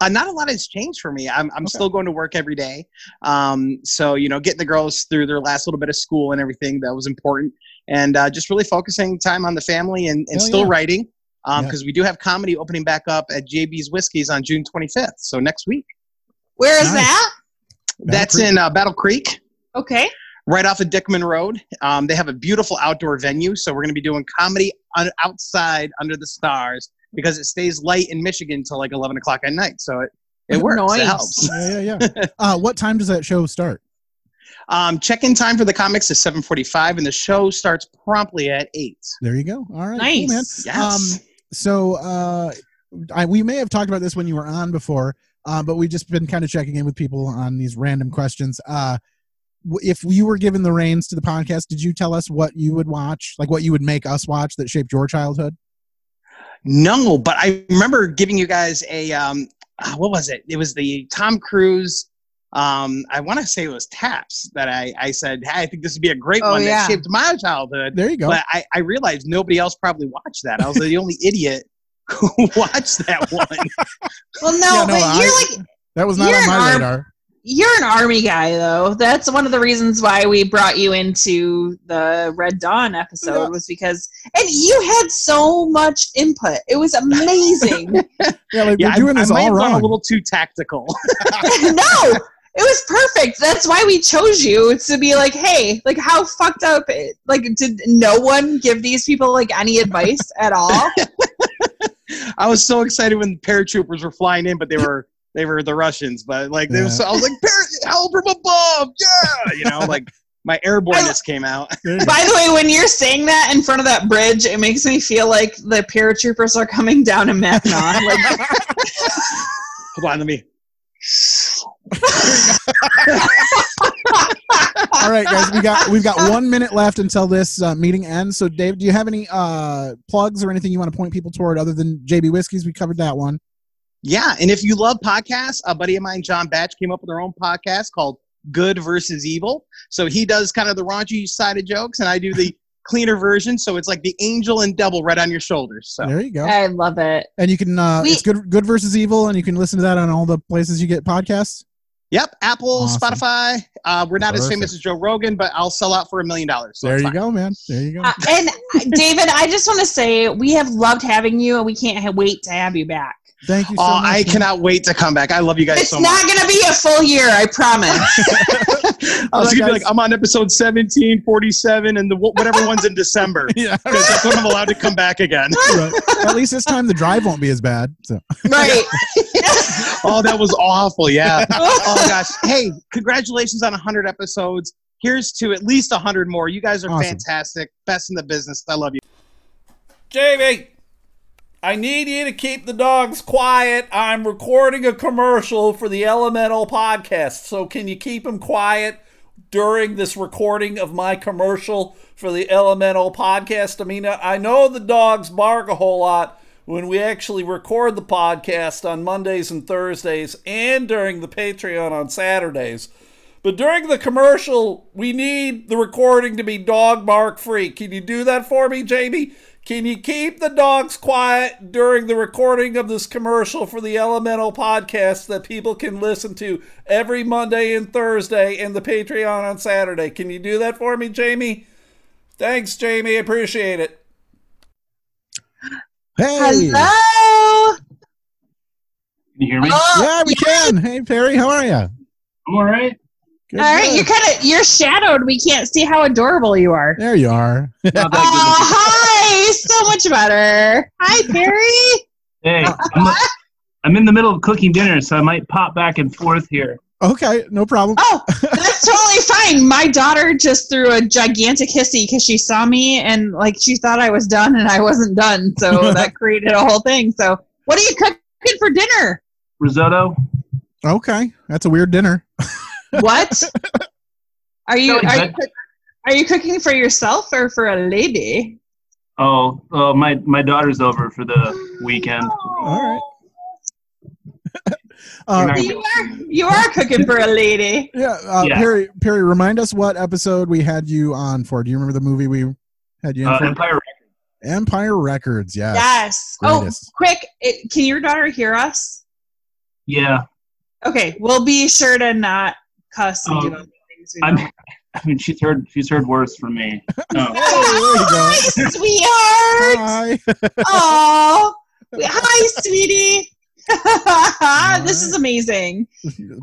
S18: Uh, not a lot has changed for me. I'm, I'm still going to work every day. Um, so, you know, getting the girls through their last little bit of school and everything that was important. And uh, just really focusing time on the family and, and
S1: Hell
S18: still
S1: yeah.
S18: writing
S1: Yeah.
S18: because we do have comedy opening back up at JB's Whiskies on June 25th. So next week.
S2: Where is that?
S18: That's in uh, Battle Creek.
S2: Okay.
S18: right off of Dickman Road. Um, they have a beautiful outdoor venue, so we're going to be doing comedy on, outside under the stars because it stays light in Michigan till like eleven o'clock at night. So it it works. It
S1: Nice.
S18: helps.
S1: Yeah, yeah, yeah. uh, what time does that show start?
S18: Um, check-in time for the comics is seven forty-five, and the show starts promptly at eight.
S1: There you go. All right,
S18: Nice.
S1: cool, man.
S18: Yes.
S1: Um, so uh, I, we may have talked about this when you were on before, uh, but we've just been kind of checking in with people on these random questions. Uh, w- if you were given the reins to the podcast, did you tell us what you would watch, like what you would make us watch that shaped your childhood?
S18: No, but I remember giving you guys a um, ah, what was it? It was the Tom Cruise. Um, I want to say it was Taps that I, I said, hey, I think this would be a great
S1: Oh,
S18: one
S1: yeah.
S18: that shaped my childhood.
S1: There you go.
S18: But I, I realized nobody else probably watched that. I was
S2: [laughs]
S18: the only idiot who [laughs] watched that one.
S2: Well, no,
S18: Yeah, no,
S2: but
S18: I-
S2: you're like
S1: That was not
S2: You're
S1: on my
S2: an
S18: um,
S2: arm-
S1: radar.
S2: you're an army guy though. That's one of the reasons why we brought you into the Red Dawn episode was because and you had so much input. It [laughs] was amazing.
S1: Yeah, like,
S18: yeah,
S1: we're doing
S18: I,
S1: this
S18: I might
S1: all
S18: have gone
S1: wrong.
S18: a little too tactical. [laughs]
S2: no, it was perfect. That's why we chose you to be like, hey, like how fucked up? Like, did no one give these people like any advice at all?
S18: I was so excited when paratroopers were flying in, but they were they were the Russians. But like, [laughs] they were so, [laughs] I was like, Par- help from above, yeah, you know, like my airborness came out.
S2: By the way, when you're saying that in front of that bridge, it makes me feel like the paratroopers are coming down in Mackinac. Like,
S18: Hold on, let me.
S1: all right, guys, we got we've got one minute left until this uh, meeting ends. So, Dave, do you have any uh, plugs or anything you want to point people toward other than JB Whiskies? We covered that one.
S18: Yeah, and if you love podcasts, a buddy of mine, John Batch, came up with their own podcast called Good versus Evil. So he does kind of the raunchy side of jokes, and I
S1: [laughs]
S18: do the cleaner version. So it's like the angel and devil right on your shoulders. So
S1: There you go.
S2: I love it.
S1: And you can uh,
S18: We-
S1: it's good good versus evil, and you can listen to that on all the places you get podcasts.
S18: Yep, Apple,
S1: Awesome.
S18: Spotify. Uh, we're not as
S1: Perfect.
S18: famous as Joe Rogan, but I'll sell out for a million dollars. So
S1: there
S18: it's
S1: you
S18: fine.
S1: go, man. There
S2: [laughs]
S1: you go.
S2: Uh, and uh, David, I just want to say we have loved having you, and we can't ha- wait to have you back.
S1: Thank you.
S18: oh, I cannot wait to come back. I love you guys
S2: It's
S18: so
S2: not
S18: much.
S2: going to be a full year, I promise.
S18: I
S2: All
S18: was
S2: right,
S18: gonna be
S2: guys.
S18: like, I'm on episode 17, 47, and the wh- whatever one's
S1: [laughs]
S18: in December. yeah, that's when I'm allowed to come back again.
S1: At least this time the drive won't be as bad. So
S2: [laughs]
S18: [laughs]
S2: Right.
S18: oh, that was awful. Yeah. Oh gosh. Hey, congratulations on 100 episodes. Here's to at least 100 more. You guys are
S19: Awesome.
S18: fantastic. Best in the business. I love you.
S19: Jamie, I need you to keep the dogs quiet. I'm recording a commercial for the Elemental podcast, so can you keep them quiet? during this recording of my commercial for the Elemental podcast. I mean, I know the dogs bark a whole lot when we actually record the podcast on Mondays and Thursdays and during the Patreon on Saturdays. But during the commercial, we need the recording to be dog bark free. Can you do that for me, Jamie? Can you keep the dogs quiet during the recording of this commercial for the Elemental podcast that people can listen to every Monday and Thursday and the Patreon on Saturday? Can you do that for me, Jamie? Thanks, Jamie. Appreciate it.
S1: [laughs] Hey.
S2: Hello. Oh,
S1: Can you hear me? yeah, we can. Hey, Perry, how are you? I'm
S13: all right.
S2: All right, you're kind of you're shadowed. We can't see how adorable you are.
S1: There you are.
S2: Oh, hi! So much better. Hi, Perry.
S20: Hey, I'm, I'm in the middle of cooking dinner, so I might pop back and forth here.
S1: Okay, no problem.
S2: Oh, that's totally fine. My daughter just threw a gigantic hissy because she saw me and like she thought I was done and I wasn't done, so
S1: [laughs]
S2: that created a whole thing. So, what are you cooking for dinner?
S20: Risotto.
S1: Okay, that's a weird dinner.
S2: What
S1: [laughs]
S2: are you
S20: Sorry,
S2: are you,
S20: bud.
S2: cook- are you cooking for yourself or for a lady?
S20: Oh, oh, my my daughter's over for the weekend.
S1: All right. [laughs]
S20: You're not
S2: you are you are cooking for a lady.
S1: Yeah. Uh, Perry, Perry, remind us what episode we had you on for. Do you remember the movie we had you in
S20: Uh,
S1: for?
S20: Empire
S1: Empire Records. Yes.
S2: Yes.
S1: Greatest.
S2: Oh, quick! It, can your daughter hear us?
S20: Yeah.
S2: Okay, we'll be sure to not cuss and
S20: Oh,
S2: do other things. we
S20: I'm,
S2: don't.
S20: I mean, she's heard she's heard worse from
S1: [laughs]
S20: me. No.
S2: Hi, sweetheart. Oh, hi, sweetie. [laughs] this is amazing.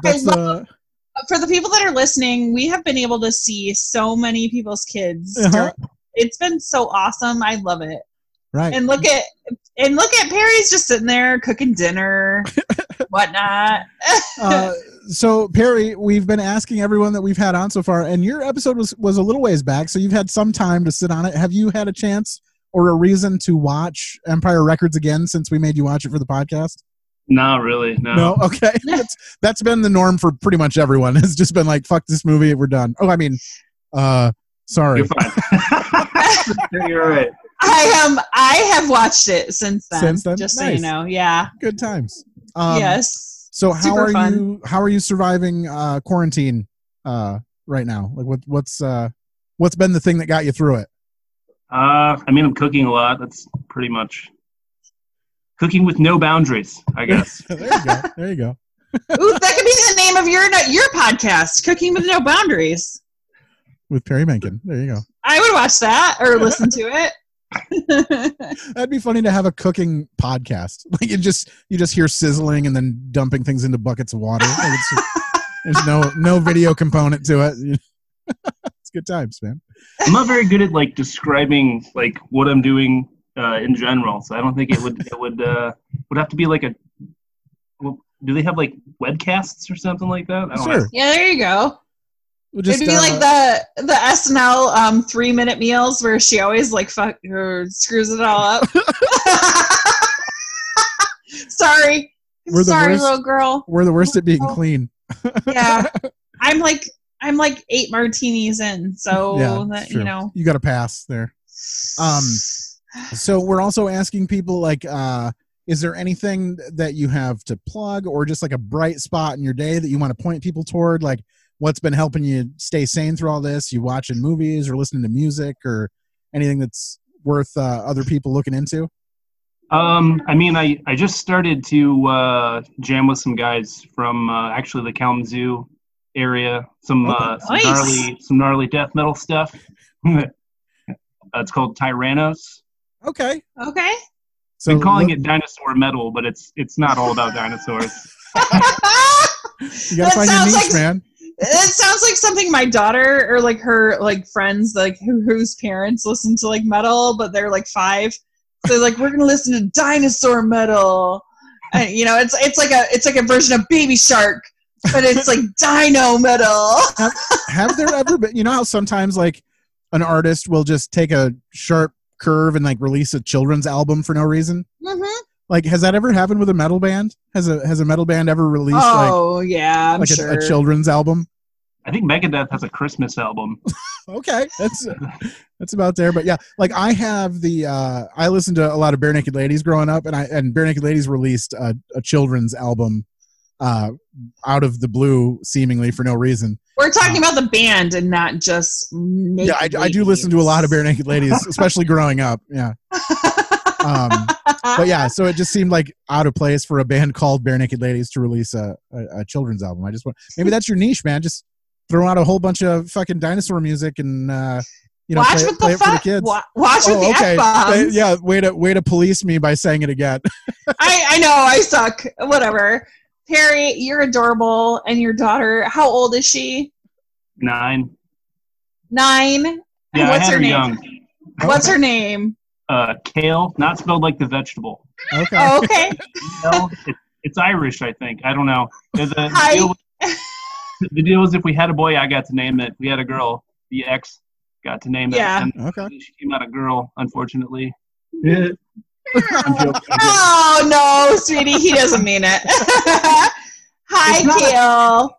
S1: That's
S2: I
S1: uh,
S2: For the people that are listening, we have been able to see so many people's kids.
S1: Uh-huh.
S2: during- It's been so awesome. I love it.
S1: right.
S2: And look at and look at Perry's just sitting there cooking
S1: [laughs]
S2: dinner, whatnot.
S1: Uh, so Perry, we've been asking everyone that we've had on so far, and your episode was was a little ways back, so you've had some time to sit on it. Have you had a chance or a reason to watch Empire Records again since we made you watch it for the podcast?
S20: Not really. No.
S1: No, [laughs]
S2: [laughs]
S1: okay. that's that's been the norm for pretty much everyone. [laughs] It's just been like, fuck this movie, we're done. Oh, I mean, uh, sorry.
S20: You're fine. You're right.
S2: I am. I have watched it since then.
S1: Since then?
S2: just so
S1: Nice.
S2: you know, yeah.
S1: Good times. [laughs] Um,
S2: yes.
S1: So how
S2: Super
S1: are
S2: fun.
S1: you? How are you surviving uh, quarantine uh, right now? Like, what what's uh, what's been the thing that got you through it?
S20: Uh, I mean, I'm cooking a lot. That's pretty much cooking with no boundaries, I guess.
S1: [laughs] there you go. There you go.
S2: Ooh, that could be the name of your your podcast, "Cooking with No Boundaries."
S1: With
S2: [laughs]
S1: Perry Menken. There you go.
S2: I would watch that or listen to it.
S1: That'd be funny to have a cooking podcast. [laughs] Like you just you just hear sizzling and then dumping things into buckets of water. Like,
S2: [laughs]
S1: it's just- there's no no video component to it. [laughs] it's good times, man.
S20: I'm not very good at like describing like what I'm doing uh, in general, so I don't think it would it would uh, would have to be like a. Well, do they have like webcasts or something like that? I don't know.
S2: Yeah, there you go.
S1: We'll just,
S2: It'd be
S1: uh,
S2: like the the SNL um, three minute meals where she always like fuck or screws it all up. [laughs] Sorry,
S1: We're the
S2: sorry,
S1: worst.
S2: little girl.
S1: We're the worst at being clean.
S2: Yeah, I'm like I'm like eight martinis in, so
S1: yeah,
S2: that,
S1: it's
S2: you
S1: true.
S2: know.
S1: you got to pass there. Um, so we're also asking people like, uh, is there anything that you have to plug or just like a bright spot in your day that you want to point people toward? Like, what's been helping you stay sane through all this? You watching movies or listening to music or anything that's worth uh, other people looking into?
S20: Um, I mean, I, I just started to uh, jam with some guys from uh, actually the Kalamazoo area. Some, uh, some
S2: nice.
S20: gnarly some gnarly death metal stuff. [laughs] uh, it's called Tyrannos.
S1: Okay.
S2: Okay.
S1: So
S20: Been calling
S1: look-
S20: it dinosaur metal, but it's it's not all about dinosaurs.
S1: You got
S2: That
S1: to find your
S2: sounds
S1: niche,
S2: like-
S1: man.
S2: It sounds like something my daughter or like her like friends like who, whose parents listen to like metal, but they're like five. So they're like we're gonna listen to dinosaur metal, and you know it's it's like a it's like a version of Baby Shark, but it's
S1: [laughs]
S2: like dino [laughs] metal.
S1: have, have there ever been you know how sometimes like an artist will just take a sharp curve and like release a children's album for no reason
S2: Mm-hmm.
S1: like has that ever happened with a metal band has a has a metal band ever released
S2: Oh yeah,
S1: like,
S2: I'm
S1: like a-
S2: sure.
S1: a, children's album
S20: I think Megadeth has a Christmas album.
S1: okay that's uh, that's about there but yeah like i have the uh i listened to a lot of bare naked ladies growing up and i and bare naked ladies released a, a children's album uh out of the blue seemingly for no reason
S2: We're talking about the band and not just naked
S1: uh, yeah I, I do listen to a lot of bare naked
S2: [laughs]
S1: ladies especially growing up yeah um but yeah so it just seemed like out of place for a band called bare naked ladies to release a, a, a children's album i just want maybe that's your niche man just throw out a whole bunch of fucking dinosaur music and uh you know,
S2: Watch
S1: play,
S2: with the
S1: play it for the
S2: fuck-
S1: kids.
S2: wa- watch with
S1: oh,
S2: the
S1: okay.
S2: F-bombs.
S1: They- Yeah, way to way to police me by saying it again. [laughs]
S2: I, I know I suck. Whatever. Harry, you're adorable, and your daughter. How old is she?
S20: Nine.
S2: Nine. And
S20: Yeah,
S2: what's
S20: I had
S2: her
S20: her
S2: name?
S20: young.
S2: What's her name?
S20: Uh, kale, not spelled like the vegetable.
S1: Okay.
S2: Oh, okay.
S20: Well, it, it's Irish, I think. I don't know. The, the
S2: Hi.
S20: deal was- the deal was if we had a boy, I got to name it. If we had a girl, the ex got to name
S2: Yeah.
S20: it. And she came out a girl, unfortunately.
S2: Oh no, sweetie, he doesn't mean it. [laughs] Hi,
S20: It's not-
S2: Gail.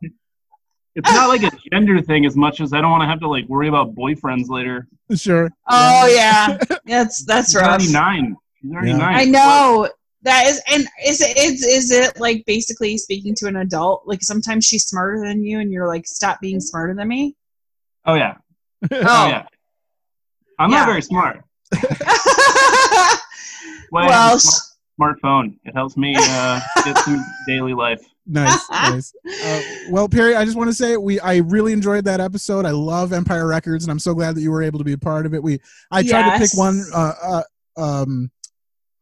S20: It's not like a gender thing as much as I don't want to have to like worry about boyfriends later.
S1: Sure.
S2: Oh yeah, that's that's
S20: She's already
S2: rough.
S20: nine. She's already
S1: Yeah.
S20: nine.
S2: I know that is, and is it is, is it like basically speaking to an adult? Like sometimes she's smarter than you, and you're like, stop being smarter than me.
S20: Oh yeah.
S2: [laughs] Oh.
S20: yeah. I'm
S2: Yeah.
S20: not very
S2: [laughs]
S20: smart. Well, I
S2: well,
S20: have a smart- smartphone. It helps me uh, get
S2: [laughs]
S20: through daily life.
S1: nice, nice. Uh, well, Perry, I just want to say we I really enjoyed that episode. I love Empire Records, and I'm so glad that you were able to be a part of it. We I tried to
S2: Yes.
S1: pick one uh, uh, um,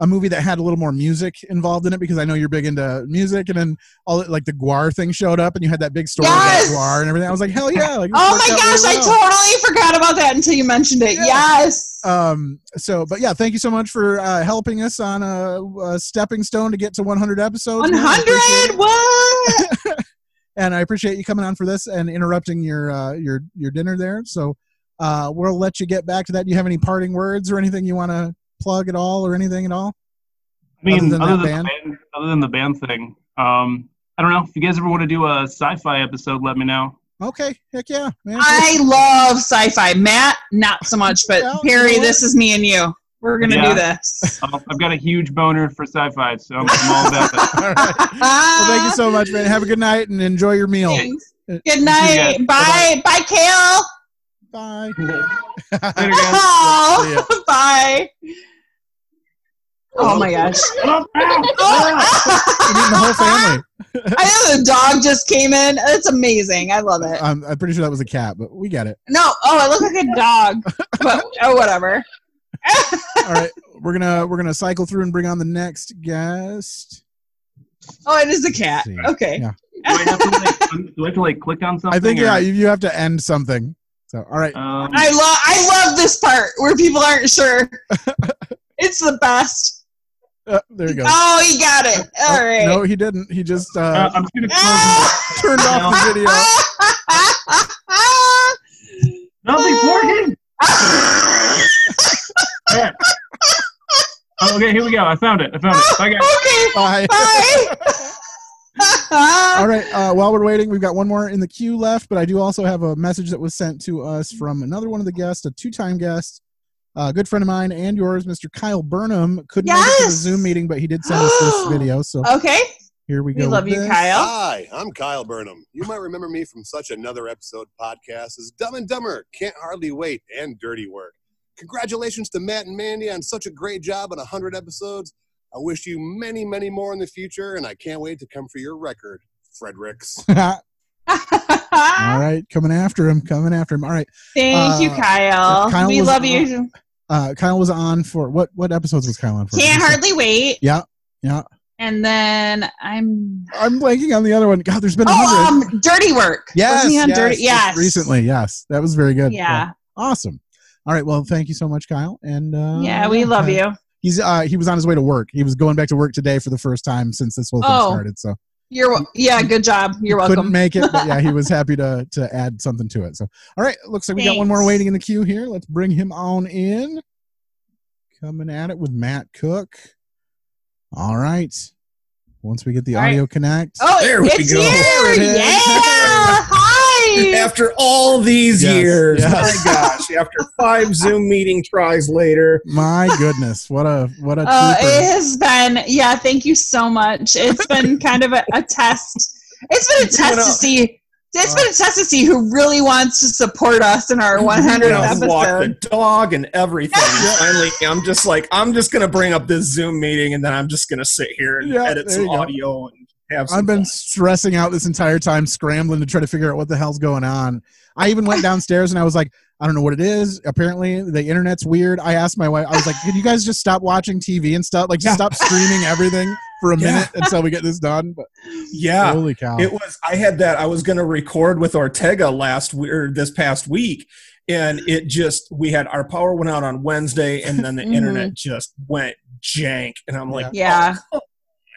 S1: a movie that had a little more music involved in it because I know you're big into music, and then all like the Guar thing showed up, and you had that big story
S2: Yes!
S1: about Guar and everything. I was like, hell yeah! Like, this
S2: Oh
S1: worked
S2: my
S1: out
S2: gosh,
S1: really
S2: I
S1: well.
S2: totally forgot about that until you mentioned it. Yes.
S1: Um, so, but yeah, thank you so much for uh, helping us on a, a stepping stone to get to 100 episodes. man. I
S2: 100?
S1: appreciate it.
S2: What?
S1: [laughs] and I appreciate you coming on for this and interrupting your uh, your your dinner there. So, uh, we'll let you get back to that. Do you have any parting words or anything you want to plug at all or anything at all?
S20: I mean,
S1: Other than
S20: other
S1: that
S20: than, the band, other than the band thing, um, I don't know. If you guys ever want to do a sci-fi episode, let me know.
S1: Okay, heck yeah, man.
S2: I love sci fi. Matt, not so much, but Perry,
S20: what?
S2: this is me and you. We're going to
S20: Yeah.
S2: do this.
S20: [laughs] I'll- I've got a huge boner for sci-fi, so I'm, I'm all about that.
S1: well, thank you so much, man. Have a good night and enjoy your meal.
S2: Good night. Bye. Bye, Kale.
S1: Bye.
S2: [laughs] Oh, [laughs] bye. Oh my gosh.
S1: the whole family.
S2: I know the dog just came in. It's amazing. I love it.
S1: I'm, I'm pretty sure that was a cat, but we got it.
S2: No, oh, it looked like a
S1: [laughs]
S2: dog. But oh, whatever.
S1: All right, we're gonna we're gonna cycle through and bring on the next guest.
S2: Oh, it is a cat.
S1: See.
S2: Okay.
S1: Yeah.
S20: Do I have to like, do I have to,
S2: [laughs]
S20: like click on something?
S1: I think
S20: or-
S1: yeah, you, you have to end something. So all right,
S20: Um,
S2: I love I love this part where people aren't
S1: [laughs]
S2: sure. it's the best.
S1: uh, there you go.
S2: Oh, he got it. All right.
S1: No, he didn't. He just uh,
S20: Uh, I'm
S1: gonna
S2: Ah!
S1: turned off the video. Oh,
S20: Nothing's
S2: [laughs]
S20: working. Yeah. Oh, okay, here we go. I found it. I found it. Bye, guys.
S1: Bye. [laughs] All right. Uh, while we're waiting, we've got one more in the queue left, but I do also have a message that was sent to us from another one of the guests, a two-time guest, a good friend of mine and yours, Mr. Kyle Burnham. Couldn't make it to the
S2: Yes!
S1: Zoom meeting, but he did send us
S2: [gasps]
S1: this video. So
S2: Okay.
S1: here we go. with this.
S21: Hi, I'm Kyle Burnham. You might remember me from such another episode podcast as Dumb and Dumber, Can't Hardly Wait, and Dirty Work. Congratulations to Matt and Mandy on such a great job on 100 episodes. I wish you many, many more in the future, and I can't wait to come for your record, Fredericks.
S2: [laughs]
S1: All right, coming after him, coming after him. All right.
S2: Thank you,
S1: Uh,
S2: Kyle.
S1: Kyle
S2: we
S1: was
S2: love
S1: on-
S2: you.
S1: Uh, Kyle was on for what? What episodes was Kyle on for?
S2: Can't hardly wait.
S1: Yeah, yeah.
S2: And then I'm
S1: I'm blanking on the other one. God, there's been a
S2: Oh,
S1: hundred.
S2: um, Dirty Work.
S1: Yes,
S2: Wasn't he on
S1: yes,
S2: Dirty?
S1: just
S2: Yes.
S1: Recently, yes. That was very good.
S2: Yeah.
S1: Awesome. All right. Well, thank you so much, Kyle. And uh,
S2: Yeah, we love
S1: Kyle-
S2: you.
S1: He's uh, he was on his way to work. He was going back to work today for the first time since this whole thing
S2: Oh,
S1: started. So
S2: You're wel- yeah. Good job. You're welcome.
S1: couldn't make it,
S2: [laughs]
S1: but yeah, he was happy to to add something to it. So all right, looks like we got one more
S2: Thanks.
S1: waiting in the queue here. Let's bring him on in. Coming at it with Matt Cook. All right. Once we get the
S2: All right.
S1: audio connect.
S2: Oh, it's here.
S1: There it is.
S2: Yeah. Hi. Please.
S22: [laughs] After all these
S1: Yes,
S22: years,
S1: yes.
S22: my gosh! After five Zoom meeting tries later,
S1: My goodness, what a what a
S2: Uh,
S1: trooper.
S2: it has been, yeah, thank you so much.
S1: [laughs]
S2: It's been kind of a, a test. It's been a test to see. It's
S1: Uh,
S2: been a test to see who really wants to support us in our 100th
S22: You know, walk
S2: episode.
S22: the dog and
S1: [laughs]
S22: everything. Finally, I'm just like, I'm just gonna bring up this Zoom meeting, and then I'm just gonna sit here and
S1: Yeah,
S22: edit
S1: there
S22: some
S1: you go.
S22: audio and have some.
S1: I've been stressing out this entire time, scrambling to try to figure out what the hell's going on. I even
S22: [laughs]
S1: went downstairs and I was like, I don't know what it is. Apparently, the internet's weird. I asked my wife, I was like, Can you guys just stop watching TV and stuff? Like, stop streaming everything for a
S22: [laughs] Yeah.
S1: minute until we get this done. But
S22: Yeah,
S1: holy cow!
S22: It was. I had that. I was going to record with Ortega last we- or this past week, and it just we had our power went out on Wednesday, and
S1: [laughs]
S22: then the
S2: Mhm.
S1: Mm-hmm.
S22: internet just went jank, and I'm like,
S2: Yeah.
S22: "Oh,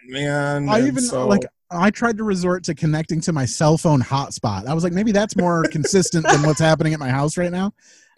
S22: man.
S1: I
S22: And
S1: even
S22: so-
S1: like I tried to resort to connecting to my cell phone hotspot. I was like, maybe that's
S22: [laughs]
S1: more consistent than what's happening at my house right now.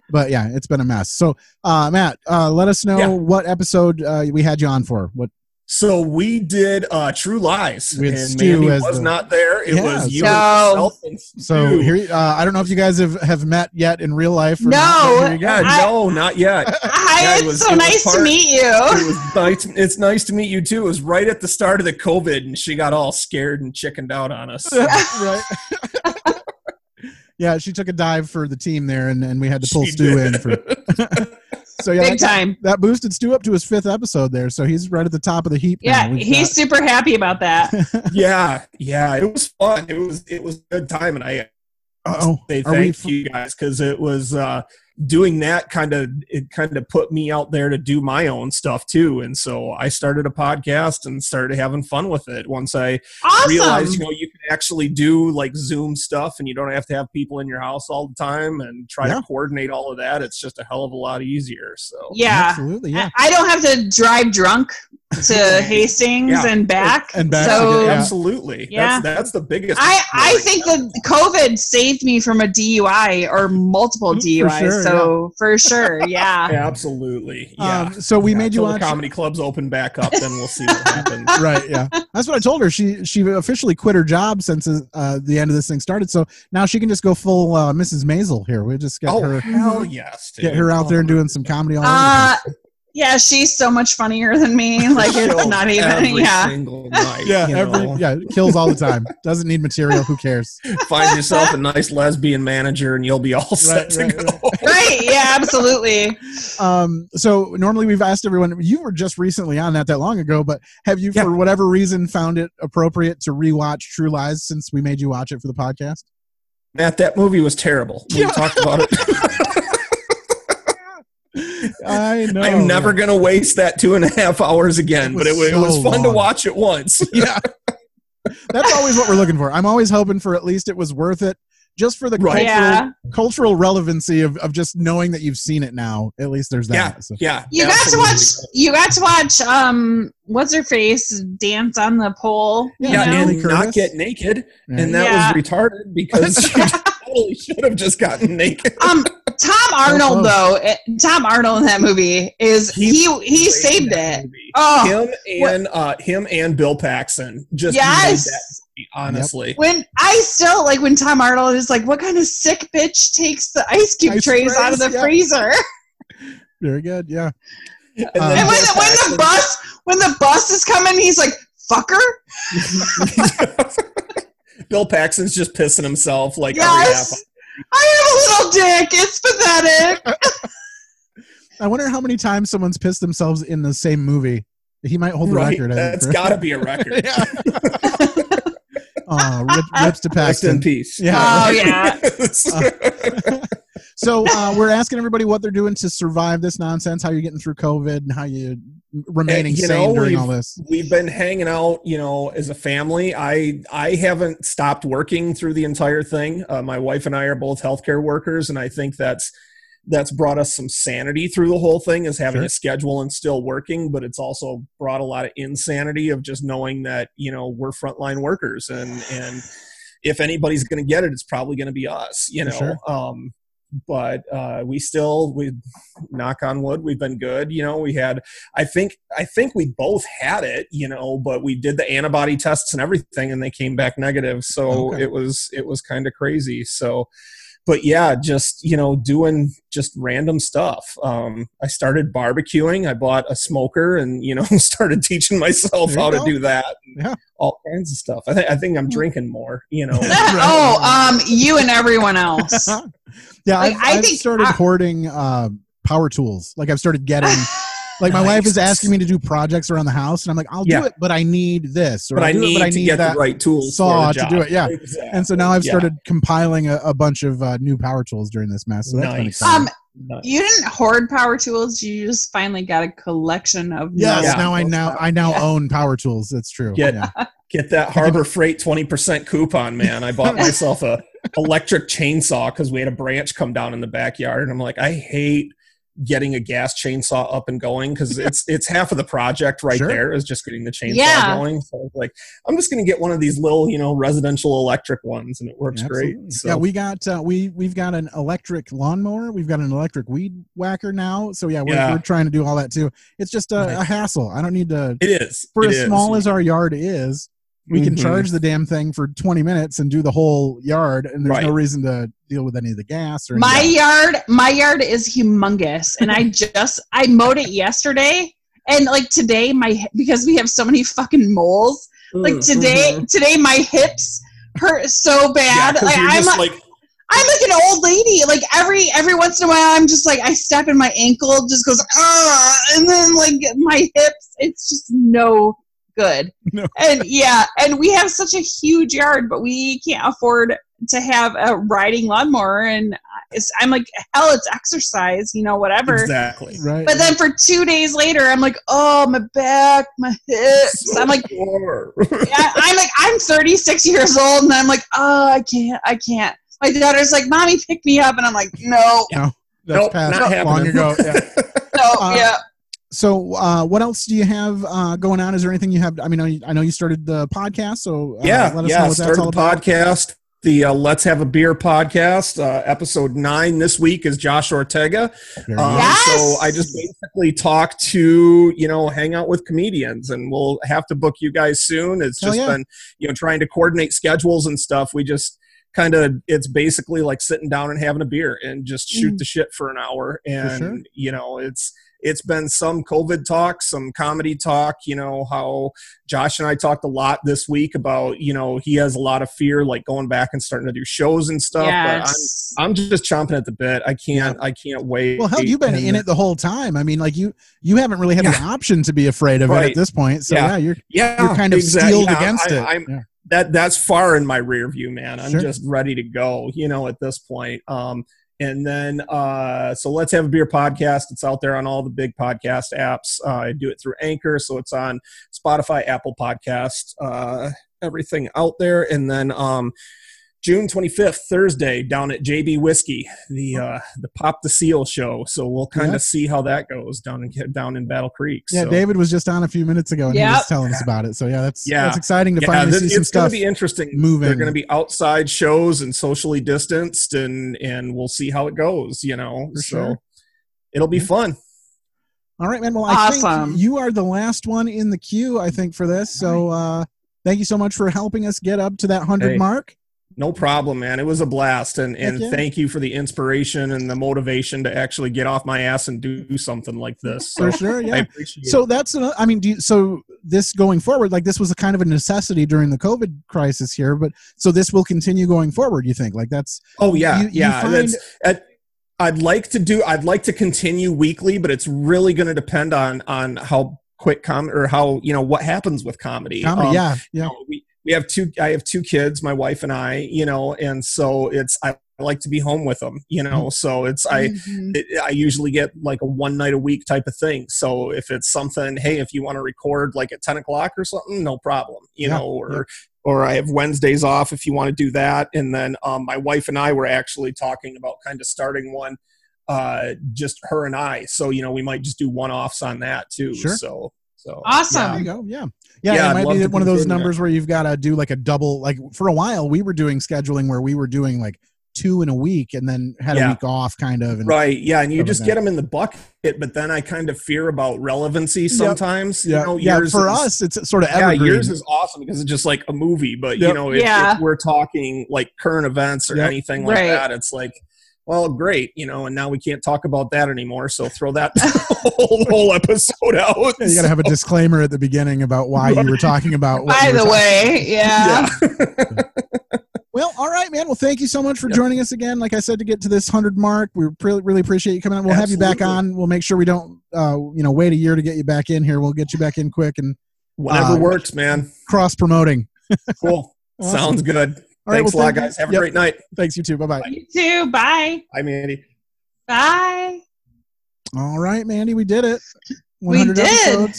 S1: But yeah, it's been a mess. So, uh, Matt, uh, let us know
S22: Yeah.
S1: what episode uh, we had you on for. What
S22: So we did uh True Lies,
S1: We had
S22: and
S1: Stu
S22: Mandy
S1: as
S22: was
S1: the-
S22: not there. It
S1: Yeah,
S22: was you,
S1: so-
S22: myself, and
S1: So
S22: Stu.
S1: here, uh, I don't know if you guys have, have met yet in real life. or not,
S2: No,
S1: but here you go.
S22: Yeah, no, not yet.
S2: Hi,
S22: Yeah, it
S2: it's
S22: was-
S2: so
S22: it was
S2: nice to
S22: part-
S2: meet you.
S22: It was nice, it's nice to meet you too. It was right at the start of the COVID, and she got all scared and chickened out
S2: [laughs]
S22: on us.
S1: right. yeah, she took a dive for the team there, and, and we had to pull
S22: She
S1: Stu
S22: did.
S1: in
S22: [laughs]
S1: for. [laughs] so yeah,
S2: Big
S1: that-
S2: time.
S1: That boosted Stu up to his fifth episode there, so he's right at the top of the heap. now.
S2: Yeah,
S1: We've
S2: he's super happy about that.
S22: yeah, yeah, it was fun. It was it was a good time, and I
S1: Uh-oh.
S22: say
S1: Are we
S22: thank you guys because it was uh, doing that kind of it kind of put me out there to do my own stuff too, and so I started a podcast and started having fun with it. Once I
S2: Awesome.
S22: realized, you know, you can actually do like Zoom stuff, and you don't have to have people in your house all the time and try
S1: Yeah.
S22: to coordinate all of that. It's just a hell of a lot easier. So
S2: Yeah.
S1: Absolutely, yeah.
S2: I don't have to drive drunk
S1: [laughs]
S2: to Hastings
S22: Yeah.
S2: and back.
S1: And back
S2: So
S1: again, yeah.
S22: absolutely,
S2: Yeah.
S22: that's that's the biggest.
S2: I, I think that COVID saved me from a DUI or multiple
S1: Mm,
S2: DUIs.
S22: sure,
S2: so for
S1: [laughs]
S2: sure, yeah.
S22: Absolutely. Yeah.
S1: Um, so we
S22: Yeah,
S1: made you
S22: till the
S1: watch-
S22: comedy clubs open back up, then we'll see what happens.
S1: got- [laughs] right. Yeah, that's what I told her. She she officially quit her job since uh, the end of this thing started. So now she can just go full uh, Mrs. Maisel here. We just get
S22: Oh
S1: her
S22: hell yes, dude.
S1: get her out there and doing some comedy all over.
S2: Uh, yeah, she's so much funnier than
S1: [laughs]
S2: me. [laughs] Like it's
S22: Show
S2: not even.
S22: every
S2: Yeah,
S22: Single night,
S1: yeah,
S22: you
S1: every,
S22: know.
S1: yeah, it kills all the time. Doesn't need material. Who
S22: [laughs]
S1: cares?
S22: Find yourself a nice lesbian manager, and you'll be all set to go.
S2: right. Yeah, absolutely.
S1: Um, so normally we've asked everyone. You were just recently on not that long ago, but have you, for whatever reason, found it appropriate to rewatch True Lies since we made you watch it for the podcast?
S22: Matt, that movie was terrible. We talked about it.
S1: [laughs] I know.
S22: I'm never gonna waste that two and a half hours again.
S1: was
S22: but it, wa-
S1: so
S22: it was fun to
S1: long.
S22: watch it once.
S1: [laughs] Yeah. That's always what we're looking for. I'm always hoping for at least it was worth it, just for the
S22: Right.
S1: cultural,
S2: Yeah.
S1: cultural relevancy of, of just knowing that you've seen it now. At least there's that.
S22: Yeah,
S1: So-
S22: yeah.
S2: You got to watch. You got to watch. Um, what's her face dance on the pole? you
S22: yeah,
S2: know?
S22: and not get naked, and that
S2: Yeah.
S22: was
S1: [laughs]
S22: retarded because she totally Oh, should have just gotten naked.
S2: [laughs] um Tom Arnold though, eh, Tom Arnold in that movie is he he, saved it. Oh,
S22: him and uh, him and Bill Paxton just
S2: Yes.
S22: made that movie, honestly.
S2: when I still like when Tom Arnold is like, "What kind of sick bitch takes the ice cube
S1: Ice
S2: trays out of the
S1: trays, yeah.
S2: freezer?"
S1: Very good. Yeah.
S22: then
S1: Um,
S2: and when the, when the bus when the bus is coming, he's like, "Fucker."
S22: Bill Paxton's just pissing himself like every half.
S2: Yes, I am a little dick. It's pathetic.
S1: I wonder how many times someone's pissed themselves in the same movie. He might hold the
S22: Right,
S1: record. I think,
S22: that's
S1: for-
S22: got to
S1: [laughs]
S22: be a record.
S1: Aw, Uh, rip, rips to
S22: Rest
S1: Paxton.
S22: in peace.
S1: Yeah.
S2: Oh,
S1: right.
S2: yeah.
S1: [laughs]
S22: [laughs]
S1: Uh, so uh, we're asking everybody what they're doing to survive this nonsense. How you're getting through COVID and how you remaining
S22: Uh, you
S1: sane
S22: know,
S1: during
S22: we've-
S1: all this.
S22: We've been hanging out, you know, as a family. I I haven't stopped working through the entire thing. Uh, my wife and I are both healthcare workers, and I think that's that's brought us some sanity through the whole thing is having
S1: Sure.
S22: a schedule and still working but it's also brought a lot of insanity of just knowing that you know we're frontline workers and and if anybody's going to get it it's probably going to be us you
S1: For
S22: know
S1: sure.
S22: um but uh, we still we knock on wood we've been good you know we had i think i think we both had it you know but we did the antibody tests and everything and they came back negative so
S5: Okay.
S22: it was it was kind of crazy so but yeah just you know doing just random stuff um, i started barbecuing i bought a smoker and you know [laughs] started teaching myself
S2: There you
S22: how to
S2: go. Hmm.
S22: do that
S1: yeah
S22: all kinds of stuff i, th- I think i'm drinking more you know
S2: [laughs] oh, um, you and everyone
S1: [laughs]
S2: else.
S1: Yeah,
S2: Like,
S1: I've,
S2: I
S1: I've
S2: think
S1: started
S2: I-
S1: hoarding uh, power tools. Like I've started getting, like my wife is asking me to do projects around the house, and I'm like, I'll
S22: Yeah.
S1: do it, but I need this, or
S22: But
S1: I'll
S22: I
S1: do it,
S22: need
S1: but I
S22: to
S1: need
S22: get the
S1: that
S22: right tools for
S1: saw
S22: the
S1: to
S22: job.
S1: do it. Yeah, and so now I've
S22: yeah.
S1: started compiling a, a bunch of uh, new power tools during this mess. So that's been
S22: Nice.
S1: exciting.
S2: Um, you didn't hoard power tools. You just finally got a collection of.
S1: yes,
S2: no-
S1: now I now I now own power tools. That's true.
S22: Get-
S1: yeah.
S22: get that harbor freight 20% coupon man i bought myself a electric chainsaw because we had a branch come down in the backyard and i'm like i hate getting a gas chainsaw up and going because it's it's half of the project right
S5: Sure.
S22: there is just getting the chainsaw
S5: Yeah.
S22: going so I was like i'm just gonna get one of these little you know residential electric ones and it works great
S1: Absolutely.
S22: so
S1: Yeah, we got uh, we we've got an electric lawnmower. We've got an electric weed whacker now. So yeah, we're,
S22: Yeah.
S1: we're trying to do all that too. It's just a, a hassle. I don't need to.
S22: It is.
S1: for
S22: It
S1: as
S22: is.
S1: small as our yard is. We can
S22: Mhm.
S1: charge the damn thing for 20 minutes and do the whole yard, and there's no
S22: Right.
S1: reason to deal with any of the gas or any-
S2: My yard, my yard is humongous,
S22: [laughs]
S2: and I just I mowed it yesterday, and like today my because we have so many fucking moles. Like
S22: Mm,
S2: today,
S22: mhm.
S2: today my hips hurt so bad.
S22: 'cause
S2: like,
S22: you're
S2: I'm
S22: just,
S2: like.
S22: like-
S2: I'm like an old lady. Like every every once in a while, I'm just like I step and my ankle just goes ah, and then like my hips. It's just no good. And yeah, and we have such a huge yard, but we can't afford to have a riding lawnmower. And it's, I'm like, hell, it's exercise, you know, whatever.
S22: exactly
S1: right
S2: But then for two days later, I'm like, oh, my back, my hips. I'm like,
S1: [laughs]
S2: yeah, I'm like, I'm 36 years old, and I'm like, oh, I can't, I can't. My daughter's like, mommy, pick me up, and I'm like, no,
S1: No, Uh-uh. that's
S2: Nope,
S1: passed
S2: not
S1: long
S2: happening.
S1: ago.
S22: [laughs]
S1: Yeah.
S2: no, yeah.
S1: So, uh, what else do you have uh, going on? Is there anything you have? I mean, I, I know you started the podcast, so uh,
S22: yeah,
S1: let us
S22: yeah.
S1: know what
S22: start
S1: that's all
S22: the
S1: about.
S22: podcast. The uh, Let's Have a Beer podcast, uh, episode nine this week is Josh Ortega.
S1: Very
S22: Um,
S2: nice.
S22: So I just basically talk to you know, hang out with comedians, and we'll have to book you guys soon. It's
S1: Hell
S22: just
S1: yeah.
S22: been you know trying to coordinate schedules and stuff. We just kind of it's basically like sitting down and having a beer and just shoot
S5: Mm.
S22: the shit for an hour, and
S5: sure.
S22: you know it's it's been some COVID talk, some comedy talk. You know how Josh and I talked a lot this week about you know he has a lot of fear like going back and starting to do shows and stuff.
S1: Yes.
S22: But I'm I'm just chomping at the bit. I can't I can't wait.
S1: Well, hell, you've been in it the whole time. I mean, like you you haven't really had the option to be afraid of it at
S22: Right.
S1: this point. So yeah,
S22: Yeah.
S1: you're
S22: Yeah,
S1: you're kind of
S22: exact-
S1: sealed
S22: yeah,
S1: against
S22: I-
S1: it.
S22: I'm-
S1: Yeah.
S22: that that's far in my rear view, man. I'm
S1: Sure.
S22: just ready to go, you know, at this point. Um, and then uh, so let's have a beer podcast. It's out there on all the big podcast apps. Uh, I do it through Anchor, so it's on Spotify, Apple Podcast, uh, everything out there. And then um, June 25th, Thursday, down at JB Whiskey, the
S1: Oh.
S22: uh, the Pop the Seal show. So we'll kind of
S1: Yeah.
S22: see how that goes down in down in Battle Creek.
S1: Yeah,
S22: so.
S1: David was just on a few minutes ago and he was
S22: Yep.
S1: telling us about it. So yeah, that's
S22: Yeah,
S1: that's exciting to
S22: Yeah,
S1: finally
S22: this-
S1: see some
S22: it's gonna
S1: stuff.
S22: be interesting.
S1: moving.
S22: They're going to be outside shows and socially distanced, and and we'll see how it goes. You know,
S1: For
S22: so
S1: sure.
S22: it'll be fun.
S1: All right, man. Well, I
S2: Awesome.
S1: think you are the last one in the queue, I think, for this. So uh, thank you so much for helping us get up to that hundred
S22: Hey.
S1: mark.
S22: No problem, man. It was a blast, and and
S1: yeah.
S22: thank you for the inspiration and the motivation to actually get off my ass and do something like this.
S1: For
S22: So
S1: sure,
S22: I
S1: yeah.
S22: appreciate
S1: So
S22: it.
S1: that's ano- I mean, do you, so this going forward, like this was a kind of a necessity during the COVID crisis here, but so this will continue going forward. You think like that's
S22: Oh yeah,
S1: you- you
S22: yeah.
S1: find-
S22: that's, at, I'd like to do. I'd like to continue weekly, but it's really going to depend on on how quick com or how you know what happens with
S1: [laughs]
S22: comedy.
S1: comedy,
S22: Um,
S1: yeah, yeah.
S22: we have two i have two kids my wife and i you know and so it's i like to be home with them you
S1: Mm-hmm.
S22: know so it's i it, i usually get like a one night a week type of thing so if it's something hey if you want to record like at 10 o'clock or something no problem you
S5: Yeah,
S22: know or or i have wednesdays off if you want to do that and then um, my wife and i were actually talking about kind of starting one uh just her and i so you know we might just do one offs on that too
S1: Sure.
S22: so so
S2: Awesome.
S1: There you go. Yeah. Yeah,
S22: Yeah,
S1: it
S22: I'd
S1: might
S22: love
S1: be
S22: to
S1: one of those
S22: continue that.
S1: numbers where you've got to do like a double. Like for a while, we were doing scheduling where we were doing like two in a week and then had
S22: Yeah.
S1: a week off, kind of. And
S22: right yeah and you
S1: stuff
S22: just
S1: like
S22: get
S1: that.
S22: them in the bucket but then i kind of fear about relevancy sometimes you
S1: Yeah.
S22: know
S1: Yeah,
S22: yours
S1: for
S22: is-
S1: us, it's sort of
S22: yeah yours
S1: evergreen.
S22: is awesome because it's just like a movie but you
S1: Yep.
S22: know if,
S1: Yeah.
S22: if we're talking like current events or
S1: Yep.
S22: anything like
S1: Right.
S22: that it's like well great you know and now we can't talk about that anymore so
S1: [laughs]
S22: throw that whole, whole episode out
S1: Yeah, you got to have a disclaimer at the beginning about why you were talking about. what
S2: By
S1: you were
S2: the
S1: talking
S2: way, yeah.
S1: [laughs] Well, all right, man. Well, thank you so much for joining us again. Like I said, to get to this hundred mark, we really, really appreciate you coming on. We'll have you back
S22: Absolutely.
S1: on. We'll make sure we don't, uh, you know, wait a year to get you back in here. We'll get you back in quick and
S22: [laughs] whatever
S1: uh,
S22: works man
S1: Cross promoting.
S22: cool
S1: Awesome.
S22: sounds good
S1: All right,
S22: thanks
S1: well,
S22: a lot
S1: thank you.
S22: guys have
S1: Yep.
S22: a great night
S1: thanks you too bye-bye
S2: You too. Bye.
S22: bye mandy
S2: Bye.
S1: All right, Mandy, we did it.
S2: We did.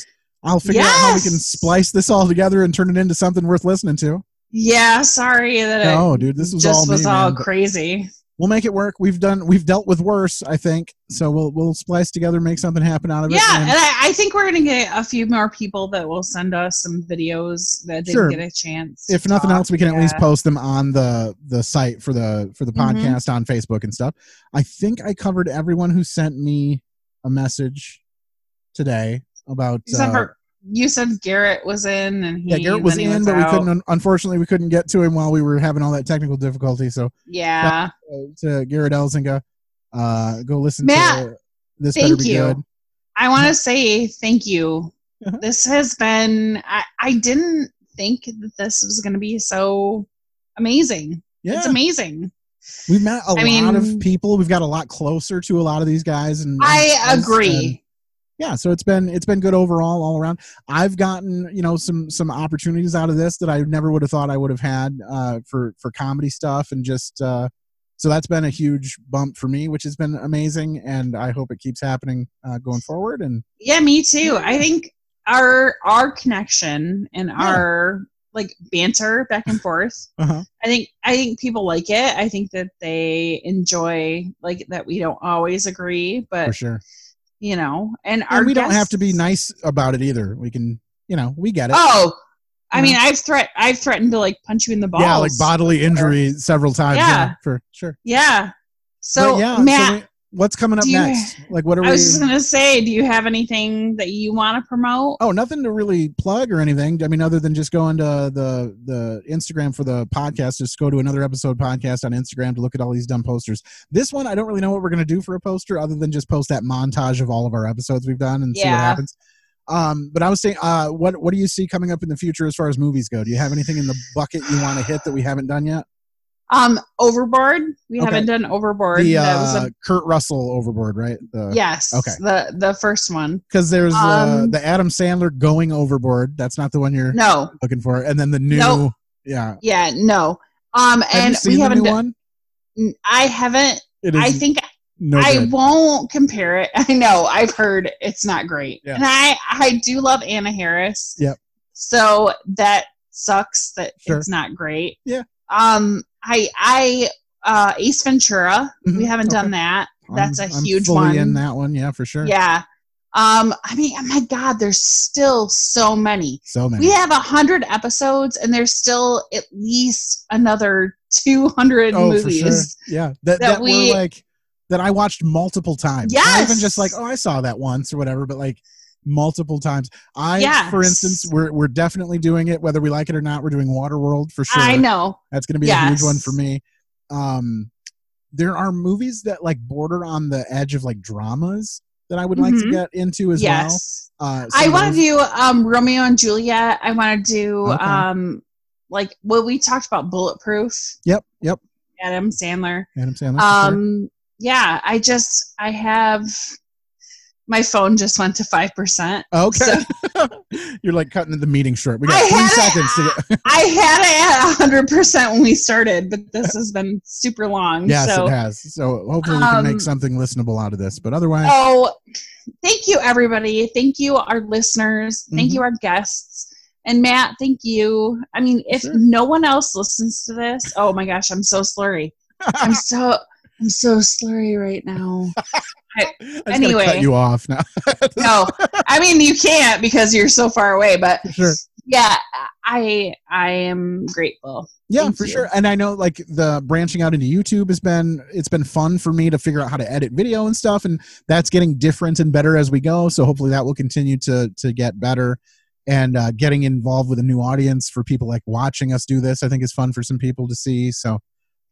S1: I'll figure out how we can
S2: Yes.
S1: splice this all together and turn it into something worth listening to.
S2: Yeah. Sorry that
S1: No,
S2: I
S1: dude, this was
S2: just
S1: all me,
S2: was all
S1: man, but-
S2: crazy.
S1: We'll make it work. We've done. We've dealt with worse, I think. So we'll we'll splice together, make something happen out of
S2: Yeah,
S1: it.
S2: and I, I think we're gonna get a few more people that will send us some videos that didn't
S1: Sure.
S2: get a chance.
S1: if nothing else we can at least
S2: yeah.
S1: post them on the the site for the for the
S2: Mhm.
S1: podcast on facebook and stuff i think i covered everyone who sent me a message today about
S2: You said,
S1: uh,
S2: for, you said Garrett was in, and he
S1: yeah garrett was
S2: then he
S1: in but we
S2: out.
S1: couldn't un- unfortunately we couldn't get to him while we were having all that technical difficulty so
S2: Yeah.
S1: shout out to garrett elzinga uh go listen
S2: Matt,
S1: to this better
S2: Thank
S1: be
S2: you.
S1: good
S2: I want to say thank you.
S1: Uh-huh.
S2: This has been. I, I didn't think that this was gonna be so amazing.
S1: Yeah.
S2: It's amazing.
S1: we've met a
S2: I
S1: lot of
S2: mean-
S1: people we've got a lot closer to a lot of these guys and
S2: I
S1: and-
S2: agree.
S1: yeah so it's been it's been good overall all around i've gotten you know some some opportunities out of this that i never would have thought i would have had uh, for for comedy stuff and just uh, so that's been a huge bump for me which has been amazing and i hope it keeps happening uh, going forward and
S2: Yeah, me too. I think our our connection and our like banter back and forth.
S1: uh-huh.
S2: I think I think people like it. I think that they enjoy like that we don't always agree, but
S1: for sure
S2: you know, and our
S1: and we don't have
S2: guests-
S1: to be nice about it either we can you know we get it
S2: Oh, I
S1: Yeah.
S2: mean, I've threat I've threatened to like punch you in the balls.
S1: yeah like bodily injury several times yeah,
S2: Yeah.
S1: for sure
S2: Yeah. So
S1: But yeah, so
S2: Matt,
S1: we- what's coming up
S2: do you-
S1: next like what are
S2: I
S1: we
S2: was just gonna say, do you have anything that you want to promote?
S1: Oh, nothing to really plug or anything. I mean, other than just going to the the Instagram for the podcast. Just go to another episode podcast on Instagram to look at all these dumb posters. This one, I don't really know what we're gonna do for a poster, other than just post that montage of all of our episodes we've done and see what
S2: Yeah.
S1: happens. Um, but I was saying, uh, what what do you see coming up in the future as far as movies go? Do you have anything in the bucket you want to hit that we haven't done yet?
S2: Um, Overboard. We
S1: Okay.
S2: haven't done Overboard.
S1: The
S2: that was
S1: uh,
S2: a
S1: Kurt Russell overboard, right? The,
S2: Yes.
S1: Okay.
S2: The the first one.
S1: Because there's uh,
S2: Um,
S1: the Adam Sandler going overboard. That's not the one you're
S2: No.
S1: looking for. And then the new,
S2: Nope.
S1: yeah.
S2: Yeah. No. Um.
S1: you
S2: and
S1: seen
S2: we
S1: the
S2: haven't
S1: new
S2: done. I haven't.
S1: It
S2: I
S1: is
S2: think
S1: no
S2: I
S1: good.
S2: won't compare it. [laughs] I know. I've heard it's not great.
S1: Yeah.
S2: And I I do love Anna Harris.
S1: Yep.
S2: So that sucks that
S1: Sure.
S2: it's not great.
S1: Yeah.
S2: Um. I I uh Ace Ventura. We haven't done that. That's
S1: Mm-hmm. I'm-
S2: a
S1: I'm
S2: huge
S1: fully
S2: one.
S1: in that one, yeah, for sure.
S2: Yeah. Um, I mean, oh my God, there's still so many.
S1: So many.
S2: We have a hundred episodes, and there's still at least another two hundred
S1: oh, for sure.
S2: movies.
S1: Yeah, that that,
S2: that
S1: we
S2: we-
S1: were like that I watched multiple times. Not even just like oh, I saw that once or whatever, but like multiple times. I, for
S2: Yes.
S1: instance, we're we're definitely doing it, whether we like it or not. We're doing Waterworld for sure.
S2: I know.
S1: that's going to be a huge
S2: Yes.
S1: one for me. Um, there are movies that like border on the edge of like dramas that I would like to
S2: Mhm.
S1: get into as
S2: Yes.
S1: well. Uh,
S2: I
S1: some
S2: want
S1: of
S2: to
S1: those-
S2: do um, Romeo and Juliet. I want to do
S1: Okay.
S2: um, like what we talked about, Bulletproof,
S1: Yep, yep.
S2: Adam Sandler.
S1: Adam Sandler. for sure.
S2: Um, yeah, I just I have my phone just went to five percent.
S1: Okay. [laughs] You're like cutting the meeting short. We got
S2: I
S1: three
S2: had
S1: seconds to get.
S2: I had it at 100% when we started, but this has been super long.
S1: Yes,
S2: Um, so.
S1: it has. So hopefully we can make
S2: Um,
S1: something listenable out of this. But otherwise,
S2: Oh, thank you, everybody. Thank you, our listeners. Thank
S1: Mm-hmm.
S2: you, our guests. And Matt, thank you. I mean, if no one else listens to this, oh my gosh, I'm so slurry.
S1: [laughs]
S2: I'm so I'm so slurry right now. I,
S1: I just gotta
S2: anyway,
S1: cut you off now. [laughs]
S2: no, I mean you can't because you're so far away. But
S1: sure.
S2: yeah, I I am grateful.
S1: Yeah,
S2: Thank
S1: for
S2: you.
S1: sure. And I know like the branching out into YouTube has been it's been fun for me to figure out how to edit video and stuff and that's getting different and better as we go. So hopefully that will continue to to get better and uh, getting involved with a new audience for people like watching us do this I think is fun for some people to see. So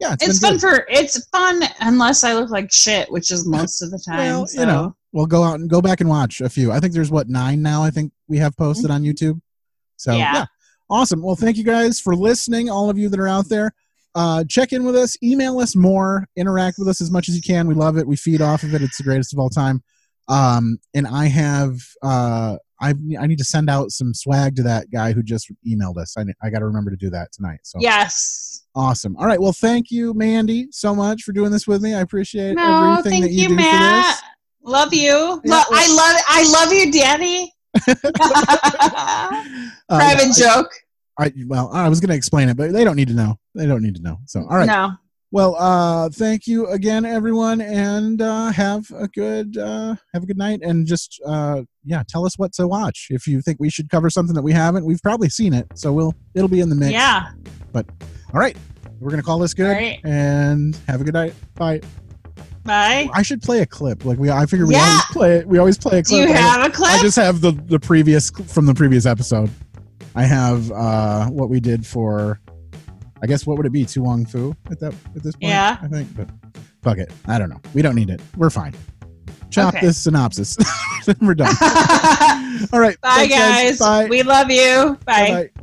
S1: yeah,
S2: It's,
S1: it's, been
S2: fun
S1: good.
S2: for it's fun unless I look like shit, which is most of the time.
S1: [laughs] well,
S2: so.
S1: you know, we'll go out and go back and watch a few. I think there's what 9 now I think we have posted on YouTube. So
S2: Mm-hmm. Yeah.
S1: yeah. Awesome. Well, thank you guys for listening, all of you that are out there. Uh, check in with us, email us more, interact with us as much as you can. We love it. We feed off of it. It's the greatest of all time. Um, and I have uh, I I need to send out some swag to that guy who just emailed us. I I got to remember to do that tonight. So
S2: Yes.
S1: awesome. All right. Well, thank you, Mandy, so much for doing this with me. I appreciate
S2: No,
S1: everything
S2: thank
S1: that you,
S2: you,
S1: do for
S2: Matt.
S1: this.
S2: Love you. Lo- I love I love you, Daddy.
S1: Uh,
S2: Private
S1: yeah, I-
S2: joke.
S1: I, well, I was going to explain it, but they don't need to know. They don't need to know. So, all right.
S2: No.
S1: Well, uh, thank you again, everyone, and uh, have a good uh, have a good night. And just uh, yeah, tell us what to watch if you think we should cover something that we haven't. We've probably seen it, so we'll it'll be in the mix.
S2: Yeah.
S1: But all right, we're gonna call this good
S2: right.
S1: and have a good night. Bye.
S2: Bye.
S1: I should play a clip. Like we, I figure we
S2: Yeah.
S1: always play it. We always play a
S2: Do
S1: clip.
S2: you
S1: I
S2: have
S1: don't-
S2: a clip?
S1: I just have the the previous from the previous episode. I have uh what we did for. I guess what would it be? Tu Wong Fu at that at this point.
S2: Yeah.
S1: I think. But fuck it. I don't know. We don't need it. We're fine. Chop
S2: Okay.
S1: this synopsis. [laughs] We're done. [laughs] All
S2: [laughs]
S1: right.
S2: Bye
S1: Thanks, guys.
S2: guys. We love you. Bye.
S1: Bye-bye.